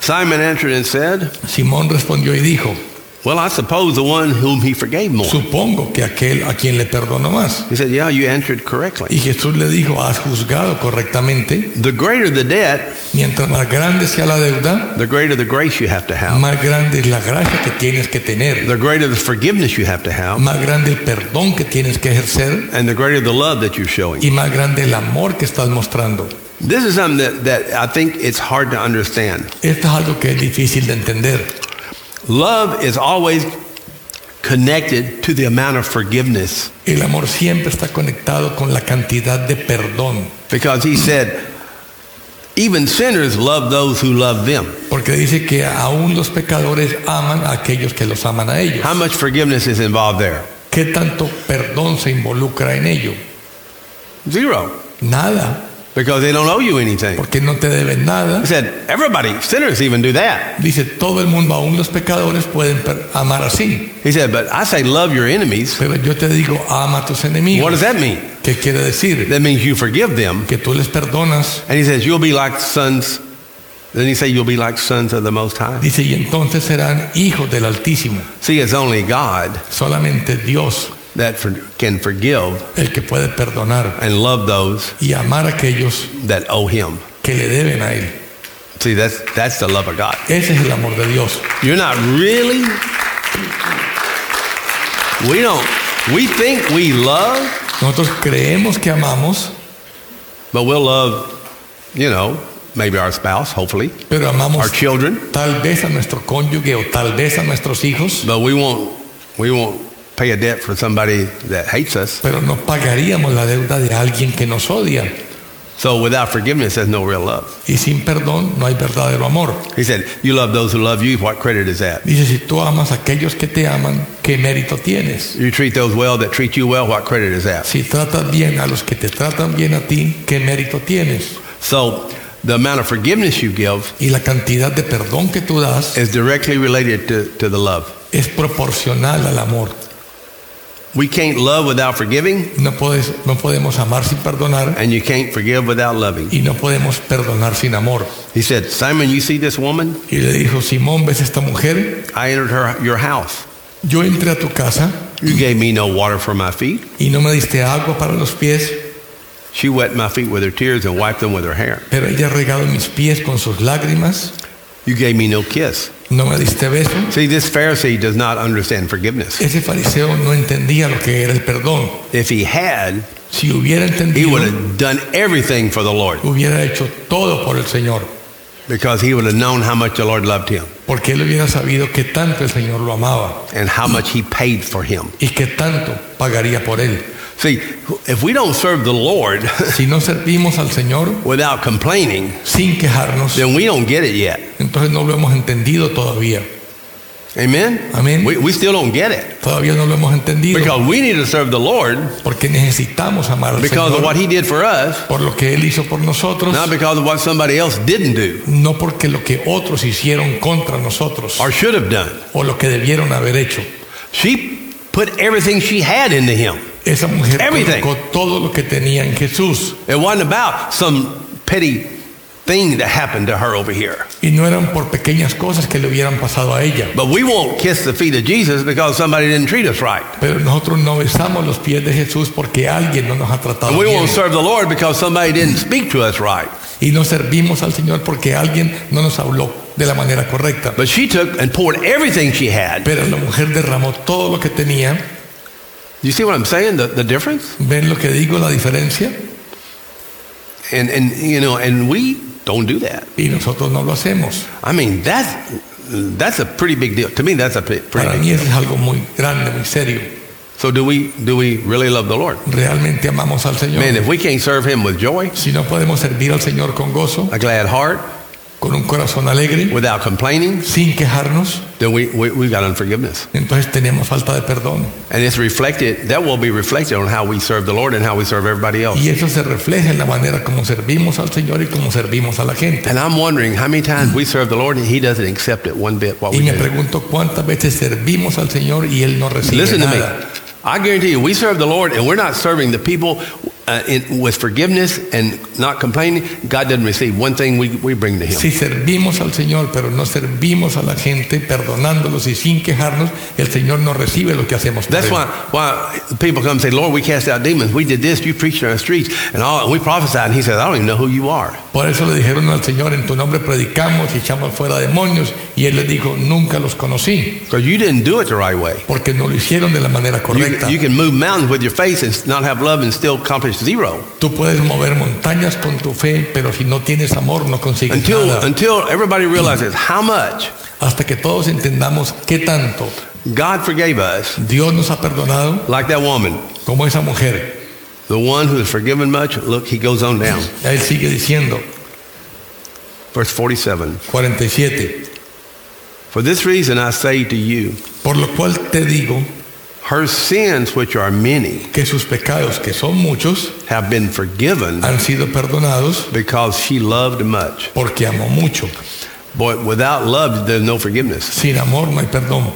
[SPEAKER 2] Simon answered and said,
[SPEAKER 3] Simón respondió y dijo,
[SPEAKER 2] Well, I suppose the one whom he forgave more.
[SPEAKER 3] supongo que aquel a quien le perdonó más.
[SPEAKER 2] He said, Yeah, you answered
[SPEAKER 3] Y
[SPEAKER 2] correctly.
[SPEAKER 3] Jesús le dijo, has juzgado correctamente.
[SPEAKER 2] The greater the debt,
[SPEAKER 3] Mientras más grande sea la deuda,
[SPEAKER 2] the greater the grace you have to have,
[SPEAKER 3] más grande es la gracia que tienes que tener,
[SPEAKER 2] the greater the forgiveness you have to have,
[SPEAKER 3] más grande el perdón que tienes que ejercer.
[SPEAKER 2] and the greater the love that you're showing.
[SPEAKER 3] y más grande el amor que estás mostrando.
[SPEAKER 2] This is something that, that I think it's hard to understand.
[SPEAKER 3] Esto es algo que es difícil de entender.
[SPEAKER 2] Love is always connected to the amount of forgiveness
[SPEAKER 3] El amor siempre está conectado con la cantidad de perdón,
[SPEAKER 2] Because he said, even sinners love those who love them.
[SPEAKER 3] porque dice que aún los pecadores aman a aquellos que los aman a ellos.
[SPEAKER 2] How much forgiveness is involved there?
[SPEAKER 3] ¿Qué tanto perdón se involucra en ello?
[SPEAKER 2] Zero.
[SPEAKER 3] Nada,
[SPEAKER 2] Because they don't owe you anything.
[SPEAKER 3] porque no te deben nada.
[SPEAKER 2] He said, everybody, sinners even do that.
[SPEAKER 3] Dice todo el mundo, aún los pecadores pueden per- amar así.
[SPEAKER 2] He said, but I say love your enemies.
[SPEAKER 3] Pero yo te digo, ama a tus
[SPEAKER 2] What does
[SPEAKER 3] enemigos.
[SPEAKER 2] that mean?
[SPEAKER 3] ¿Qué quiere decir?
[SPEAKER 2] That means you forgive them.
[SPEAKER 3] Que tú les perdonas.
[SPEAKER 2] And he says, you'll be like sons. Then he say, you'll be like sons of the Most High.
[SPEAKER 3] Dice, y entonces serán hijos del Altísimo.
[SPEAKER 2] See, it's only God
[SPEAKER 3] Solamente Dios
[SPEAKER 2] that for, can forgive
[SPEAKER 3] el que puede perdonar
[SPEAKER 2] and love those
[SPEAKER 3] y amar a aquellos
[SPEAKER 2] that owe him.
[SPEAKER 3] que le deben a Él.
[SPEAKER 2] See, that's, that's the love of God.
[SPEAKER 3] Ese es el amor de Dios.
[SPEAKER 2] You're not really. We don't. We think we love,
[SPEAKER 3] Nosotros creemos que amamos,
[SPEAKER 2] but we'll love, you know, maybe our spouse, hopefully,
[SPEAKER 3] pero amamos
[SPEAKER 2] our children,
[SPEAKER 3] tal vez a nuestro cónyuge o tal vez a nuestros hijos,
[SPEAKER 2] but we won't. We won't pay a debt for somebody that hates us.
[SPEAKER 3] pero no pagaríamos la deuda de alguien que nos odia.
[SPEAKER 2] So without forgiveness, there's no real love.
[SPEAKER 3] Y sin perdón no hay verdadero amor.
[SPEAKER 2] He said, You love those who love you. What credit is that?
[SPEAKER 3] Dice, si tú amas a aquellos que te aman, ¿qué mérito tienes?
[SPEAKER 2] You treat those well that treat you well. What credit is that?
[SPEAKER 3] Si tratas bien a los que te tratan bien a ti, ¿qué mérito tienes?
[SPEAKER 2] So the amount of forgiveness you give
[SPEAKER 3] Y la cantidad de perdón que tú das
[SPEAKER 2] is directly related to, to the love.
[SPEAKER 3] es proporcional al amor.
[SPEAKER 2] We can't love without forgiving,
[SPEAKER 3] No, puedes, no podemos amar sin perdonar
[SPEAKER 2] and you can't forgive without loving.
[SPEAKER 3] y no podemos perdonar sin amor.
[SPEAKER 2] He said, Simon, you see this woman?
[SPEAKER 3] Y le dijo, Simón, ¿ves esta mujer?
[SPEAKER 2] I entered her, your house.
[SPEAKER 3] Yo entré a tu casa
[SPEAKER 2] You gave me no water for my feet.
[SPEAKER 3] y no me diste agua para los pies,
[SPEAKER 2] She wet my feet with her tears and wiped them with her hair.
[SPEAKER 3] pero ella ha regado mis pies con sus lágrimas,
[SPEAKER 2] You gave me no kiss.
[SPEAKER 3] no me diste beso.
[SPEAKER 2] See, this Pharisee does not understand forgiveness.
[SPEAKER 3] Ese fariseo no entendía lo que era el perdón.
[SPEAKER 2] If he had,
[SPEAKER 3] Si hubiera
[SPEAKER 2] he
[SPEAKER 3] entendido,
[SPEAKER 2] would have done everything for the Lord
[SPEAKER 3] hubiera hecho todo por el Señor,
[SPEAKER 2] because he would have known how much the Lord loved him
[SPEAKER 3] porque él hubiera sabido que tanto el Señor lo amaba
[SPEAKER 2] and how much he paid for him.
[SPEAKER 3] y que tanto pagaría por él.
[SPEAKER 2] See, if we don't serve the Lord
[SPEAKER 3] Si no servimos al Señor
[SPEAKER 2] without complaining,
[SPEAKER 3] sin quejarnos,
[SPEAKER 2] then we don't get it yet.
[SPEAKER 3] entonces no lo hemos entendido todavía.
[SPEAKER 2] Amen?
[SPEAKER 3] Amen.
[SPEAKER 2] We, we still don't get it
[SPEAKER 3] Todavía no lo hemos entendido
[SPEAKER 2] because we need to serve the Lord
[SPEAKER 3] porque necesitamos amar al
[SPEAKER 2] because of
[SPEAKER 3] Señor
[SPEAKER 2] what he did for us,
[SPEAKER 3] por lo que él hizo por nosotros,
[SPEAKER 2] not because of what somebody else didn't do
[SPEAKER 3] no porque lo que otros hicieron contra nosotros
[SPEAKER 2] or should have done.
[SPEAKER 3] o lo que debieron haber hecho.
[SPEAKER 2] She put everything she had into him.
[SPEAKER 3] Esa mujer
[SPEAKER 2] Everything.
[SPEAKER 3] colocó todo lo que tenía en Jesús
[SPEAKER 2] It wasn't about some petty thing that happened to her over here.
[SPEAKER 3] y no eran por pequeñas cosas que le hubieran pasado a ella.
[SPEAKER 2] But we won't kiss the feet of Jesus because somebody didn't treat us right.
[SPEAKER 3] Pero nosotros no besamos los pies de Jesús porque alguien no nos ha tratado
[SPEAKER 2] And we
[SPEAKER 3] bien.
[SPEAKER 2] won't serve the Lord because somebody didn't speak to us right.
[SPEAKER 3] Y no servimos al Señor porque alguien no nos habló de la manera correcta.
[SPEAKER 2] But she took and poured everything she had.
[SPEAKER 3] Pero la mujer derramó todo lo que tenía.
[SPEAKER 2] You see what I'm saying? The, the difference?
[SPEAKER 3] ¿Ven lo que digo, la diferencia?
[SPEAKER 2] And, and, you know, and we don't do that.
[SPEAKER 3] Y nosotros no lo hacemos.
[SPEAKER 2] I mean, that's, that's a pretty big deal. To me, that's a pre-
[SPEAKER 3] Para
[SPEAKER 2] pretty big
[SPEAKER 3] mí eso es algo muy grande, muy serio.
[SPEAKER 2] So do we, do we really love the Lord?
[SPEAKER 3] Realmente amamos al Señor.
[SPEAKER 2] Man, if we can't serve him with joy,
[SPEAKER 3] Si no podemos servir al Señor con gozo,
[SPEAKER 2] a glad heart,
[SPEAKER 3] con un corazón alegre,
[SPEAKER 2] without complaining,
[SPEAKER 3] sin quejarnos,
[SPEAKER 2] then we, we, we've got unforgiveness.
[SPEAKER 3] entonces tenemos falta de perdón.
[SPEAKER 2] And it's reflected, that will be reflected on how we serve the Lord and how we serve everybody else.
[SPEAKER 3] Y eso se refleja en la manera como servimos al Señor y como servimos a la gente.
[SPEAKER 2] And I'm wondering how many times we serve the Lord and He doesn't accept it one bit what
[SPEAKER 3] Y
[SPEAKER 2] we
[SPEAKER 3] me
[SPEAKER 2] do.
[SPEAKER 3] pregunto cuántas veces servimos al Señor y Él no recibe
[SPEAKER 2] Listen to me.
[SPEAKER 3] nada.
[SPEAKER 2] I guarantee you, we serve the Lord and we're not serving the people uh, in, with forgiveness and not complaining. God doesn't receive one thing we, we bring to Him.
[SPEAKER 3] Si servimos al Señor, pero no servimos a la gente, perdonándolos y sin quejarnos, el Señor no recibe lo que hacemos. por
[SPEAKER 2] That's
[SPEAKER 3] él.
[SPEAKER 2] why, why people come and say, Lord, we cast out demons. We did this. You preached in our streets. And, all, and we prophesied. And He says, I don't even know who you are.
[SPEAKER 3] Por eso le dijeron al Señor, en tu nombre predicamos y echamos fuera demonios. Y Él les dijo, nunca los conocí,
[SPEAKER 2] Because you didn't do it the right way.
[SPEAKER 3] porque no lo hicieron de la manera
[SPEAKER 2] You,
[SPEAKER 3] correcta.
[SPEAKER 2] you can move mountains with your face and not have love and still accomplish zero.
[SPEAKER 3] Tú puedes mover montañas con tu fe, pero si no tienes amor no consigues
[SPEAKER 2] Until,
[SPEAKER 3] nada.
[SPEAKER 2] until everybody realizes how much
[SPEAKER 3] Hasta que todos entendamos qué tanto
[SPEAKER 2] God forgave us,
[SPEAKER 3] Dios nos ha perdonado
[SPEAKER 2] like that woman.
[SPEAKER 3] como esa mujer.
[SPEAKER 2] The one who is forgiven much, look, he goes on down.
[SPEAKER 3] Él sigue diciendo,
[SPEAKER 2] Verse 47.
[SPEAKER 3] 47,
[SPEAKER 2] For this reason I say to you,
[SPEAKER 3] por lo cual te digo
[SPEAKER 2] her sins, which are many,
[SPEAKER 3] que sus pecados, que son muchos,
[SPEAKER 2] have been forgiven
[SPEAKER 3] han sido perdonados
[SPEAKER 2] because she loved much.
[SPEAKER 3] porque amó mucho.
[SPEAKER 2] Boy, without love, there's no forgiveness.
[SPEAKER 3] Sin amor no hay perdón.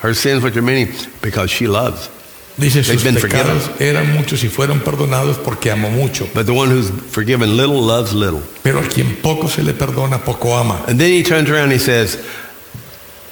[SPEAKER 2] Her sins, which are many, because she loves.
[SPEAKER 3] Dice,
[SPEAKER 2] They've
[SPEAKER 3] sus
[SPEAKER 2] been
[SPEAKER 3] pecados eran muchos y fueron perdonados porque amó mucho.
[SPEAKER 2] But the one who's forgiven little loves little.
[SPEAKER 3] Pero a quien poco se le perdona, poco ama.
[SPEAKER 2] And then he turns around and he says,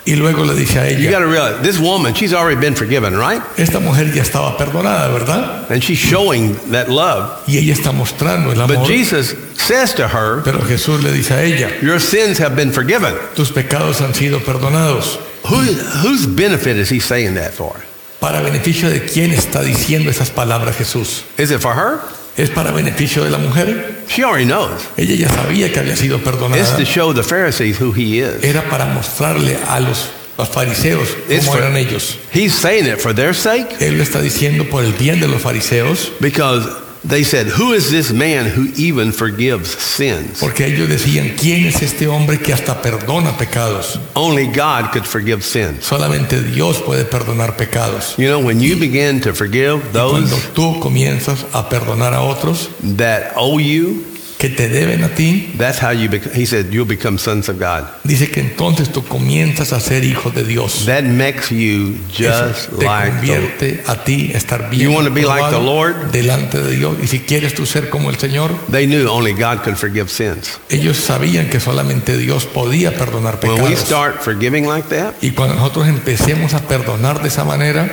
[SPEAKER 3] Y luego le dice a
[SPEAKER 2] You got to
[SPEAKER 3] ella,
[SPEAKER 2] realize, this woman, she's already been forgiven, right?
[SPEAKER 3] esta mujer ya estaba perdonada, ¿verdad?
[SPEAKER 2] And she's showing that love.
[SPEAKER 3] Y ella está mostrando el
[SPEAKER 2] But
[SPEAKER 3] amor.
[SPEAKER 2] Jesus says to her,
[SPEAKER 3] Pero Jesús le dice a ella,
[SPEAKER 2] Your sins have been forgiven.
[SPEAKER 3] tus pecados han sido perdonados.
[SPEAKER 2] Who, whose benefit is he saying that for?
[SPEAKER 3] ¿Para beneficio de quién está diciendo esas palabras Jesús?
[SPEAKER 2] Is it for her?
[SPEAKER 3] ¿Es para beneficio de la mujer?
[SPEAKER 2] She already knows.
[SPEAKER 3] Ella ya sabía que había sido
[SPEAKER 2] It's
[SPEAKER 3] perdonada.
[SPEAKER 2] to show the Pharisees who he is.
[SPEAKER 3] Era para mostrarle a los, los fariseos
[SPEAKER 2] It's
[SPEAKER 3] cómo
[SPEAKER 2] for-
[SPEAKER 3] eran ellos.
[SPEAKER 2] He's saying it for their sake
[SPEAKER 3] Él lo está diciendo por el bien de los fariseos,
[SPEAKER 2] because They said, Who is this man who even forgives sins?
[SPEAKER 3] Porque ellos decían, ¿quién es este hombre que hasta perdona pecados?
[SPEAKER 2] Only God could forgive sins.
[SPEAKER 3] Solamente Dios puede perdonar pecados.
[SPEAKER 2] You know, when you begin to forgive
[SPEAKER 3] Cuando
[SPEAKER 2] those
[SPEAKER 3] tú comienzas a perdonar a otros
[SPEAKER 2] that owe you,
[SPEAKER 3] que te deben a ti,
[SPEAKER 2] that's how you become, he said, you'll become sons of God.
[SPEAKER 3] dice que entonces tú comienzas a ser hijo de Dios.
[SPEAKER 2] That makes you
[SPEAKER 3] Eso
[SPEAKER 2] just
[SPEAKER 3] te
[SPEAKER 2] like the,
[SPEAKER 3] convierte a ti estar bien
[SPEAKER 2] You wanna be like the
[SPEAKER 3] aprobado
[SPEAKER 2] Lord?
[SPEAKER 3] delante de Dios. Y si quieres tú ser como el Señor,
[SPEAKER 2] They knew only God could forgive sins.
[SPEAKER 3] ellos sabían que solamente Dios podía perdonar
[SPEAKER 2] When we
[SPEAKER 3] pecados.
[SPEAKER 2] start forgiving like that,
[SPEAKER 3] Y cuando nosotros empecemos a perdonar de esa manera,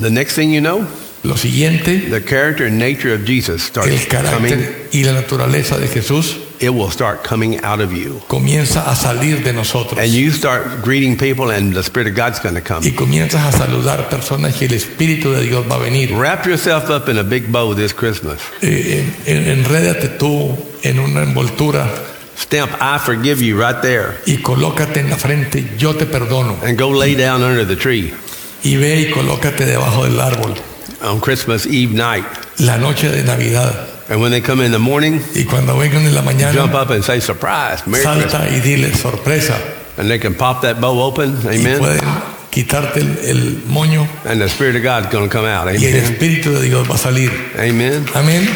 [SPEAKER 2] the next thing you know,
[SPEAKER 3] lo siguiente,
[SPEAKER 2] the character and nature of Jesus starts
[SPEAKER 3] el
[SPEAKER 2] coming.
[SPEAKER 3] carácter y la naturaleza de Jesús
[SPEAKER 2] It will start coming out of you.
[SPEAKER 3] comienza a salir de nosotros.
[SPEAKER 2] And you start greeting people, and the Spirit of God's going to come.
[SPEAKER 3] Y comienzas a saludar personas y el Espíritu de Dios va a venir.
[SPEAKER 2] Wrap yourself up in a big bow this Christmas.
[SPEAKER 3] Eh, en- enrédate tú en una envoltura
[SPEAKER 2] Stamp, I forgive you right there.
[SPEAKER 3] y colócate en la frente, yo te perdono.
[SPEAKER 2] And go lay down under the tree
[SPEAKER 3] Y ve y colócate debajo del árbol
[SPEAKER 2] on Christmas Eve night.
[SPEAKER 3] la noche de Navidad.
[SPEAKER 2] And when they come in the morning,
[SPEAKER 3] Y cuando vengan en la
[SPEAKER 2] jump
[SPEAKER 3] mañana,
[SPEAKER 2] up and say, Surprise, Merry Christmas.
[SPEAKER 3] salta y dile sorpresa.
[SPEAKER 2] And they can pop that bow open.
[SPEAKER 3] Y
[SPEAKER 2] Amen.
[SPEAKER 3] pueden quitarte el, el moño
[SPEAKER 2] And the Spirit of God's going to come out.
[SPEAKER 3] y el
[SPEAKER 2] Amen.
[SPEAKER 3] Espíritu de Dios va a salir.
[SPEAKER 2] Amen.
[SPEAKER 3] Amén.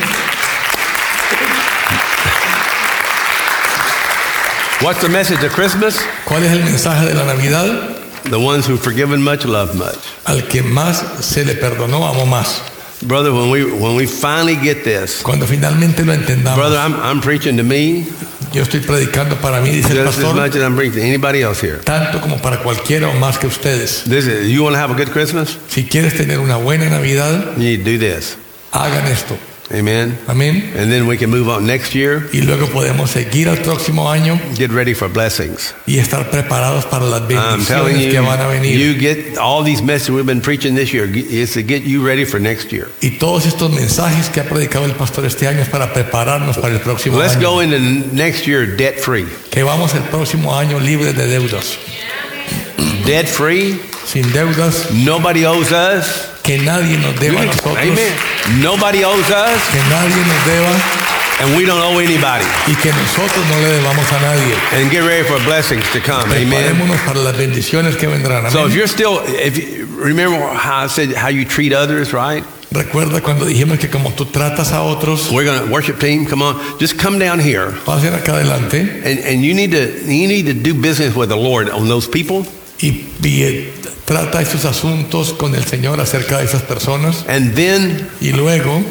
[SPEAKER 2] What's the message of Christmas?
[SPEAKER 3] ¿Cuál es el mensaje de la Navidad?
[SPEAKER 2] The ones who've forgiven much love much.
[SPEAKER 3] Al que más se le perdonó, amó más.
[SPEAKER 2] Brother, when we when we finally get this,
[SPEAKER 3] Cuando finalmente lo entendamos,
[SPEAKER 2] brother, I'm, I'm preaching to me
[SPEAKER 3] yo estoy predicando para mí, dice el
[SPEAKER 2] just as
[SPEAKER 3] pastor,
[SPEAKER 2] much as I'm preaching to anybody else here.
[SPEAKER 3] tanto como para cualquiera o más que ustedes.
[SPEAKER 2] This is, you want to have a good Christmas?
[SPEAKER 3] Si quieres tener una buena Navidad,
[SPEAKER 2] You need to do this.
[SPEAKER 3] hagan esto.
[SPEAKER 2] Amen.
[SPEAKER 3] Amén.
[SPEAKER 2] And then we can move on next year.
[SPEAKER 3] Y luego podemos seguir al próximo año
[SPEAKER 2] Get ready for blessings.
[SPEAKER 3] y estar preparados para las
[SPEAKER 2] I'm telling
[SPEAKER 3] bendiciones
[SPEAKER 2] you,
[SPEAKER 3] que van a venir.
[SPEAKER 2] you get all these messages we've been preaching this year is to get you ready for next year.
[SPEAKER 3] Y todos estos mensajes que ha predicado el pastor este año es para prepararnos para el próximo
[SPEAKER 2] Let's
[SPEAKER 3] año.
[SPEAKER 2] go into next year debt free.
[SPEAKER 3] Que vamos el próximo año libres de deudas.
[SPEAKER 2] Debt free.
[SPEAKER 3] Sin deudas,
[SPEAKER 2] Nobody owes us.
[SPEAKER 3] que nadie nos deba a nosotros.
[SPEAKER 2] Amen. Nobody owes us,
[SPEAKER 3] Que nadie nos deba
[SPEAKER 2] and we don't owe anybody.
[SPEAKER 3] y que nosotros no le debamos a nadie.
[SPEAKER 2] And get ready for blessings to come. Amen.
[SPEAKER 3] Preparémonos para las bendiciones que vendrán.
[SPEAKER 2] So if
[SPEAKER 3] Amén.
[SPEAKER 2] you're still, if you, remember how I said how you treat others, right?
[SPEAKER 3] Recuerda cuando dijimos que como tú tratas a otros,
[SPEAKER 2] We're gonna worship team. Come on, just come down here,
[SPEAKER 3] pasen acá adelante
[SPEAKER 2] and, and you need to you need to do business with the Lord on those people,
[SPEAKER 3] y, y, eh, trata estos asuntos con el Señor acerca de esas personas.
[SPEAKER 2] and then
[SPEAKER 3] Y luego,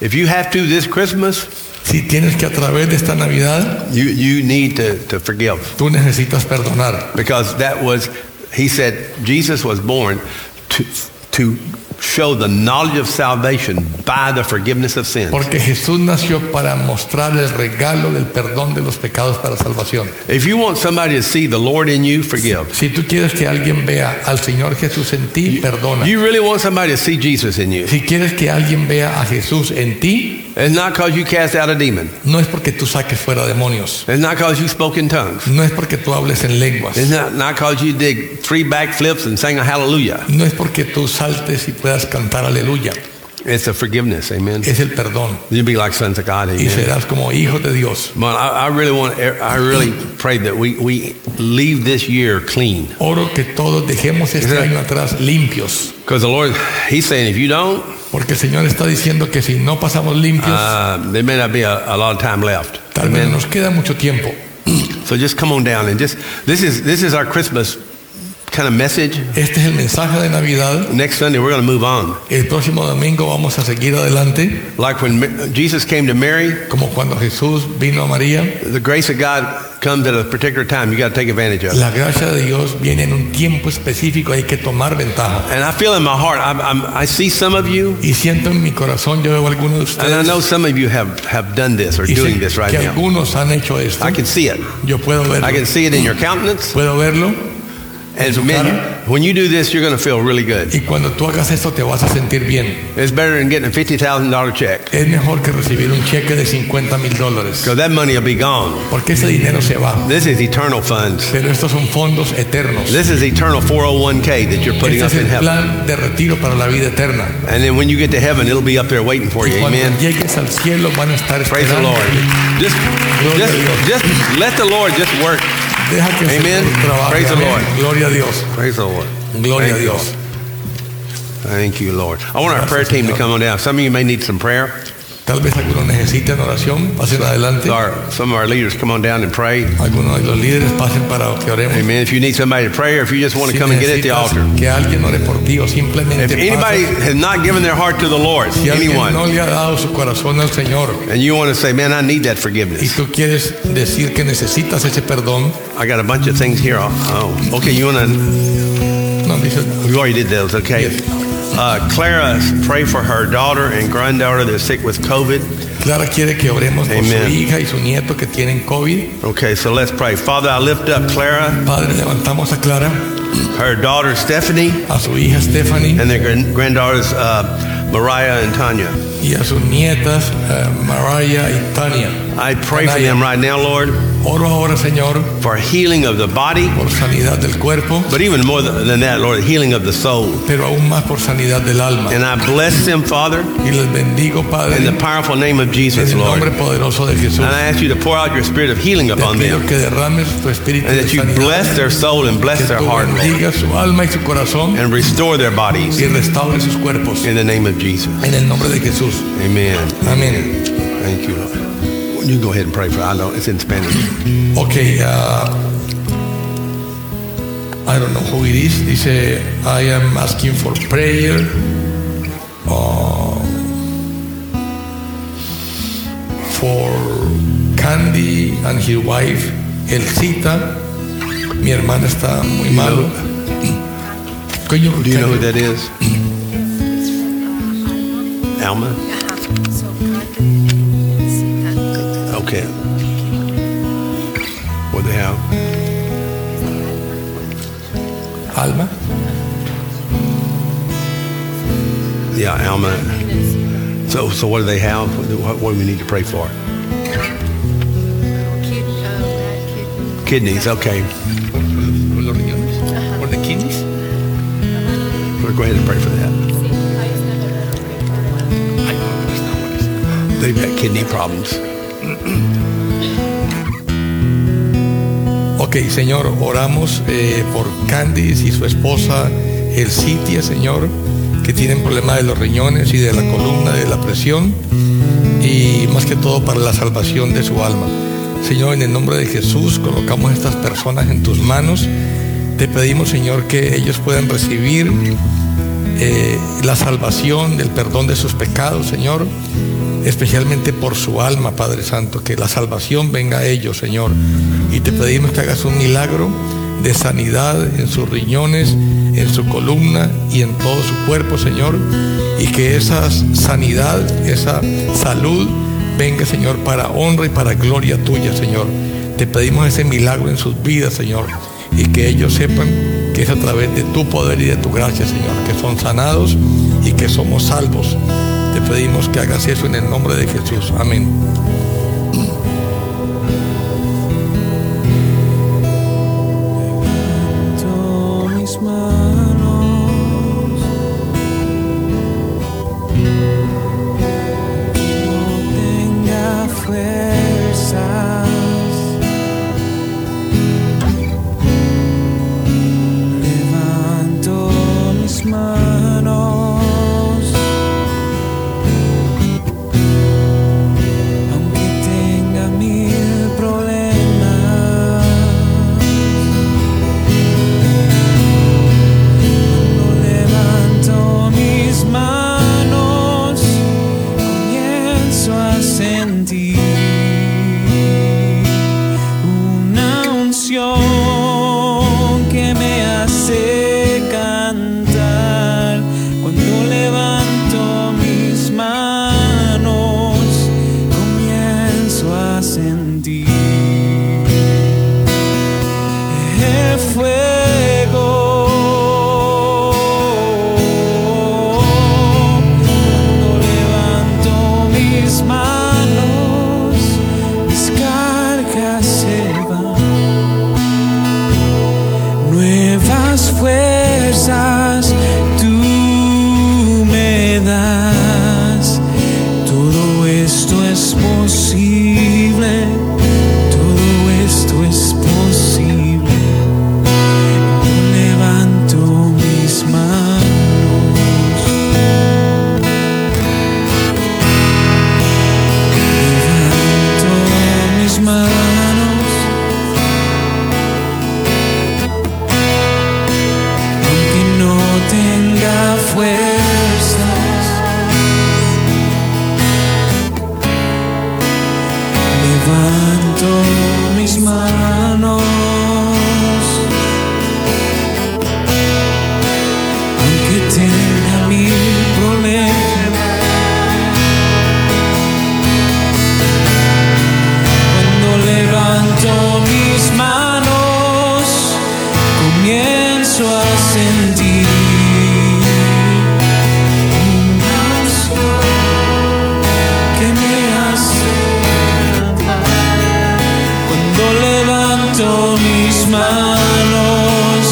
[SPEAKER 2] if you have to this Christmas,
[SPEAKER 3] si tienes que a través de esta Navidad,
[SPEAKER 2] you you need to to forgive
[SPEAKER 3] tú necesitas perdonar.
[SPEAKER 2] because that was he said Jesus was born to to show the knowledge of salvation by the forgiveness of sins.
[SPEAKER 3] Porque Jesús nació para mostrar el regalo del perdón de los pecados para salvación.
[SPEAKER 2] If you want somebody to see the Lord in you, forgive.
[SPEAKER 3] Si tú quieres que alguien vea al Señor Jesús en ti, perdona.
[SPEAKER 2] You really want somebody to see Jesus in you.
[SPEAKER 3] Si quieres que alguien vea a Jesús en ti,
[SPEAKER 2] It's not because you cast out a demon.
[SPEAKER 3] no es porque tú saques fuera demonios,
[SPEAKER 2] It's not because you spoke in tongues.
[SPEAKER 3] no es porque tú hables en lenguas,
[SPEAKER 2] It's not not because you did three backflips and sang a hallelujah.
[SPEAKER 3] no es porque tú saltes y puedas cantar aleluya,
[SPEAKER 2] It's a forgiveness, amen.
[SPEAKER 3] es el perdón
[SPEAKER 2] You'll be like sons of God,
[SPEAKER 3] y
[SPEAKER 2] amen.
[SPEAKER 3] serás como hijo de Dios.
[SPEAKER 2] Well, I, I really want. I really pray that we we leave this year clean,
[SPEAKER 3] Oro que todos dejemos este
[SPEAKER 2] Esa-
[SPEAKER 3] año atrás limpios,
[SPEAKER 2] because the Lord, He's saying, if you don't,
[SPEAKER 3] porque el Señor está diciendo que si no pasamos limpios,
[SPEAKER 2] uh, there may not be a, a lot of time left.
[SPEAKER 3] tal vez nos queda mucho tiempo.
[SPEAKER 2] So just come on down and just this is this is our Christmas kind of message.
[SPEAKER 3] Este es el mensaje de Navidad.
[SPEAKER 2] Next Sunday we're going to move on.
[SPEAKER 3] El próximo domingo vamos a seguir adelante,
[SPEAKER 2] Like when Ma- Jesus came to Mary,
[SPEAKER 3] como cuando Jesús vino a María.
[SPEAKER 2] the grace of God comes at a particular time. You got to take advantage of. it.
[SPEAKER 3] La gracia de Dios viene en un tiempo específico, hay que tomar ventaja.
[SPEAKER 2] And I feel in my heart, I'm, I'm, I see some of you,
[SPEAKER 3] Y siento en mi corazón, yo veo a algunos de
[SPEAKER 2] and I
[SPEAKER 3] ustedes
[SPEAKER 2] know some of you have, have done this or
[SPEAKER 3] y sé
[SPEAKER 2] doing this right
[SPEAKER 3] que
[SPEAKER 2] now.
[SPEAKER 3] algunos han hecho esto.
[SPEAKER 2] I can see it.
[SPEAKER 3] Yo puedo
[SPEAKER 2] I
[SPEAKER 3] verlo.
[SPEAKER 2] can see it in your countenance,
[SPEAKER 3] Puedo verlo en
[SPEAKER 2] And
[SPEAKER 3] su cara.
[SPEAKER 2] man, when you do this, you're going to feel really good.
[SPEAKER 3] Y cuando tú hagas esto te vas a sentir bien.
[SPEAKER 2] It's better than getting a $50,000 check
[SPEAKER 3] Es mejor que recibir un cheque de 50 mil dólares.
[SPEAKER 2] because that money will be gone.
[SPEAKER 3] Porque ese dinero se va.
[SPEAKER 2] This is eternal funds.
[SPEAKER 3] Pero estos son fondos eternos.
[SPEAKER 2] This is eternal 401k that you're putting
[SPEAKER 3] Este
[SPEAKER 2] up
[SPEAKER 3] es
[SPEAKER 2] in
[SPEAKER 3] el
[SPEAKER 2] heaven.
[SPEAKER 3] plan de retiro para la vida eterna.
[SPEAKER 2] And then when you get to heaven, it'll be up there waiting for you.
[SPEAKER 3] Y cuando
[SPEAKER 2] Amen.
[SPEAKER 3] llegues al cielo van a estar
[SPEAKER 2] Praise the
[SPEAKER 3] esperando.
[SPEAKER 2] Lord. Just, just, just let the Lord just work.
[SPEAKER 3] Deja que el
[SPEAKER 2] Amen.
[SPEAKER 3] Señor trabaje.
[SPEAKER 2] Praise the
[SPEAKER 3] Amén.
[SPEAKER 2] Lord.
[SPEAKER 3] Gloria a Dios.
[SPEAKER 2] Praise the Lord.
[SPEAKER 3] Gloria a
[SPEAKER 2] Thank you,
[SPEAKER 3] Dios.
[SPEAKER 2] Thank you, Lord. I want our
[SPEAKER 3] Gracias,
[SPEAKER 2] prayer team to
[SPEAKER 3] Señor.
[SPEAKER 2] come on down. Some of you may need some prayer.
[SPEAKER 3] Tal vez algunos necesiten oración. Pasen adelante.
[SPEAKER 2] Our, some of our leaders come on down and pray.
[SPEAKER 3] Algunos de los líderes pasen para que oremos.
[SPEAKER 2] Amen. If you need somebody to pray or if you just want to
[SPEAKER 3] Si
[SPEAKER 2] come and get at the
[SPEAKER 3] necesitas
[SPEAKER 2] altar.
[SPEAKER 3] que alguien ore por ti o
[SPEAKER 2] If
[SPEAKER 3] simplemente
[SPEAKER 2] anybody
[SPEAKER 3] pasa,
[SPEAKER 2] has not given their heart to the Lord,
[SPEAKER 3] si alguien no
[SPEAKER 2] anyone,
[SPEAKER 3] le ha dado su corazón al Señor
[SPEAKER 2] and you want to say, man, I need that
[SPEAKER 3] y
[SPEAKER 2] forgiveness.
[SPEAKER 3] tú quieres decir que necesitas ese perdón,
[SPEAKER 2] I got a bunch of things here. Oh, okay. You want to
[SPEAKER 3] no dices,
[SPEAKER 2] We already did those, okay?
[SPEAKER 3] Yes.
[SPEAKER 2] Uh, Clara, pray for her daughter and granddaughter that's sick with COVID.
[SPEAKER 3] Clara quiere que oremos por
[SPEAKER 2] Amen.
[SPEAKER 3] su hija y su nieto que tienen COVID.
[SPEAKER 2] Okay, so let's pray. Father, I lift up Clara,
[SPEAKER 3] Padre, levantamos a Clara,
[SPEAKER 2] her daughter Stephanie,
[SPEAKER 3] a su hija Stephanie
[SPEAKER 2] and their gran- granddaughters uh, Mariah and Tanya.
[SPEAKER 3] y a sus nietas eh, Mariah y Tania.
[SPEAKER 2] I pray for them right now, Lord,
[SPEAKER 3] Oro ahora, Señor,
[SPEAKER 2] for healing of the body,
[SPEAKER 3] por sanidad del cuerpo,
[SPEAKER 2] but even more th- than that, Lord, healing of the soul.
[SPEAKER 3] pero aún más por sanidad del alma.
[SPEAKER 2] And I bless them, Father,
[SPEAKER 3] Y les bendigo, Padre,
[SPEAKER 2] in the
[SPEAKER 3] en
[SPEAKER 2] powerful name of Jesus,
[SPEAKER 3] el
[SPEAKER 2] Lord.
[SPEAKER 3] nombre
[SPEAKER 2] And
[SPEAKER 3] poderoso de Jesús.
[SPEAKER 2] I ask you to pour out your spirit of healing
[SPEAKER 3] Te
[SPEAKER 2] upon
[SPEAKER 3] pido
[SPEAKER 2] them,
[SPEAKER 3] que derrames tu espíritu
[SPEAKER 2] and
[SPEAKER 3] de
[SPEAKER 2] that you
[SPEAKER 3] sanidad,
[SPEAKER 2] bless their soul and
[SPEAKER 3] que
[SPEAKER 2] bless their
[SPEAKER 3] tú
[SPEAKER 2] heart, Lord,
[SPEAKER 3] bendigas su alma y su corazón
[SPEAKER 2] and restore their bodies.
[SPEAKER 3] y restaure sus cuerpos.
[SPEAKER 2] In the name of Jesus.
[SPEAKER 3] En el nombre de Jesús.
[SPEAKER 2] Amen.
[SPEAKER 3] Amén.
[SPEAKER 2] Thank you, Lord. You go ahead and pray for I know it's in Spanish.
[SPEAKER 3] Ok, ah, I don't know who it is. Dice, I am asking for prayer. ah, for Candy and his wife, Elcita. Mi hermana está muy malo. Coño,
[SPEAKER 2] Do you know who
[SPEAKER 3] can-
[SPEAKER 2] that is? Alma? Okay. What the hell?
[SPEAKER 3] Alma.
[SPEAKER 2] Yeah, Alma. So, so what do they have? What, do- what do we need to pray for? Kidneys. Okay.
[SPEAKER 3] Los riñones. Por the kidneys.
[SPEAKER 2] We'll go ahead and pray for that.
[SPEAKER 3] Ay, no, pero está buenísimo.
[SPEAKER 2] They've got kidney problems.
[SPEAKER 3] Ok, Señor, oramos eh, por Candice y su esposa, el Citia, Señor, que tienen problemas de los riñones y de la columna, de la presión, y más que todo para la salvación de su alma. Señor, en el nombre de Jesús colocamos estas personas en tus manos. Te pedimos, Señor, que ellos puedan recibir eh, la salvación, el perdón de sus pecados, Señor, especialmente por su alma, Padre Santo, que la salvación venga a ellos, Señor. Y te pedimos que hagas un milagro de sanidad en sus riñones, en su columna y en todo su cuerpo, Señor, y que esa sanidad, esa salud venga, Señor, para honra y para gloria tuya, Señor. Te pedimos ese milagro en sus vidas, Señor, y que ellos sepan que es a través de tu poder y de tu gracia, Señor, que son sanados y que somos salvos. Te pedimos que hagas eso en el nombre de Jesús. Amén.
[SPEAKER 4] Levanto mis manos no tenga fuerzas levanto mis manos aunque tenga mil problemas Cuando levanto mis manos, comienzo a sentir una unción que me hace cantar. Cuando levanto mis manos, comienzo a sentir el fuego fuerzas tú me das. Todo esto es posible, todo esto es posible. Yo levanto mis manos, levanto mis manos. aunque no tenga fuerzas. Levanto mis manos, aunque tenga mil problemas. Cuando levanto mis manos, comienzo a sentir una unción que me hace levantar. Cuando levanto mis manos,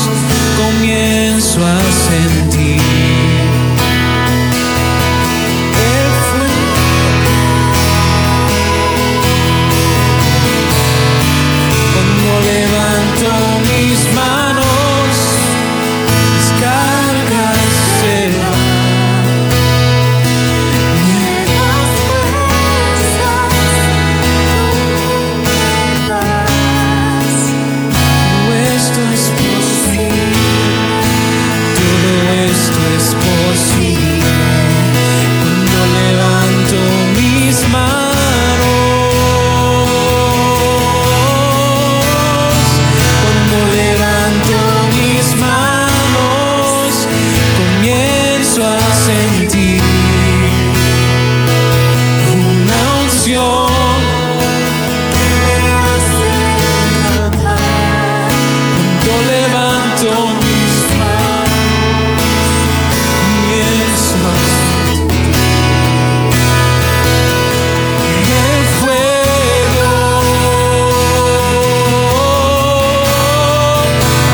[SPEAKER 4] comienzo a sentir el fuego. Cuando levanto mis manos, mis cargas se van. Todo esto es posible, todo esto es posible. Cuando levanto mis manos, cuando levanto mis manos, comienzo a sentir una unción. Yo levanto mis manos, mis manos. Y el fuego,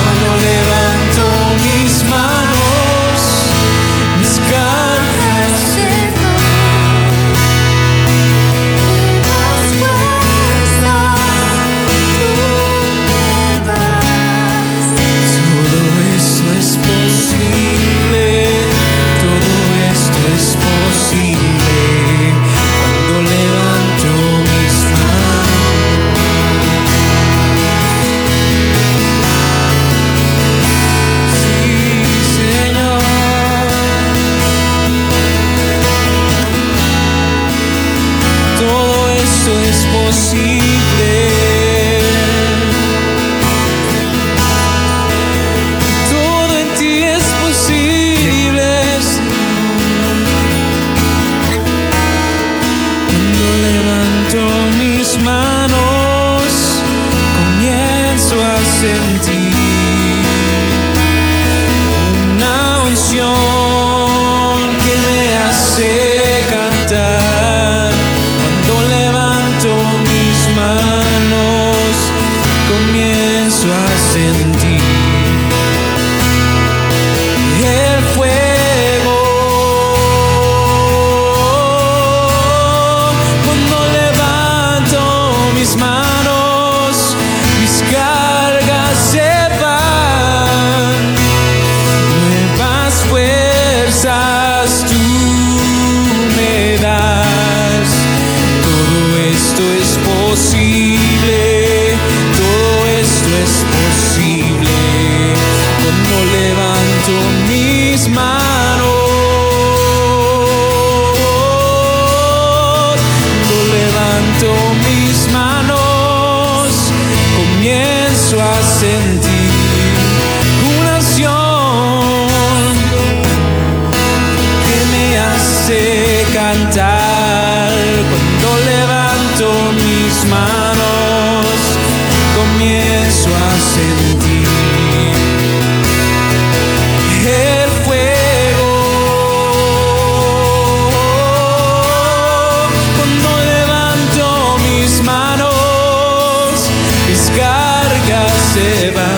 [SPEAKER 4] cuando levanto mis manos, mis cargas se Todo esto es posible, todo esto es posible cuando levanto mis manos. Sí, Señor. Todo esto es posible. Todo en ti es posible. Cuando levanto mis manos, comienzo a sentir una unción que me hace cantar. Cuando levanto mis manos, comienzo a sentir el fuego. Cuando levanto mis manos, mis cargas se van. Nuevas fuerzas tú me das. Todo esto es posible. Todo esto es posible. Cuando levanto mis manos. Cuando levanto mis manos. Comienzo a sentir una acción que me hace cantar cuando levanto mis manos comienzo a sentir el fuego cuando levanto mis manos mis cargas se van